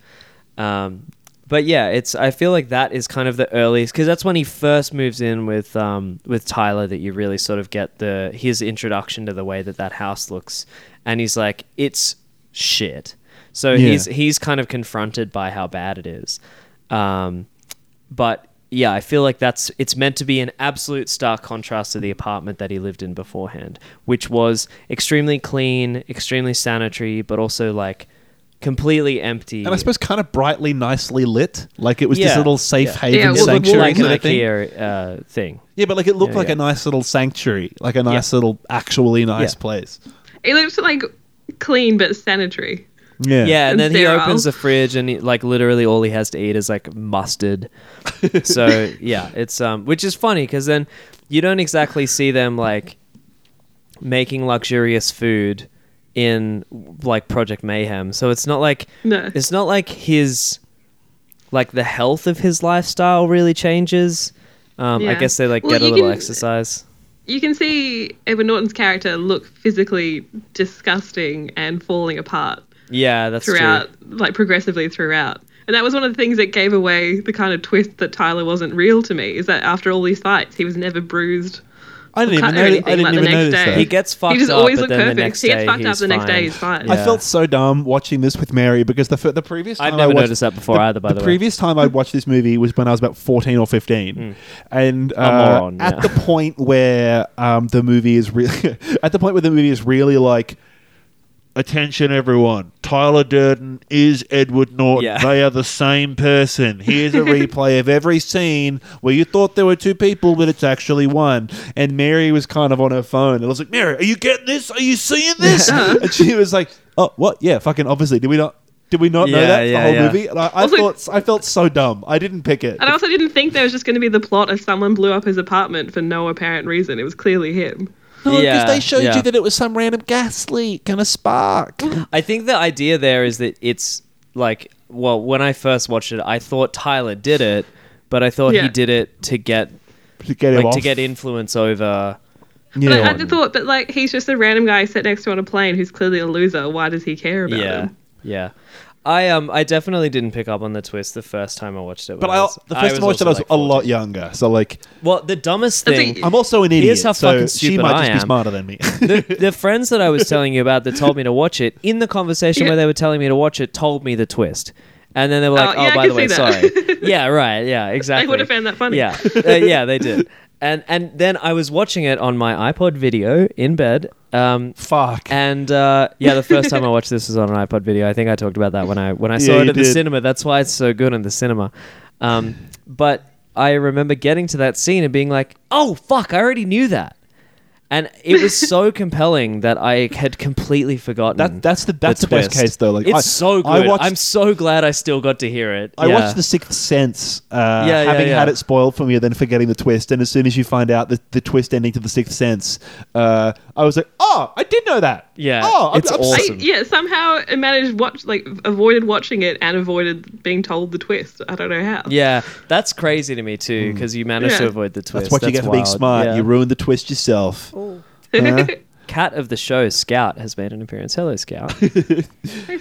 Speaker 1: Um, but yeah, it's. I feel like that is kind of the earliest because that's when he first moves in with um, with Tyler that you really sort of get the his introduction to the way that that house looks, and he's like, it's shit. So
Speaker 2: Yeah.
Speaker 1: he's he's kind of confronted by how bad it is. Um, but yeah, I feel like that's it's meant to be an absolute stark contrast to the apartment that he lived in beforehand, which was extremely clean, extremely sanitary, but also like completely empty.
Speaker 2: and I suppose kind of brightly nicely lit like it was this
Speaker 1: Yeah.
Speaker 2: little safe
Speaker 1: Yeah.
Speaker 2: haven
Speaker 1: Yeah, well, like-
Speaker 2: sanctuary
Speaker 1: like an
Speaker 2: kind of thing.
Speaker 1: IKEA uh, thing.
Speaker 2: yeah but like it looked
Speaker 1: Yeah,
Speaker 2: like
Speaker 1: yeah.
Speaker 2: a nice little sanctuary like a nice little actually nice
Speaker 1: Yeah.
Speaker 2: place
Speaker 3: It looks like clean but sanitary.
Speaker 2: Yeah.
Speaker 1: Yeah, and,
Speaker 3: And
Speaker 1: then
Speaker 3: sterile.
Speaker 1: he opens the fridge and he, like literally all he has to eat is like mustard. so yeah, it's um which is funny cuz then you don't exactly see them like making luxurious food in like Project Mayhem. So it's not like
Speaker 3: No.
Speaker 1: it's not like his like the health of his lifestyle really changes. Um, I
Speaker 3: Yeah.
Speaker 1: guess they like
Speaker 3: Well,
Speaker 1: get a
Speaker 3: you
Speaker 1: little
Speaker 3: can-
Speaker 1: exercise.
Speaker 3: You can see Edward Norton's character look physically disgusting and falling apart
Speaker 1: Yeah, that's true.
Speaker 3: throughout, like progressively throughout. And that was one of the things that gave away the kind of twist that Tyler wasn't real to me. Is that after all these fights, he was never bruised.
Speaker 2: I didn't
Speaker 3: or
Speaker 2: even
Speaker 3: cut or
Speaker 2: noti- I
Speaker 3: anything,
Speaker 2: didn't
Speaker 3: like,
Speaker 2: even
Speaker 3: the
Speaker 2: notice
Speaker 3: next day.
Speaker 2: that. He
Speaker 1: gets fucked
Speaker 3: He just
Speaker 1: up,
Speaker 3: always
Speaker 1: but
Speaker 3: looked
Speaker 1: then the
Speaker 3: perfect.
Speaker 1: next
Speaker 3: he gets
Speaker 1: day,
Speaker 3: fucked up
Speaker 1: he's
Speaker 3: the next
Speaker 1: fine.
Speaker 3: day. He's fine.
Speaker 2: I felt so dumb watching this with Mary because the f- the previous time
Speaker 1: I've never
Speaker 2: I watched,
Speaker 1: noticed that before either, by the way.
Speaker 2: previous time I watched this movie was when I was about fourteen or fifteen, and
Speaker 1: I'm
Speaker 2: uh,
Speaker 1: Hmm. moron,
Speaker 2: at
Speaker 1: yeah.
Speaker 2: the point where um, the movie is really at the point where the movie is really like. Attention, everyone! Tyler Durden is Edward Norton.
Speaker 1: Yeah.
Speaker 2: They are the same person. Here's a replay of every scene where you thought there were two people, but it's actually one. And Mary was kind of on her phone, and I was like, "Mary, are you getting this? Are you seeing this?" and she was like, "Oh, what? Yeah, fucking obviously. Did we not? Did we not know
Speaker 1: Yeah,
Speaker 2: that
Speaker 1: yeah,
Speaker 2: the whole
Speaker 1: yeah.
Speaker 2: movie?" And I, I
Speaker 3: Also-
Speaker 2: thought I felt so dumb. I didn't pick it.
Speaker 3: And I also didn't think there was just going to be the plot of someone blew up his apartment for no apparent reason. It was clearly him.
Speaker 2: No, because
Speaker 1: Yeah,
Speaker 2: they showed
Speaker 1: yeah.
Speaker 2: you that it was some random gas leak and a spark.
Speaker 1: I think the idea there is that it's like, well, when I first watched it, I thought Tyler did it, but I thought
Speaker 3: Yeah.
Speaker 1: he did it to get
Speaker 2: to get
Speaker 1: like
Speaker 2: him
Speaker 1: to
Speaker 2: off.
Speaker 1: get influence over.
Speaker 3: But I, I just thought, but like, he's just a random guy sat next to on a plane who's clearly a loser. Why does he care about
Speaker 1: yeah,
Speaker 3: him?
Speaker 1: yeah. I um I definitely didn't pick up on the twist the first time I watched it.
Speaker 2: But
Speaker 1: when
Speaker 2: I,
Speaker 1: was-
Speaker 2: the first time I watched
Speaker 1: also
Speaker 2: it, I was
Speaker 1: like-
Speaker 2: a lot younger. So like,
Speaker 1: well, the dumbest
Speaker 2: That's
Speaker 1: thing.
Speaker 2: like- I'm also an
Speaker 1: Here's
Speaker 2: idiot,
Speaker 1: how
Speaker 2: so
Speaker 1: fucking
Speaker 2: she
Speaker 1: stupid
Speaker 2: might
Speaker 1: I
Speaker 2: just be
Speaker 1: am.
Speaker 2: smarter than me.
Speaker 1: the, the friends that I was telling you about that told me to watch it in the conversation where they were telling me to watch it told me the twist. And then they were like,
Speaker 3: Oh,
Speaker 1: "Oh,
Speaker 3: yeah, I
Speaker 1: by
Speaker 3: can
Speaker 1: the way,
Speaker 3: see
Speaker 1: sorry."
Speaker 3: that.
Speaker 1: yeah, right. Yeah, exactly.
Speaker 3: would've found that funny.
Speaker 1: Yeah, Uh, yeah, they did. And and then I was watching it on my iPod video in bed. Um,
Speaker 2: Fuck.
Speaker 1: And uh, yeah, the first time I watched this was on an iPod video. I think I talked about that when I when I
Speaker 2: Yeah,
Speaker 1: saw it
Speaker 2: you
Speaker 1: at the
Speaker 2: did.
Speaker 1: cinema. That's why it's so good in the cinema. Um, but I remember getting to that scene and being like, "Oh fuck, I already knew that." and it was so compelling that I had completely forgotten.
Speaker 2: That- that's the- that's the best
Speaker 1: twist.
Speaker 2: case, though, like,
Speaker 1: it's
Speaker 2: I-
Speaker 1: so good.
Speaker 2: I watched-
Speaker 1: I'm so glad I still got to hear it.
Speaker 2: I
Speaker 1: Yeah.
Speaker 2: watched The Sixth Sense, uh,
Speaker 1: Yeah, yeah,
Speaker 2: having
Speaker 1: yeah.
Speaker 2: had it spoiled for me, and then forgetting the twist. And as soon as you find out the, the twist ending to The Sixth Sense, uh, I was like, "Oh, I did know that."
Speaker 1: Yeah,
Speaker 2: Oh, I'm- I'm-
Speaker 3: I, yeah, somehow I managed watch like avoided watching it and avoided being told the twist. I don't know how.
Speaker 1: Yeah, that's crazy to me too because you managed to
Speaker 3: Yeah.
Speaker 1: avoid the twist.
Speaker 2: Mm. That's what you get for being
Speaker 1: wild.
Speaker 2: smart.
Speaker 1: Yeah.
Speaker 2: You ruined the twist yourself. Huh?
Speaker 1: Cat of the show, Scout, has made an appearance. Hello, Scout.
Speaker 2: You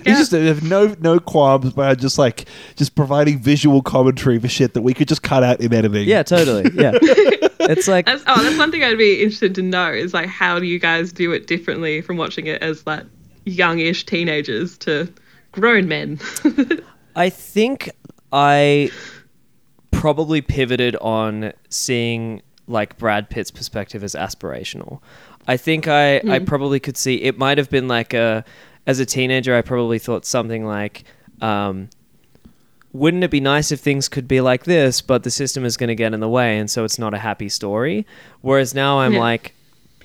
Speaker 2: just uh, have no no qualms by just like just providing visual commentary for shit that we could just cut out in editing.
Speaker 1: yeah, totally. Yeah. it's like
Speaker 3: That's, oh, that's one thing I'd be interested to know is like how do you guys do it differently from watching it as like youngish teenagers to grown men?
Speaker 1: I think I probably pivoted on seeing like Brad Pitt's perspective as aspirational. I think I I
Speaker 8: Mm.
Speaker 1: probably could see it might have been like a as a teenager I probably thought something like um wouldn't it be nice if things could be like this, but the system is going to get in the way and so it's not a happy story. Whereas now I'm
Speaker 2: Yeah.
Speaker 1: like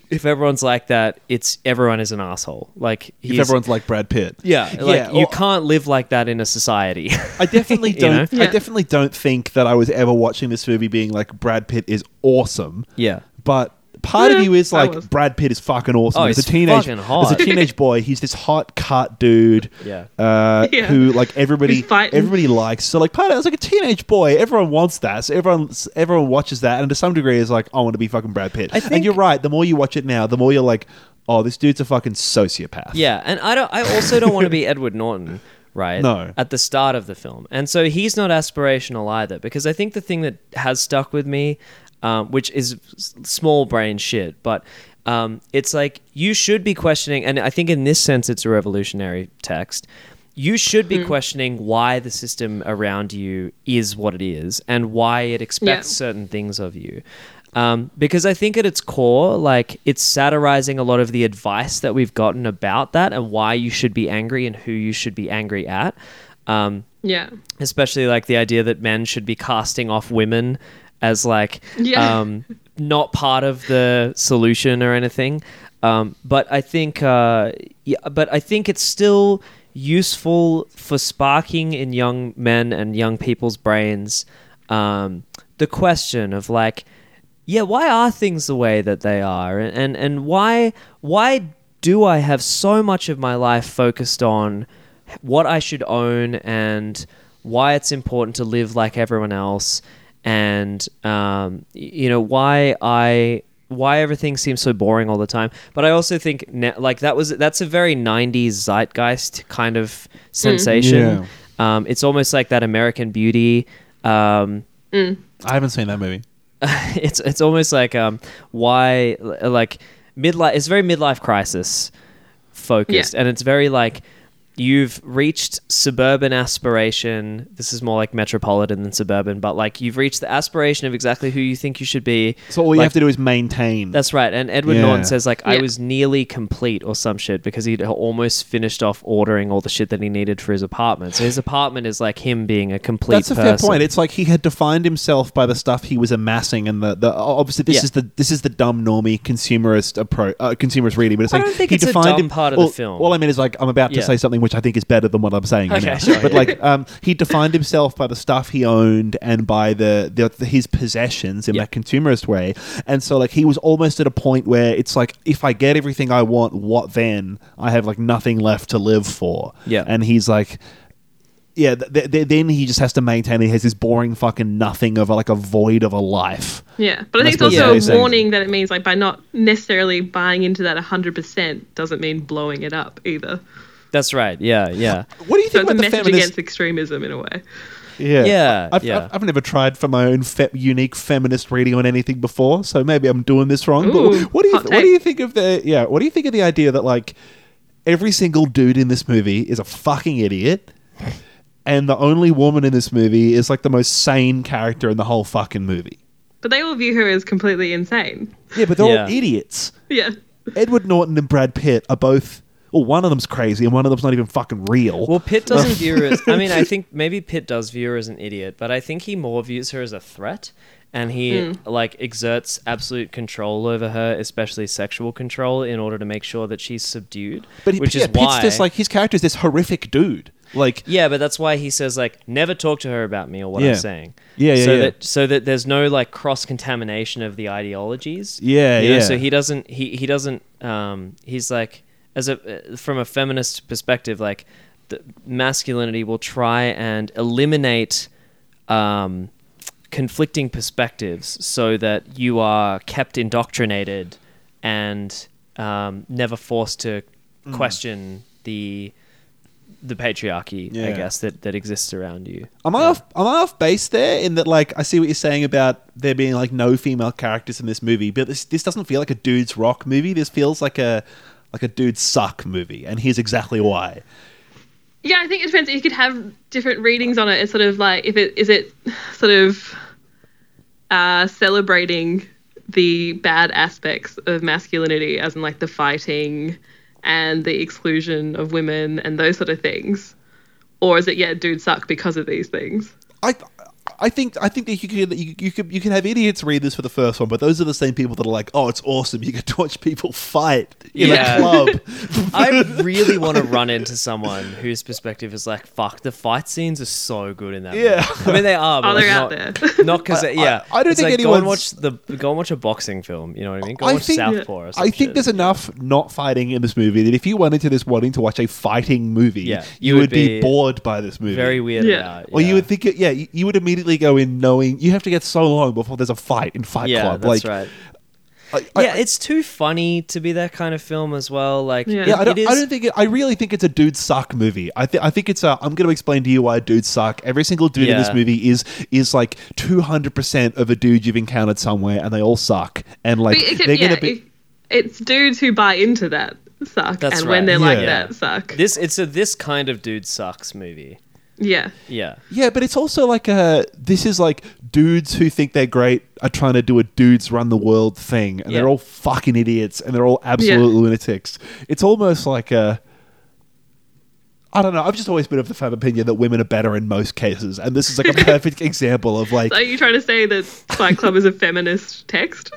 Speaker 1: if everyone's like that, it's everyone is an asshole. Like
Speaker 2: if
Speaker 1: he's-
Speaker 2: everyone's like Brad Pitt.
Speaker 1: yeah, like
Speaker 2: yeah,
Speaker 1: you
Speaker 2: or-
Speaker 1: can't live like that in a society.
Speaker 2: I definitely don't.
Speaker 1: You know?
Speaker 2: I definitely don't think that I was ever watching this movie being like Brad Pitt is awesome.
Speaker 1: Yeah.
Speaker 2: But part
Speaker 1: Yeah,
Speaker 2: of you is
Speaker 1: I
Speaker 2: like
Speaker 1: was.
Speaker 2: Brad Pitt is fucking awesome.
Speaker 1: Oh,
Speaker 2: as
Speaker 1: he's
Speaker 2: a teenage,
Speaker 1: fucking hot.
Speaker 2: as a teenage boy, he's this hot cut dude.
Speaker 1: Yeah.
Speaker 2: Uh,
Speaker 1: Yeah.
Speaker 2: Who like everybody
Speaker 1: He's fighting.
Speaker 2: everybody likes. So like part of it's like a teenage boy. Everyone wants that. So everyone everyone watches that, and to some degree is like I want to be fucking Brad Pitt. and you're right. The more you watch it now, the more you're like, oh, this dude's a fucking sociopath.
Speaker 1: Yeah, and I don't. I also don't want to be Edward Norton, right?
Speaker 2: No.
Speaker 1: At the start of the film, and so he's not aspirational either. Because I think the thing that has stuck with me, um, which is s- small brain shit, but um, it's like you should be questioning. And I think in this sense, it's a revolutionary text. You should be
Speaker 2: Mm-hmm.
Speaker 8: Hmm.
Speaker 1: questioning why the system around you is what it is, and why it expects certain things of you. Um, because I think at its core, like it's satirizing a lot of the advice that we've gotten about that and why you should be angry and who you should be angry at. Um,
Speaker 3: yeah.
Speaker 1: especially like the idea that men should be casting off women as like
Speaker 3: Yeah.
Speaker 1: um, not part of the solution or anything. Um, but I think, uh, yeah, but I think it's still useful for sparking in young men and young people's brains um, the question of like, yeah, why are things the way that they are, and and, and why why do I have so much of my life focused on what I should own and why it's important to live like everyone else, and um, y- you know why I why everything seems so boring all the time. But I also think ne- like that was that's a very '90s zeitgeist kind of sensation. Um, it's almost like that American Beauty. Um,
Speaker 2: I haven't seen that movie.
Speaker 1: it's it's almost like um why l- like midlife it's very midlife crisis focused
Speaker 8: Yeah.
Speaker 1: and it's very like you've reached suburban aspiration this is more like metropolitan than suburban but like you've reached the aspiration of exactly who you think you should be
Speaker 2: So all you
Speaker 1: Like,
Speaker 2: have to do is maintain.
Speaker 1: that's right. And Edward
Speaker 2: Yeah.
Speaker 1: Norton says like I
Speaker 2: Yeah.
Speaker 1: was nearly complete or some shit because he'd almost finished off ordering all the shit that he needed for his apartment. So his apartment is like him being a complete
Speaker 2: That's a fair
Speaker 1: person.
Speaker 2: point. It's like he had defined himself by the stuff he was amassing, and the, the obviously this
Speaker 1: Yeah.
Speaker 2: is the this is the dumb normie consumerist approach, uh, consumerist reading. But it's
Speaker 1: I
Speaker 2: like
Speaker 1: don't think
Speaker 2: he
Speaker 1: it's a
Speaker 2: defined
Speaker 1: dumb
Speaker 2: him-
Speaker 1: part of the
Speaker 2: well,
Speaker 1: film.
Speaker 2: All I mean is like I'm about to
Speaker 1: Yeah.
Speaker 2: say something which I think is better than what I'm saying.
Speaker 1: Okay,
Speaker 2: now.
Speaker 1: sure,
Speaker 2: but
Speaker 1: yeah.
Speaker 2: like um, he defined himself by the stuff he owned and by the, the, his possessions in that consumerist way. And so like he was almost at a point where it's like if I get everything I want, what then? I have like nothing left to live for.
Speaker 1: Yeah.
Speaker 2: and he's like yeah, th- th- th- then he just has to maintain. He has this boring fucking nothing of a, like a void of a life.
Speaker 3: Yeah, but
Speaker 2: And
Speaker 3: I think it's
Speaker 2: that's
Speaker 3: also
Speaker 2: basically
Speaker 3: a
Speaker 2: what
Speaker 3: warning that it means like by not necessarily buying into that 100% doesn't mean blowing it up either.
Speaker 1: That's right. Yeah, yeah.
Speaker 2: What do you think
Speaker 3: so it's a
Speaker 2: about the
Speaker 3: message
Speaker 2: feminist-
Speaker 3: against extremism in a way.
Speaker 2: Yeah,
Speaker 1: Yeah,
Speaker 2: I've,
Speaker 1: yeah.
Speaker 2: I've, I've never tried for my own fe- unique feminist reading on anything before, so maybe I'm doing this wrong.
Speaker 1: Ooh,
Speaker 2: but what do you
Speaker 1: hot
Speaker 2: th- what do you think of the yeah? What do you think of the idea that like every single dude in this movie is a fucking idiot, and the only woman in this movie is like the most sane character in the whole fucking movie?
Speaker 3: But they all view her as completely insane.
Speaker 2: Yeah, but they're
Speaker 3: Yeah.
Speaker 2: all idiots.
Speaker 3: Yeah.
Speaker 2: Edward Norton and Brad Pitt are both. Well, one of them's crazy, and one of them's not even fucking real.
Speaker 1: Well, Pitt doesn't view her as. I mean, I think maybe Pitt does view her as an idiot, but I think he more views her as a threat. and he
Speaker 3: Mm.
Speaker 1: like exerts absolute control over her, especially sexual control, in order to make sure that she's subdued.
Speaker 2: But he
Speaker 1: which
Speaker 2: yeah,
Speaker 1: is
Speaker 2: pits
Speaker 1: why
Speaker 2: this like his character is this horrific dude. Like
Speaker 1: yeah, but that's why he says like never talk to her about me or what
Speaker 2: Yeah.
Speaker 1: I'm saying.
Speaker 2: Yeah, yeah,
Speaker 1: so
Speaker 2: yeah.
Speaker 1: that so that there's no like cross contamination of the ideologies.
Speaker 2: Yeah,
Speaker 1: You know,
Speaker 2: yeah.
Speaker 1: So he doesn't he he doesn't um he's like as a uh, from a feminist perspective like the masculinity will try and eliminate um conflicting perspectives so that you are kept indoctrinated and um, never forced to
Speaker 2: Mm.
Speaker 1: question the the patriarchy, I
Speaker 2: Yeah.
Speaker 1: guess, that, that exists around you.
Speaker 2: Am I off? Am I off base there? In that, like, I see what you're saying about there being like no female characters in this movie, but this this doesn't feel like a dude's rock movie. This feels like a like a dude's suck movie, and here's exactly why.
Speaker 3: Yeah, I think it depends. You could have different readings on it. It's sort of like if it is it sort of uh, celebrating the bad aspects of masculinity, as in like the fighting and the exclusion of women and those sort of things, or is it yeah, dudes suck because of these things?
Speaker 2: I think I think that you could you, you could you could have idiots read this for the first one, but those are the same people that are like, oh, it's awesome. You get to watch people fight in
Speaker 1: Yeah.
Speaker 2: a club.
Speaker 1: I really want to run into someone whose perspective is like, fuck, the fight scenes are so good in that.
Speaker 2: Yeah.
Speaker 1: movie." I mean, they are, but
Speaker 3: Oh,
Speaker 1: like,
Speaker 3: they're out
Speaker 1: not, Not because,
Speaker 2: I-
Speaker 1: yeah.
Speaker 2: I- I don't
Speaker 1: It's
Speaker 2: think
Speaker 1: like, Go and watch
Speaker 2: anyone's-
Speaker 1: the go and watch a boxing film. You know what I mean? Go
Speaker 2: I
Speaker 1: watch
Speaker 2: think
Speaker 1: Southpaw. Or
Speaker 2: I
Speaker 1: something.
Speaker 2: think there's enough not fighting in this movie that if you went into this wanting to watch a fighting movie,
Speaker 1: Yeah,
Speaker 2: you, would, be, bored by this movie.
Speaker 1: very weirded Yeah. out,
Speaker 2: Or you would think, it, yeah, you, you would immediately go in knowing you have to get so long before there's a fight in Fight
Speaker 1: yeah,
Speaker 2: Club.
Speaker 1: that's
Speaker 2: like,
Speaker 1: right. yeah, it's too funny to be that kind of film as well. Like,
Speaker 2: Yeah,
Speaker 1: it-
Speaker 2: I, don't,
Speaker 1: it is.
Speaker 2: I don't think it, I really think it's a dude suck movie. I think I think it's a. I'm going to explain to you why dudes suck. Every single dude in this
Speaker 1: Yeah.
Speaker 2: movie is is like 200 percent of a dude you've encountered somewhere, and they all suck. And like
Speaker 3: But it could-
Speaker 2: they're
Speaker 3: yeah,
Speaker 2: going to be.
Speaker 3: it- it's dudes who buy into that suck,
Speaker 1: That's
Speaker 3: and
Speaker 1: right.
Speaker 3: when they're like
Speaker 1: Yeah.
Speaker 3: that suck,
Speaker 1: This it's a this kind of dude sucks movie.
Speaker 3: yeah.
Speaker 1: Yeah.
Speaker 2: Yeah, but it's also like a this is like dudes who think they're great are trying to do a dudes run the world thing, and they're
Speaker 1: Yeah.
Speaker 2: all fucking idiots, and they're all absolute
Speaker 1: Yeah.
Speaker 2: lunatics. It's almost like a. I don't know. I've just always been of the firm opinion that women are better in most cases, and this is like a perfect example of like.
Speaker 3: So are you trying to say that Fight Club is a feminist text?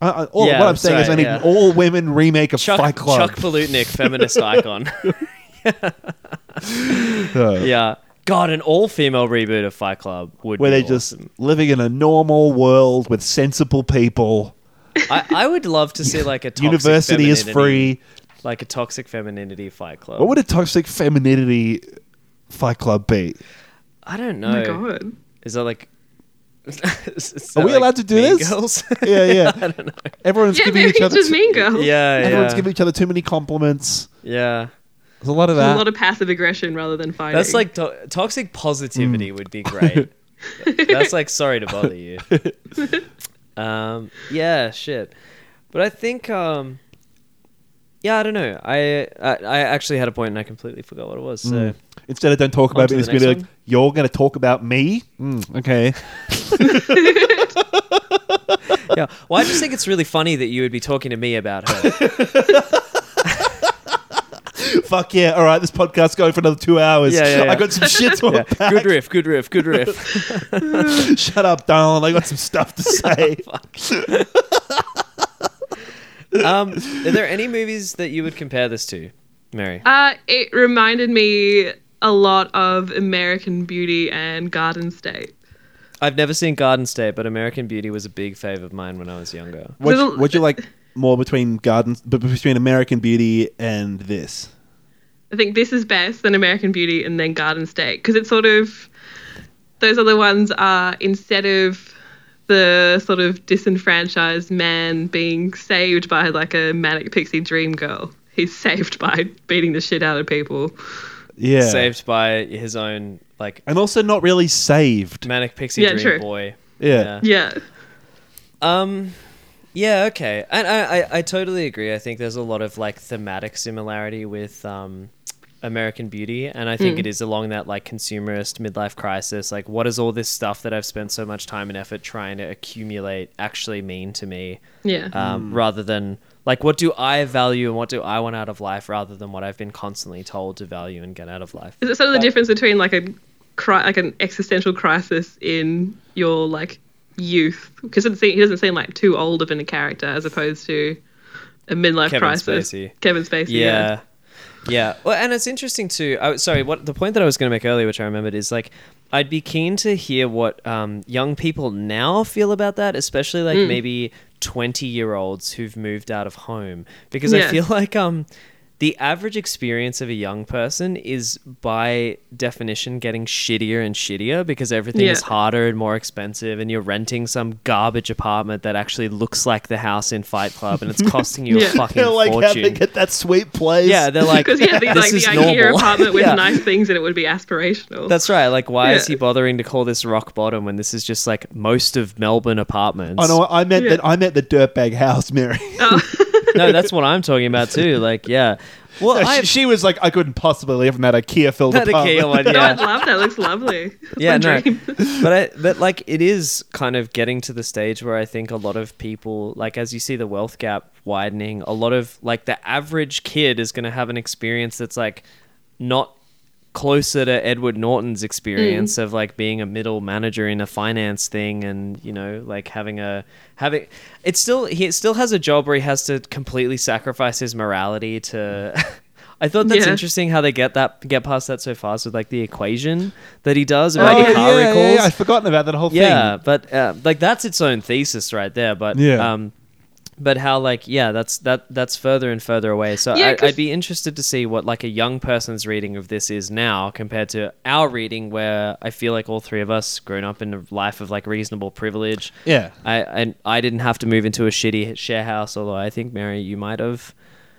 Speaker 2: I, I- all,
Speaker 1: Yeah,
Speaker 2: what I'm
Speaker 1: that's
Speaker 2: saying is, I
Speaker 1: right,
Speaker 2: need
Speaker 1: yeah.
Speaker 2: an all women remake of Fight Club.
Speaker 1: Chuck Palutnik, feminist icon. yeah. God, an all female reboot of Fight Club would
Speaker 2: where
Speaker 1: be
Speaker 2: they're just living in a normal world with sensible people.
Speaker 1: I, I would love to see like a toxic
Speaker 2: University is
Speaker 1: femininity-
Speaker 2: free.
Speaker 1: Like a toxic femininity fight club.
Speaker 2: What would a toxic femininity Fight Club be?
Speaker 1: I don't know.
Speaker 3: Oh my God.
Speaker 1: Is that like? is that
Speaker 2: Are we
Speaker 1: like
Speaker 2: allowed to do
Speaker 1: Mean
Speaker 2: this?
Speaker 1: Girls?
Speaker 2: Yeah, yeah.
Speaker 1: I don't know.
Speaker 2: Everyone's
Speaker 3: Yeah,
Speaker 2: giving
Speaker 3: maybe
Speaker 2: each other
Speaker 3: just
Speaker 2: too-
Speaker 3: Mean Girls.
Speaker 1: Yeah,
Speaker 2: Everyone's
Speaker 1: yeah.
Speaker 2: giving each other too many compliments.
Speaker 1: Yeah.
Speaker 2: There's a lot of
Speaker 3: There's
Speaker 2: that.
Speaker 3: a lot of passive aggression rather than fighting.
Speaker 1: That's like to- toxic positivity would be great. That's like sorry to bother you. Um, yeah, shit. But I think, um, yeah, I don't know. I, I I actually had a point and I completely forgot what it was. So
Speaker 2: Mm. Instead of don't talk
Speaker 1: On
Speaker 2: about
Speaker 1: to
Speaker 2: me, it's
Speaker 1: the
Speaker 2: going to be
Speaker 1: next
Speaker 2: like, you're going to talk about me? Mm, okay.
Speaker 1: yeah. Well, I just think it's really funny that you would be talking to me about her.
Speaker 2: Fuck yeah. All right, this podcast's going for another two hours.
Speaker 1: Yeah, yeah, yeah.
Speaker 2: I got some shit to
Speaker 1: Yeah.
Speaker 2: unpack.
Speaker 1: Good riff, good riff, good riff.
Speaker 2: Shut up, darling. I got some stuff to say.
Speaker 1: um, are there any movies that you would compare this to, Mary?
Speaker 3: Uh, it reminded me a lot of American Beauty and Garden State.
Speaker 1: I've never seen Garden State, but American Beauty was a big fave of mine when I was younger.
Speaker 2: What you, what you like more between gardens, but between American Beauty and this?
Speaker 3: I think this is best than American Beauty and then Garden State because it's sort of those other ones are instead of the sort of disenfranchised man being saved by like a manic pixie dream girl, he's saved by beating the shit out of people.
Speaker 2: Yeah.
Speaker 1: Saved by his own like
Speaker 2: And also not really saved.
Speaker 1: manic pixie
Speaker 3: Yeah,
Speaker 1: dream
Speaker 3: true.
Speaker 1: boy.
Speaker 2: Yeah.
Speaker 3: Yeah.
Speaker 1: Um. Yeah. Okay. And I, I, I totally agree. I think there's a lot of like thematic similarity with um, American Beauty, and I
Speaker 3: Hmm.
Speaker 1: think
Speaker 8: Mm.
Speaker 1: it is along that like consumerist midlife crisis. Like, what does all this stuff that I've spent so much time and effort trying to accumulate actually mean to me?
Speaker 3: Yeah.
Speaker 1: Um,
Speaker 2: Hmm.
Speaker 3: Mm.
Speaker 1: Rather than like, what do I value and what do I want out of life, rather than what I've been constantly told to value and get out of life.
Speaker 3: Is it sort of the difference between like a cri- like an existential crisis in your like youth because it seem, he doesn't seem like too old of a character as opposed to a midlife
Speaker 1: Kevin
Speaker 3: crisis.
Speaker 1: Spacey.
Speaker 3: Kevin Spacey.
Speaker 1: Yeah. Yeah. Well, and it's interesting too. I, sorry, what the point that I was going to make earlier, which I remembered, is like I'd be keen to hear what um, young people now feel about that, especially like
Speaker 8: Mm.
Speaker 1: maybe twenty-year-olds who've moved out of home, because I
Speaker 8: Yeah.
Speaker 1: feel like um, the average experience of a young person is by definition getting shittier and shittier because everything
Speaker 8: Yeah.
Speaker 1: is harder and more expensive, and you're renting some garbage apartment that actually looks like the house in Fight Club, and it's costing you a fucking
Speaker 2: They're like, how
Speaker 1: fortune.
Speaker 2: they get that sweet place?
Speaker 1: Yeah, they're like,
Speaker 3: Because yeah, the,
Speaker 1: this
Speaker 3: like
Speaker 1: is
Speaker 3: the idea
Speaker 1: normal.
Speaker 3: apartment with
Speaker 1: Yeah.
Speaker 3: nice things and it would be aspirational.
Speaker 1: That's right. Like, why
Speaker 3: Yeah.
Speaker 1: is he bothering to call this rock bottom when this is just like most of Melbourne apartments?
Speaker 2: Oh no, I meant
Speaker 1: Yeah.
Speaker 2: that. I meant the dirtbag house, Mary.
Speaker 1: no, that's what I'm talking about too. Like, yeah. Well,
Speaker 2: No,
Speaker 1: I
Speaker 2: she, she was like, I couldn't possibly live in that IKEA filled
Speaker 1: That
Speaker 2: apartment.
Speaker 1: IKEA one,
Speaker 3: No,
Speaker 1: yeah.
Speaker 3: Oh, I'd love that. Looks lovely.
Speaker 1: yeah,
Speaker 3: My
Speaker 1: no,
Speaker 3: dream.
Speaker 1: but I, but like it is kind of getting to the stage where I think a lot of people, like as you see the wealth gap widening, a lot of like the average kid is going to have an experience that's like not closer to Edward Norton's experience
Speaker 3: Mm.
Speaker 1: of like being a middle manager in a finance thing and you know like having a having it still he still has a job where he has to completely sacrifice his morality to I thought that's
Speaker 8: Yeah.
Speaker 1: interesting how they get that get past that so fast with like the equation that he does
Speaker 2: Oh,
Speaker 1: about
Speaker 2: yeah,
Speaker 1: the car
Speaker 2: yeah,
Speaker 1: recalls.
Speaker 2: yeah, I'd forgotten about that whole thing.
Speaker 1: Yeah, but uh, like that's its own thesis right there. But
Speaker 2: Yeah.
Speaker 1: um, but how like yeah, that's that that's further and further away. So
Speaker 8: Yeah,
Speaker 1: I,
Speaker 8: 'cause-
Speaker 1: I'd be interested to see what like a young person's reading of this is now compared to our reading, where I feel like all three of us grown up in a life of like reasonable privilege.
Speaker 2: Yeah.
Speaker 1: I and I didn't have to move into a shitty share house, although I think Mary, you might have.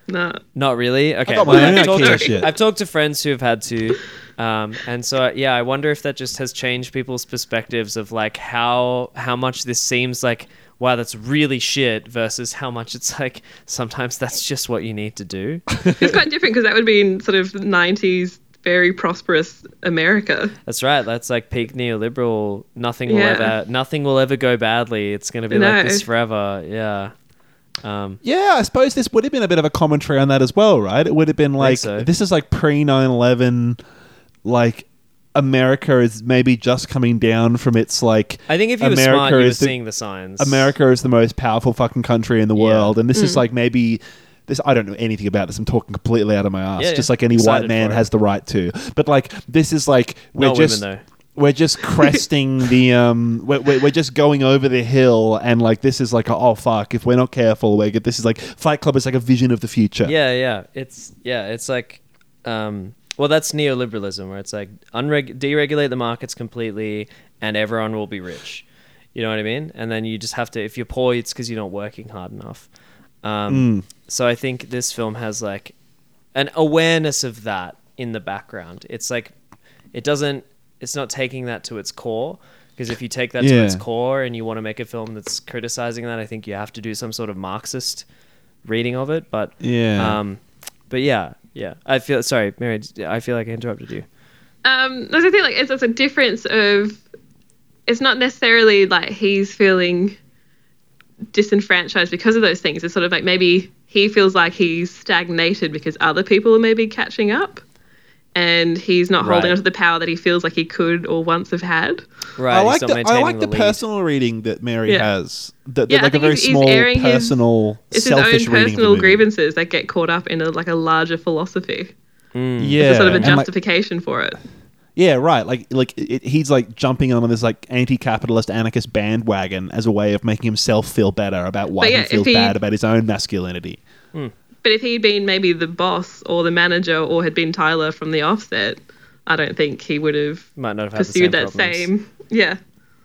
Speaker 3: No.
Speaker 1: Not really. Okay.
Speaker 2: got
Speaker 1: well,
Speaker 2: my own
Speaker 1: I've, talked to,
Speaker 2: IKEA shit.
Speaker 1: I've talked to friends who've had to, um, and so yeah, I wonder if that just has changed people's perspectives of like how how much this seems like wow that's really shit versus how much it's like sometimes that's just what you need to do.
Speaker 3: It's quite different because that would be in sort of the 90s, very prosperous America.
Speaker 1: That's right. That's like peak neoliberal. Nothing will
Speaker 3: Yeah.
Speaker 1: ever nothing will ever go badly. It's gonna be
Speaker 3: No.
Speaker 1: like this forever. Yeah. Um,
Speaker 2: Yeah, I suppose this would have been a bit of a commentary on that as well, right? It would have been like
Speaker 1: so.
Speaker 2: this is like pre 9/11 like America is maybe just coming down from its like
Speaker 1: I think if you were
Speaker 2: America
Speaker 1: smart, you were
Speaker 2: is the-
Speaker 1: seeing the signs.
Speaker 2: America is the most powerful fucking country in the world and this
Speaker 1: Mm.
Speaker 2: is like maybe this I don't know anything about this. I'm talking completely out of my ass.
Speaker 1: Yeah,
Speaker 2: just
Speaker 1: yeah.
Speaker 2: like any
Speaker 1: Excited
Speaker 2: white man
Speaker 1: for it.
Speaker 2: has the right to. But like this is like we're
Speaker 1: Not women,
Speaker 2: just
Speaker 1: though.
Speaker 2: we're just cresting the um we're, we're, we're just going over the hill and like this is like a, oh fuck if we're not careful we're good. this is like fight club is like a vision of the future
Speaker 1: Yeah, yeah. It's yeah, it's like um well that's neoliberalism where it's like unreg- deregulate the markets completely and everyone will be rich. You know what I mean? And then you just have to if you're poor it's cuz you're not working hard enough. Um
Speaker 8: Mm.
Speaker 1: so I think this film has like an awareness of that in the background. It's like it doesn't it's not taking that to its core because if you take that to its
Speaker 8: Yeah.
Speaker 1: core and you want to make a film that's criticizing that, I think you have to do some sort of Marxist reading of it, but
Speaker 2: Yeah.
Speaker 1: um, but yeah, yeah. I feel sorry, Mary. I feel like I interrupted you.
Speaker 3: Um, that's the thing. Like, it's, it's a difference of. It's not necessarily like he's feeling disenfranchised because of those things. It's sort of like maybe he feels like he's stagnated because other people are maybe catching up, and he's not holding
Speaker 2: Right.
Speaker 3: on to the power that he feels like he could or once have had.
Speaker 1: Right.
Speaker 2: I like the, I like the, personal reading that Mary
Speaker 3: Yeah.
Speaker 2: has that,
Speaker 3: Yeah,
Speaker 2: that
Speaker 3: I
Speaker 2: like a
Speaker 3: think
Speaker 2: very
Speaker 3: he's- he's
Speaker 2: small
Speaker 3: airing his-
Speaker 2: personal
Speaker 3: It's his
Speaker 2: selfish
Speaker 3: own
Speaker 2: reading of the
Speaker 3: personal
Speaker 2: movie.
Speaker 3: grievances that get caught up in a, like a larger philosophy. it's a sort of a
Speaker 2: And, like,
Speaker 3: justification for it.
Speaker 2: Yeah, right. Like, like it, he's like jumping on this like anti-capitalist anarchist bandwagon as a way of making himself feel better about why
Speaker 3: But yeah,
Speaker 2: he
Speaker 3: if
Speaker 2: feels
Speaker 3: he-
Speaker 2: bad about his own masculinity.
Speaker 3: But if he'd been maybe the boss or the manager or had been Tyler from the offset, I don't think he would have
Speaker 1: Might not have had the same
Speaker 3: pursued that
Speaker 1: problems.
Speaker 3: same. Yeah.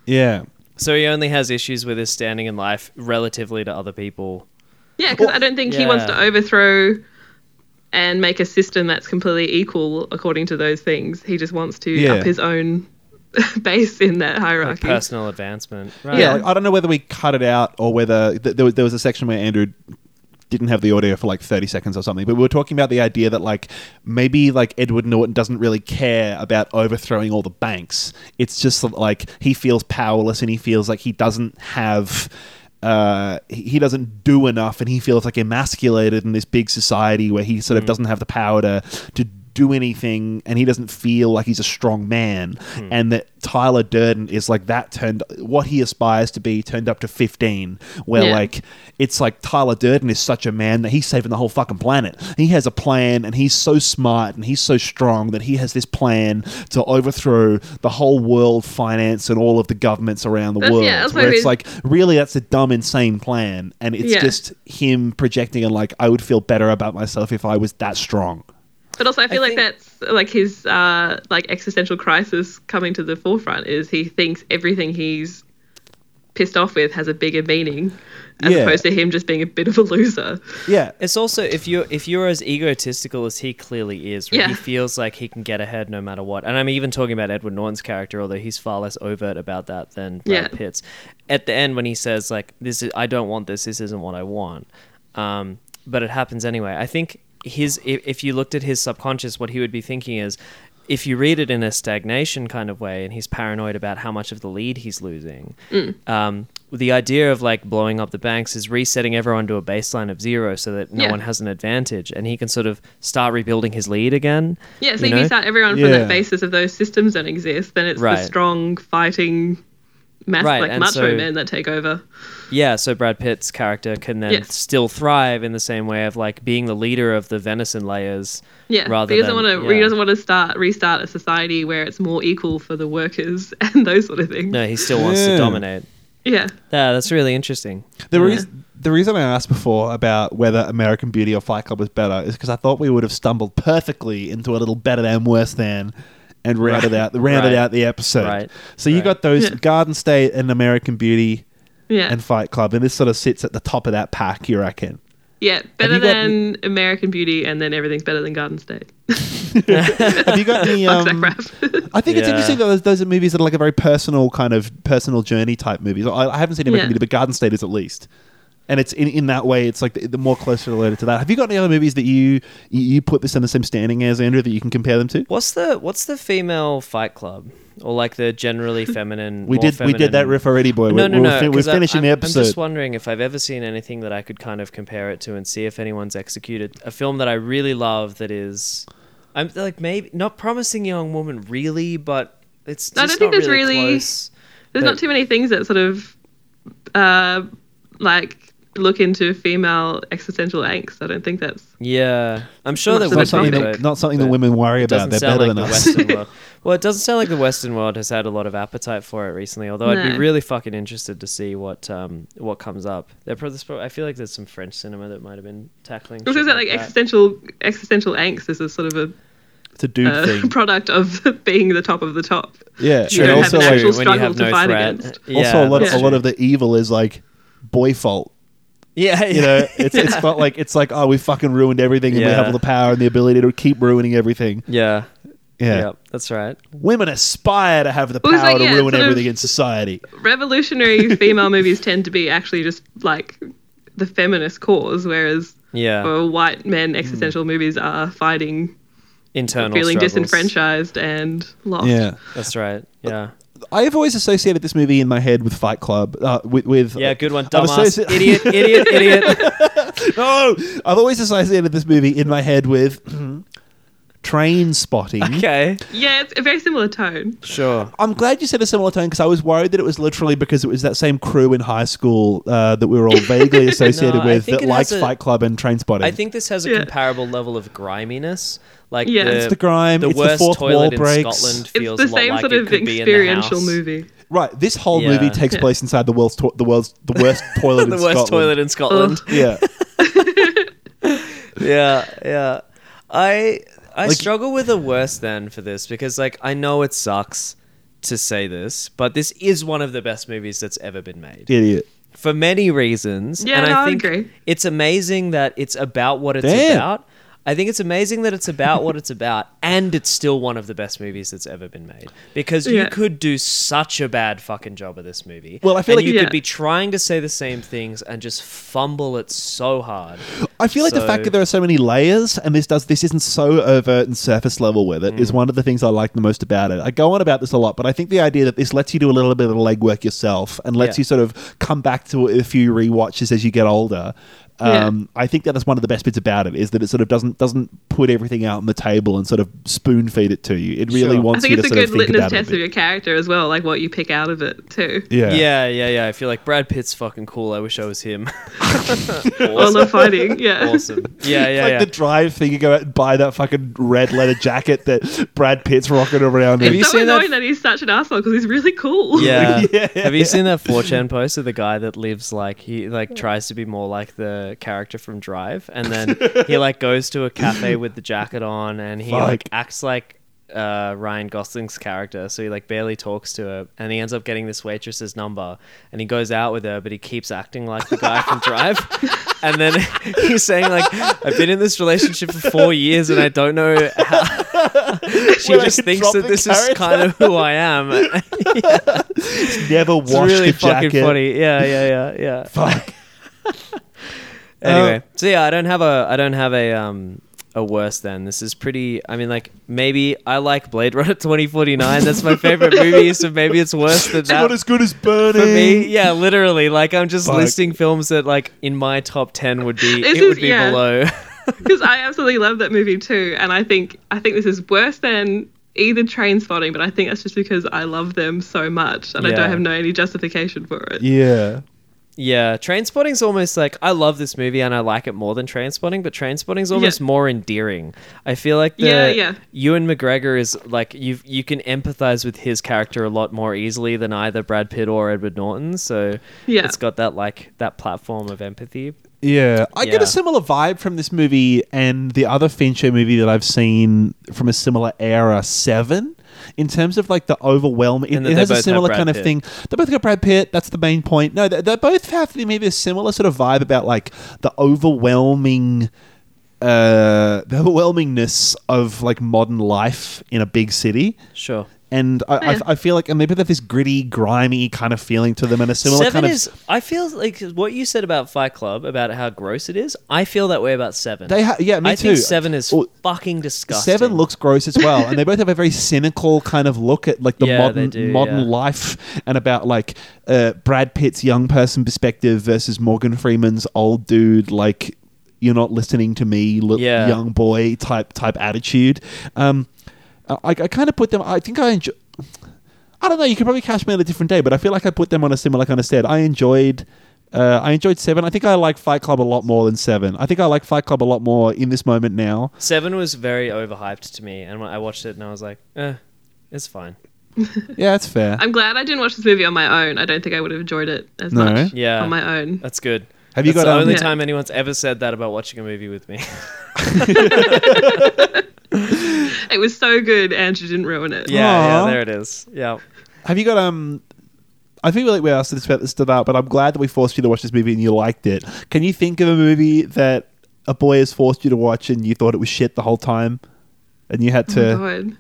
Speaker 2: Yeah.
Speaker 1: So he only has issues with his standing in life relatively to other people.
Speaker 3: Yeah, because I don't think he wants to
Speaker 1: yeah.
Speaker 3: overthrow and make a system that's completely equal according to those things. He just wants to
Speaker 2: Yeah.
Speaker 3: up his own base in that hierarchy.
Speaker 1: Personal advancement. Right.
Speaker 2: Yeah, like, I don't know whether we cut it out or whether th- there was there was a section where Andrew didn't have the audio for like 30 seconds or something but we were talking about the idea that like maybe like Edward Norton doesn't really care about overthrowing all the banks it's just that, like he feels powerless and he feels like he doesn't have uh he he doesn't do enough and he feels like emasculated in this big society where he sort of doesn't have the power to to do anything and he doesn't feel like he's a strong man. And that Tyler Durden is like that turned what he aspires to be turned up to 15, where
Speaker 1: Yeah.
Speaker 2: like it's like Tyler Durden is such a man that he's saving the whole fucking planet. He has a plan and he's so smart and he's so strong that he has this plan to overthrow the whole world finance and all of the governments around the
Speaker 3: That's-
Speaker 2: world.
Speaker 3: yeah, that's what
Speaker 2: where
Speaker 3: I
Speaker 2: it's
Speaker 3: mean.
Speaker 2: like, really, that's a dumb, insane plan. And it's
Speaker 3: Yeah.
Speaker 2: just him projecting and like, I would feel better about myself if I was that strong.
Speaker 3: But also, I feel like that's like his uh, like existential crisis coming to the forefront is he thinks everything he's pissed off with has a bigger meaning, as
Speaker 2: Yeah.
Speaker 3: opposed to him just being a bit of a loser.
Speaker 2: Yeah.
Speaker 1: It's also if you're if you're as egotistical as he clearly is, where
Speaker 3: Yeah.
Speaker 1: he feels like he can get ahead no matter what. And I'm even talking about Edward Norton's character, although he's far less overt about that than Brad
Speaker 3: Yeah.
Speaker 1: Pitt's. At the end when he says like this is I don't want this, this isn't what I want. Um, but it happens anyway. I think his if, if you looked at his subconscious, what he would be thinking is if you read it in a stagnation kind of way and he's paranoid about how much of the lead he's losing,
Speaker 3: Mm.
Speaker 1: um, the idea of like blowing up the banks is resetting everyone to a baseline of zero so that no
Speaker 3: Yeah.
Speaker 1: one has an advantage and he can sort of start rebuilding his lead again.
Speaker 3: Yeah, so
Speaker 1: you
Speaker 3: if
Speaker 1: know?
Speaker 3: you start everyone from that basis of those systems don't exist, then it's
Speaker 1: Right.
Speaker 3: the strong fighting mass
Speaker 1: Right,
Speaker 3: like
Speaker 1: and
Speaker 3: macho
Speaker 1: so-
Speaker 3: men that take over.
Speaker 1: Yeah, so Brad Pitt's character can then
Speaker 3: Yeah.
Speaker 1: still thrive in the same way of like being the leader of the venison layers.
Speaker 3: Yeah,
Speaker 1: rather
Speaker 3: he doesn't
Speaker 1: than-
Speaker 3: want to. He
Speaker 1: yeah.
Speaker 3: doesn't want to start restart a society where it's more equal for the workers and those sort of things.
Speaker 1: No, he still wants
Speaker 2: Yeah.
Speaker 1: to dominate.
Speaker 3: Yeah.
Speaker 1: Yeah, that's really interesting.
Speaker 2: The, reas- the reason I asked before about whether American Beauty or Fight Club was better is because I thought we would have stumbled perfectly into a little better than worse than and rounded
Speaker 1: Right.
Speaker 2: out rounded
Speaker 1: Right.
Speaker 2: out the episode.
Speaker 1: Right.
Speaker 2: So you got those
Speaker 1: Yeah.
Speaker 2: Garden State and American Beauty
Speaker 3: Yeah.
Speaker 2: and Fight Club, and this sort of sits at the top of that pack, you reckon?
Speaker 3: Yeah, better
Speaker 2: you got-
Speaker 3: than American Beauty, and then everything's better than Garden State.
Speaker 2: Have you got any? Um, I think it's
Speaker 3: Yeah.
Speaker 2: interesting that those, those are movies that are like a very personal kind of personal journey type movies. I, I haven't seen American
Speaker 3: Yeah.
Speaker 2: Beauty, but Garden State is at least. And it's in, in that way, it's like the, the more closely related to that. Have you got any other movies that you you, you put this in the same standing as Andrew that you can compare them to?
Speaker 1: What's the what's the female fight club or like the generally feminine?
Speaker 2: We
Speaker 1: more
Speaker 2: did- we did that
Speaker 1: feminine-
Speaker 2: riff already, boy.
Speaker 1: No,
Speaker 2: We're-
Speaker 1: no,
Speaker 2: we're
Speaker 1: no.
Speaker 2: fin- we're
Speaker 1: 'cause I-
Speaker 2: finishing the
Speaker 1: I'm- I'm
Speaker 2: episode.
Speaker 1: just wondering if I've ever seen anything that I could kind of compare it to and see if anyone's executed a film that I really love. That is, I'm like maybe not promising young woman really, but it's. Just
Speaker 3: I don't think
Speaker 1: not
Speaker 3: there's really,
Speaker 1: close.
Speaker 3: there's
Speaker 1: But-
Speaker 3: not too many things that sort of uh, like look into female existential angst. I don't think that's
Speaker 1: Yeah, I'm sure
Speaker 3: Not
Speaker 1: there would
Speaker 3: so
Speaker 2: Not
Speaker 3: much
Speaker 1: be,
Speaker 2: something, that,
Speaker 1: but-
Speaker 2: not something that women worry
Speaker 1: It doesn't
Speaker 2: about. They're
Speaker 1: sound like
Speaker 2: better than
Speaker 1: the
Speaker 2: us.
Speaker 1: Western world. Well, it doesn't sound like the Western world has had a lot of appetite for it recently. Although I'd be
Speaker 3: No.
Speaker 1: really fucking interested to see what um, what comes up. There prob- there's prob- I feel like there's some French cinema that might have been tackling.
Speaker 3: because
Speaker 1: shit
Speaker 3: that like
Speaker 1: that.
Speaker 3: existential existential angst is a sort of
Speaker 2: It's a
Speaker 3: a
Speaker 2: dude
Speaker 3: uh,
Speaker 2: thing.
Speaker 3: product of being the top of the top.
Speaker 2: Yeah,
Speaker 3: you don't have an actual struggle to fight against.
Speaker 2: Also, a lot,
Speaker 3: that's
Speaker 2: a lot
Speaker 3: true.
Speaker 2: of the evil is like boy fault.
Speaker 1: Yeah,
Speaker 2: you know, it's it's not like it's like oh we fucking ruined everything and we have
Speaker 1: Yeah.
Speaker 2: all the power and the ability to keep ruining everything.
Speaker 1: Yeah.
Speaker 2: Yeah.
Speaker 1: Yep, that's right.
Speaker 2: Women aspire to have the
Speaker 3: Well,
Speaker 2: power
Speaker 3: it's like,
Speaker 2: to
Speaker 3: yeah,
Speaker 2: ruin
Speaker 3: sort of-
Speaker 2: everything in society.
Speaker 3: Revolutionary female movies tend to be actually just like the feminist cause, whereas
Speaker 1: Yeah.
Speaker 3: for white men existential
Speaker 2: Hmm.
Speaker 3: movies are fighting
Speaker 1: Internal
Speaker 3: feeling
Speaker 1: struggles.
Speaker 3: disenfranchised and lost.
Speaker 2: Yeah.
Speaker 1: That's right.
Speaker 2: Uh,
Speaker 1: Yeah.
Speaker 2: I have always associated this movie in my head with Fight Club. Uh, with, with
Speaker 1: Yeah, good one.
Speaker 2: I've
Speaker 1: Dumbass.
Speaker 2: associ-
Speaker 1: idiot, idiot, idiot.
Speaker 2: no, I've always associated this movie in my head with train spotting.
Speaker 1: Okay.
Speaker 3: Yeah, it's a very similar tone.
Speaker 1: Sure.
Speaker 2: I'm glad you said a similar tone because I was worried that it was literally because it was that same crew in high school uh, that we were all vaguely associated
Speaker 1: No, I
Speaker 2: with
Speaker 1: think
Speaker 2: that
Speaker 1: it has
Speaker 2: liked
Speaker 1: a-
Speaker 2: Fight Club and Train Spotting.
Speaker 1: I think this has a comparable level of griminess. Like
Speaker 2: Yeah.
Speaker 1: the,
Speaker 2: It's the grime,
Speaker 1: The
Speaker 2: it's the
Speaker 1: worst
Speaker 2: fourth wall
Speaker 1: toilet
Speaker 2: breaks.
Speaker 1: in Scotland
Speaker 2: It's
Speaker 1: feels
Speaker 3: the
Speaker 1: a lot
Speaker 3: same
Speaker 1: like
Speaker 3: sort
Speaker 1: it
Speaker 3: of
Speaker 1: could be in the
Speaker 3: experiential
Speaker 1: house.
Speaker 3: movie.
Speaker 2: Right, this whole
Speaker 1: Yeah.
Speaker 2: movie takes
Speaker 1: Yeah.
Speaker 2: place inside the world's to- the world's the worst toilet in
Speaker 1: the
Speaker 2: Scotland.
Speaker 1: worst toilet in Scotland.
Speaker 2: Yeah,
Speaker 1: yeah, yeah. I I struggle with the worst then for this because like I know it sucks to say this, but this is one of the best movies that's ever been made.
Speaker 2: idiot.
Speaker 1: For many reasons.
Speaker 3: Yeah,
Speaker 1: and
Speaker 3: no,
Speaker 1: I
Speaker 3: I
Speaker 1: think
Speaker 3: agree.
Speaker 1: it's amazing that it's about what it's
Speaker 2: Damn.
Speaker 1: about. I think it's amazing that it's about what it's about and it's still one of the best movies that's ever been made. Because you
Speaker 2: Yeah.
Speaker 1: could do such a bad fucking job of this movie.
Speaker 2: Well, I feel
Speaker 1: and you
Speaker 2: like- Yeah.
Speaker 1: could be trying to say the same things and just fumble it so hard.
Speaker 2: I feel like the
Speaker 1: So-
Speaker 2: fact that there are so many layers and this does this isn't so overt and surface level with it is
Speaker 1: Mm.
Speaker 2: one of the things I like the most about it. I go on about this a lot, but I think the idea that this lets you do a little bit of legwork yourself and lets
Speaker 1: Yeah.
Speaker 2: you sort of come back to it a few rewatches as you get older Um, I think that is one of the best bits about it is that it sort of doesn't doesn't put everything out on the table and sort of spoon feed it to you. It really
Speaker 3: I
Speaker 2: wants
Speaker 3: think
Speaker 2: you to
Speaker 3: it's a
Speaker 2: sort of
Speaker 3: good
Speaker 2: think
Speaker 3: litmus
Speaker 2: about it. a
Speaker 3: test
Speaker 2: bit.
Speaker 3: of your character as well, like what you pick out of it too.
Speaker 2: Yeah.
Speaker 1: yeah, yeah, yeah. I feel like Brad Pitt's fucking cool. I wish I was him.
Speaker 3: All the fighting, yeah.
Speaker 1: Awesome. Yeah,
Speaker 2: It's
Speaker 1: yeah,
Speaker 2: like
Speaker 1: yeah.
Speaker 2: the drive thing. You go out and buy that fucking red leather jacket that Brad Pitt's rocking around. in.
Speaker 3: It's so annoying that he's such an asshole because he's really cool.
Speaker 1: Yeah.
Speaker 2: Yeah.
Speaker 1: Have you seen that 4chan post of the guy that lives like he like tries to be more like the character from Drive and then he like goes to a cafe with the jacket on and he like
Speaker 2: Fuck.
Speaker 1: acts like uh, Ryan Gosling's character, so he like barely talks to her, and he ends up getting this waitress's number, and he goes out with her, but he keeps acting like the guy from Drive, and then he's saying like, "I've been in this relationship for four years, and I don't know how." she
Speaker 2: Where I
Speaker 1: just
Speaker 2: can
Speaker 1: thinks
Speaker 2: drop
Speaker 1: that
Speaker 2: the
Speaker 1: this
Speaker 2: character.
Speaker 1: is kind of who I am.
Speaker 2: Never
Speaker 1: It's
Speaker 2: washed
Speaker 1: really
Speaker 2: a jacket. Uh,
Speaker 1: fucking funny. Yeah, yeah, yeah, yeah.
Speaker 2: Fuck.
Speaker 1: anyway, so yeah, I don't have a, I don't have a, um, a worse than. This is pretty. I mean, like maybe I like Blade Runner twenty forty nine. That's my favorite movie. So maybe it's worse than
Speaker 2: It's
Speaker 1: that
Speaker 2: not as good as burning.
Speaker 1: for me. Yeah, literally. Like I'm just
Speaker 2: Fuck.
Speaker 1: listing films that like in my top ten would be.
Speaker 3: This
Speaker 1: it would
Speaker 3: is-
Speaker 1: be
Speaker 3: yeah.
Speaker 1: below.
Speaker 3: because I absolutely love that movie too, and I think I think this is worse than either Train Spotting, but I think that's just because I love them so much, and I
Speaker 1: Yeah.
Speaker 3: don't have no any justification for it.
Speaker 2: Yeah.
Speaker 1: Yeah, Trainspotting's almost like I love this movie and I like it more than Trainspotting, but Trainspotting's almost more endearing. I feel like the
Speaker 3: Yeah, yeah.
Speaker 1: Ewan McGregor is like you you can empathize with his character a lot more easily than either Brad Pitt or Edward Norton, so
Speaker 3: Yeah.
Speaker 1: it's got that like that platform of empathy.
Speaker 2: Yeah, I get
Speaker 1: Yeah.
Speaker 2: a similar vibe from this movie and the other Fincher movie that I've seen from a similar era, Seven. In terms of like the overwhelm, it,
Speaker 1: And that
Speaker 2: it
Speaker 1: they
Speaker 2: has
Speaker 1: both
Speaker 2: a
Speaker 1: have
Speaker 2: similar
Speaker 1: Brad
Speaker 2: kind of
Speaker 1: Pitt.
Speaker 2: thing. They both got Brad Pitt. That's the main point. No, they, they both have maybe a similar sort of vibe about like the overwhelming, uh, the overwhelmingness of like modern life in a big city.
Speaker 1: Sure.
Speaker 2: And I,
Speaker 1: Yeah.
Speaker 2: I, I feel like, and maybe they have this gritty, grimy kind of feeling to them, and a similar
Speaker 1: seven
Speaker 2: kind of
Speaker 1: is I feel like what you said about Fight Club about how gross it is, I feel that way about seven.
Speaker 2: They ha- yeah, me
Speaker 1: I think
Speaker 2: too.
Speaker 1: seven is
Speaker 2: Well,
Speaker 1: fucking disgusting.
Speaker 2: Seven looks gross as well, and they both have a very cynical kind of look at like the
Speaker 1: Yeah, they
Speaker 2: modern
Speaker 1: do,
Speaker 2: modern
Speaker 1: yeah.
Speaker 2: life and about like uh, Brad Pitt's young person perspective versus Morgan Freeman's old dude like you're not listening to me, look,
Speaker 1: Yeah.
Speaker 2: young boy type type attitude. Um, I, I kind of put them. I think I enjoy. I don't know. You could probably catch me on a different day, but I feel like I put them on a similar kind of stead. I enjoyed. Uh, I enjoyed Seven. I think I like Fight Club a lot more than Seven. I think I like Fight Club a lot more in this moment now.
Speaker 1: Seven was very overhyped to me, and when I watched it and I was like, eh, it's fine.
Speaker 2: Yeah, that's fair.
Speaker 3: I'm glad I didn't watch this movie on my own. I don't think I would have enjoyed it as
Speaker 2: No.
Speaker 3: much
Speaker 1: Yeah.
Speaker 3: on my own.
Speaker 1: That's good.
Speaker 2: Have you
Speaker 1: That's
Speaker 2: got,
Speaker 1: the
Speaker 2: um,
Speaker 1: only
Speaker 2: Yeah.
Speaker 1: time anyone's ever said that about watching a movie with me?
Speaker 3: It was so good, Andrew didn't ruin it.
Speaker 1: yeah, yeah,
Speaker 2: Aw.
Speaker 1: there it is. Yeah.
Speaker 2: Have you got um? I think like we asked this about this about, but I'm glad that we forced you to watch this movie and you liked it. Can you think of a movie that a boy has forced you to watch and you thought it was shit the whole time, and you had
Speaker 3: Oh,
Speaker 2: to
Speaker 3: God.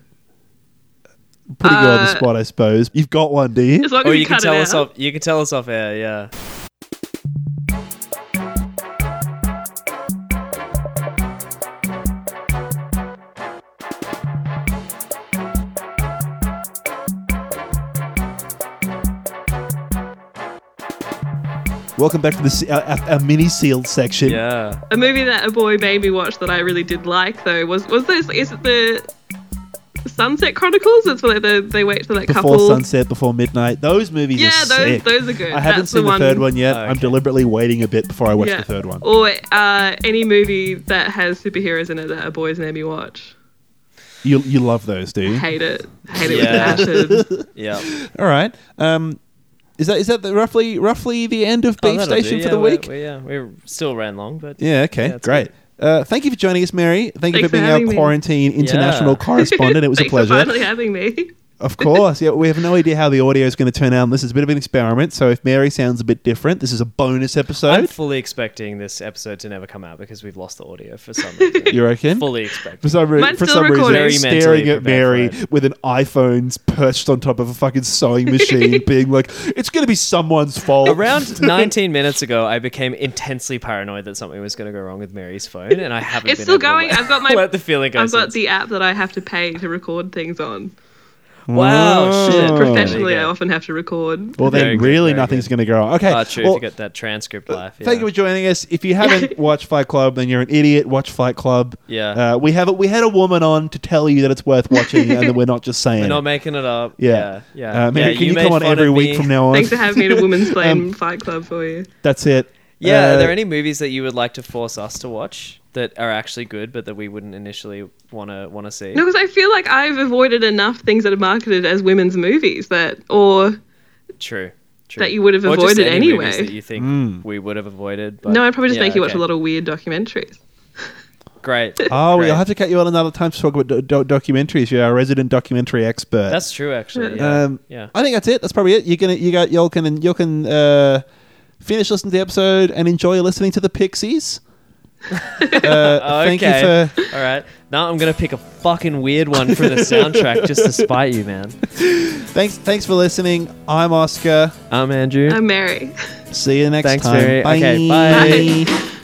Speaker 2: pretty good on the
Speaker 3: Uh,
Speaker 2: spot, I suppose. You've got one, do you?
Speaker 3: As long as
Speaker 1: Or
Speaker 3: you,
Speaker 1: you can
Speaker 3: cut
Speaker 1: tell
Speaker 3: it
Speaker 1: us
Speaker 3: out.
Speaker 1: off. You can tell us off air. Yeah.
Speaker 2: Welcome back to this our, our, our mini sealed section.
Speaker 1: Yeah.
Speaker 3: A movie that a boy made me watch that I really did like though was was this is it the Sunset Chronicles? It's where they, they wait for that
Speaker 2: Before
Speaker 3: couple.
Speaker 2: sunset, before midnight. Those movies
Speaker 3: Yeah,
Speaker 2: are
Speaker 3: those-
Speaker 2: sick.
Speaker 3: those are good.
Speaker 2: I haven't
Speaker 3: That's the
Speaker 2: seen the,
Speaker 3: one-
Speaker 2: third one yet. I'm deliberately waiting a bit before I watch
Speaker 3: Yeah.
Speaker 2: the third one.
Speaker 3: Or uh, any movie that has superheroes in it that a boy's made me watch.
Speaker 2: You you love those, do you?
Speaker 3: Hate it. Hate it
Speaker 1: Yeah.
Speaker 3: with passion.
Speaker 1: Yeah.
Speaker 2: All right. Um, is that is that the, roughly roughly the end of
Speaker 1: Oh,
Speaker 2: Beef
Speaker 1: that'll
Speaker 2: Station
Speaker 1: do.
Speaker 2: for
Speaker 1: Yeah,
Speaker 2: the
Speaker 1: we-
Speaker 2: week?
Speaker 1: We, yeah, we still ran long, but
Speaker 2: Yeah, okay,
Speaker 1: it's
Speaker 2: great. Uh, thank you for joining us, Mary. Thank you
Speaker 3: Thanks
Speaker 2: for being
Speaker 3: for
Speaker 2: our
Speaker 3: having me.
Speaker 2: quarantine international
Speaker 1: Yeah.
Speaker 2: correspondent. It was a
Speaker 3: Thanks for finally
Speaker 2: pleasure.
Speaker 3: having me.
Speaker 2: Of course. Yeah, we have no idea how the audio is going to turn out. This is a bit of an experiment. So if Mary sounds a bit different, this is a bonus
Speaker 1: I'm
Speaker 2: episode.
Speaker 1: fully expecting this episode to never come out because we've lost the audio for some reason.
Speaker 2: you reckon?
Speaker 1: fully expecting.
Speaker 2: For some, re-
Speaker 3: Mine's
Speaker 2: for
Speaker 3: still
Speaker 2: some reason,
Speaker 3: recording.
Speaker 2: I'm
Speaker 1: Very mentally
Speaker 2: staring at
Speaker 1: prepared
Speaker 2: Mary
Speaker 1: for
Speaker 2: with an iPhone perched on top of a fucking sewing machine, being like, "It's going to be someone's fault."
Speaker 1: Around 19 minutes ago, I became intensely paranoid that something was going to go wrong with Mary's phone, and I haven't.
Speaker 3: It's
Speaker 1: been
Speaker 3: still
Speaker 1: able to
Speaker 3: going.
Speaker 1: let-
Speaker 3: I've got my
Speaker 1: let the feeling go.
Speaker 3: I've got
Speaker 1: since.
Speaker 3: the app that I have to pay to record things on. Wow, shit.
Speaker 2: Oh.
Speaker 3: Professionally, I often have to record.
Speaker 2: Well, then
Speaker 1: Very good,
Speaker 2: really
Speaker 1: very
Speaker 2: nothing's going to go wrong. Okay.
Speaker 1: Ah, true.
Speaker 2: well, uh,
Speaker 1: forget that transcript life. Yeah.
Speaker 2: Thank you for joining us. If you haven't watched Fight Club, then you're an idiot. Watch Fight Club.
Speaker 1: Yeah.
Speaker 2: Uh, we have a, we had a woman on to tell you that it's worth watching, and that we're not just saying.
Speaker 1: We're
Speaker 2: it.
Speaker 1: not making it up.
Speaker 2: yeah.
Speaker 1: Yeah. Yeah.
Speaker 2: Uh, Mary,
Speaker 1: Yeah,
Speaker 2: can you,
Speaker 1: made
Speaker 2: come on
Speaker 1: fun
Speaker 2: every
Speaker 1: of
Speaker 2: week
Speaker 1: me.
Speaker 2: from now on?
Speaker 3: Thanks for having me to
Speaker 2: Um,
Speaker 3: Women's Play and Fight Club for you.
Speaker 2: That's it.
Speaker 1: Yeah.
Speaker 2: Uh,
Speaker 1: are there any movies that you would like to force us to watch that are actually good, but that we wouldn't initially want to want to see?
Speaker 3: No, because I feel like I've avoided enough things that are marketed as women's movies that, or
Speaker 1: True. True.
Speaker 3: that you would have
Speaker 1: Or just
Speaker 3: avoided
Speaker 1: any movies
Speaker 3: anyway.
Speaker 1: That you think
Speaker 2: Hmm.
Speaker 1: we would have avoided? But
Speaker 3: no, I'd probably just
Speaker 1: yeah,
Speaker 3: make you watch
Speaker 1: okay.
Speaker 3: a lot of weird documentaries.
Speaker 1: Great.
Speaker 2: Oh,
Speaker 1: Great.
Speaker 2: we'll have to cut you on another time to talk about do- do- documentaries. You're our resident documentary expert.
Speaker 1: That's true, actually. Yeah.
Speaker 2: Um,
Speaker 1: yeah.
Speaker 2: I think that's it. That's probably it. You can you got y'all can you can uh, finish listening to the episode and enjoy listening to the Pixies. uh, Thank you for.
Speaker 1: All right. Now I'm gonna pick a fucking weird one from the soundtrack just to spite you, man.
Speaker 2: Thanks, thanks for listening. I'm Oscar.
Speaker 1: I'm Um, Andrew.
Speaker 3: I'm Mary.
Speaker 2: See you next
Speaker 1: Thanks,
Speaker 2: time.
Speaker 1: Mary. Okay, bye.
Speaker 2: bye.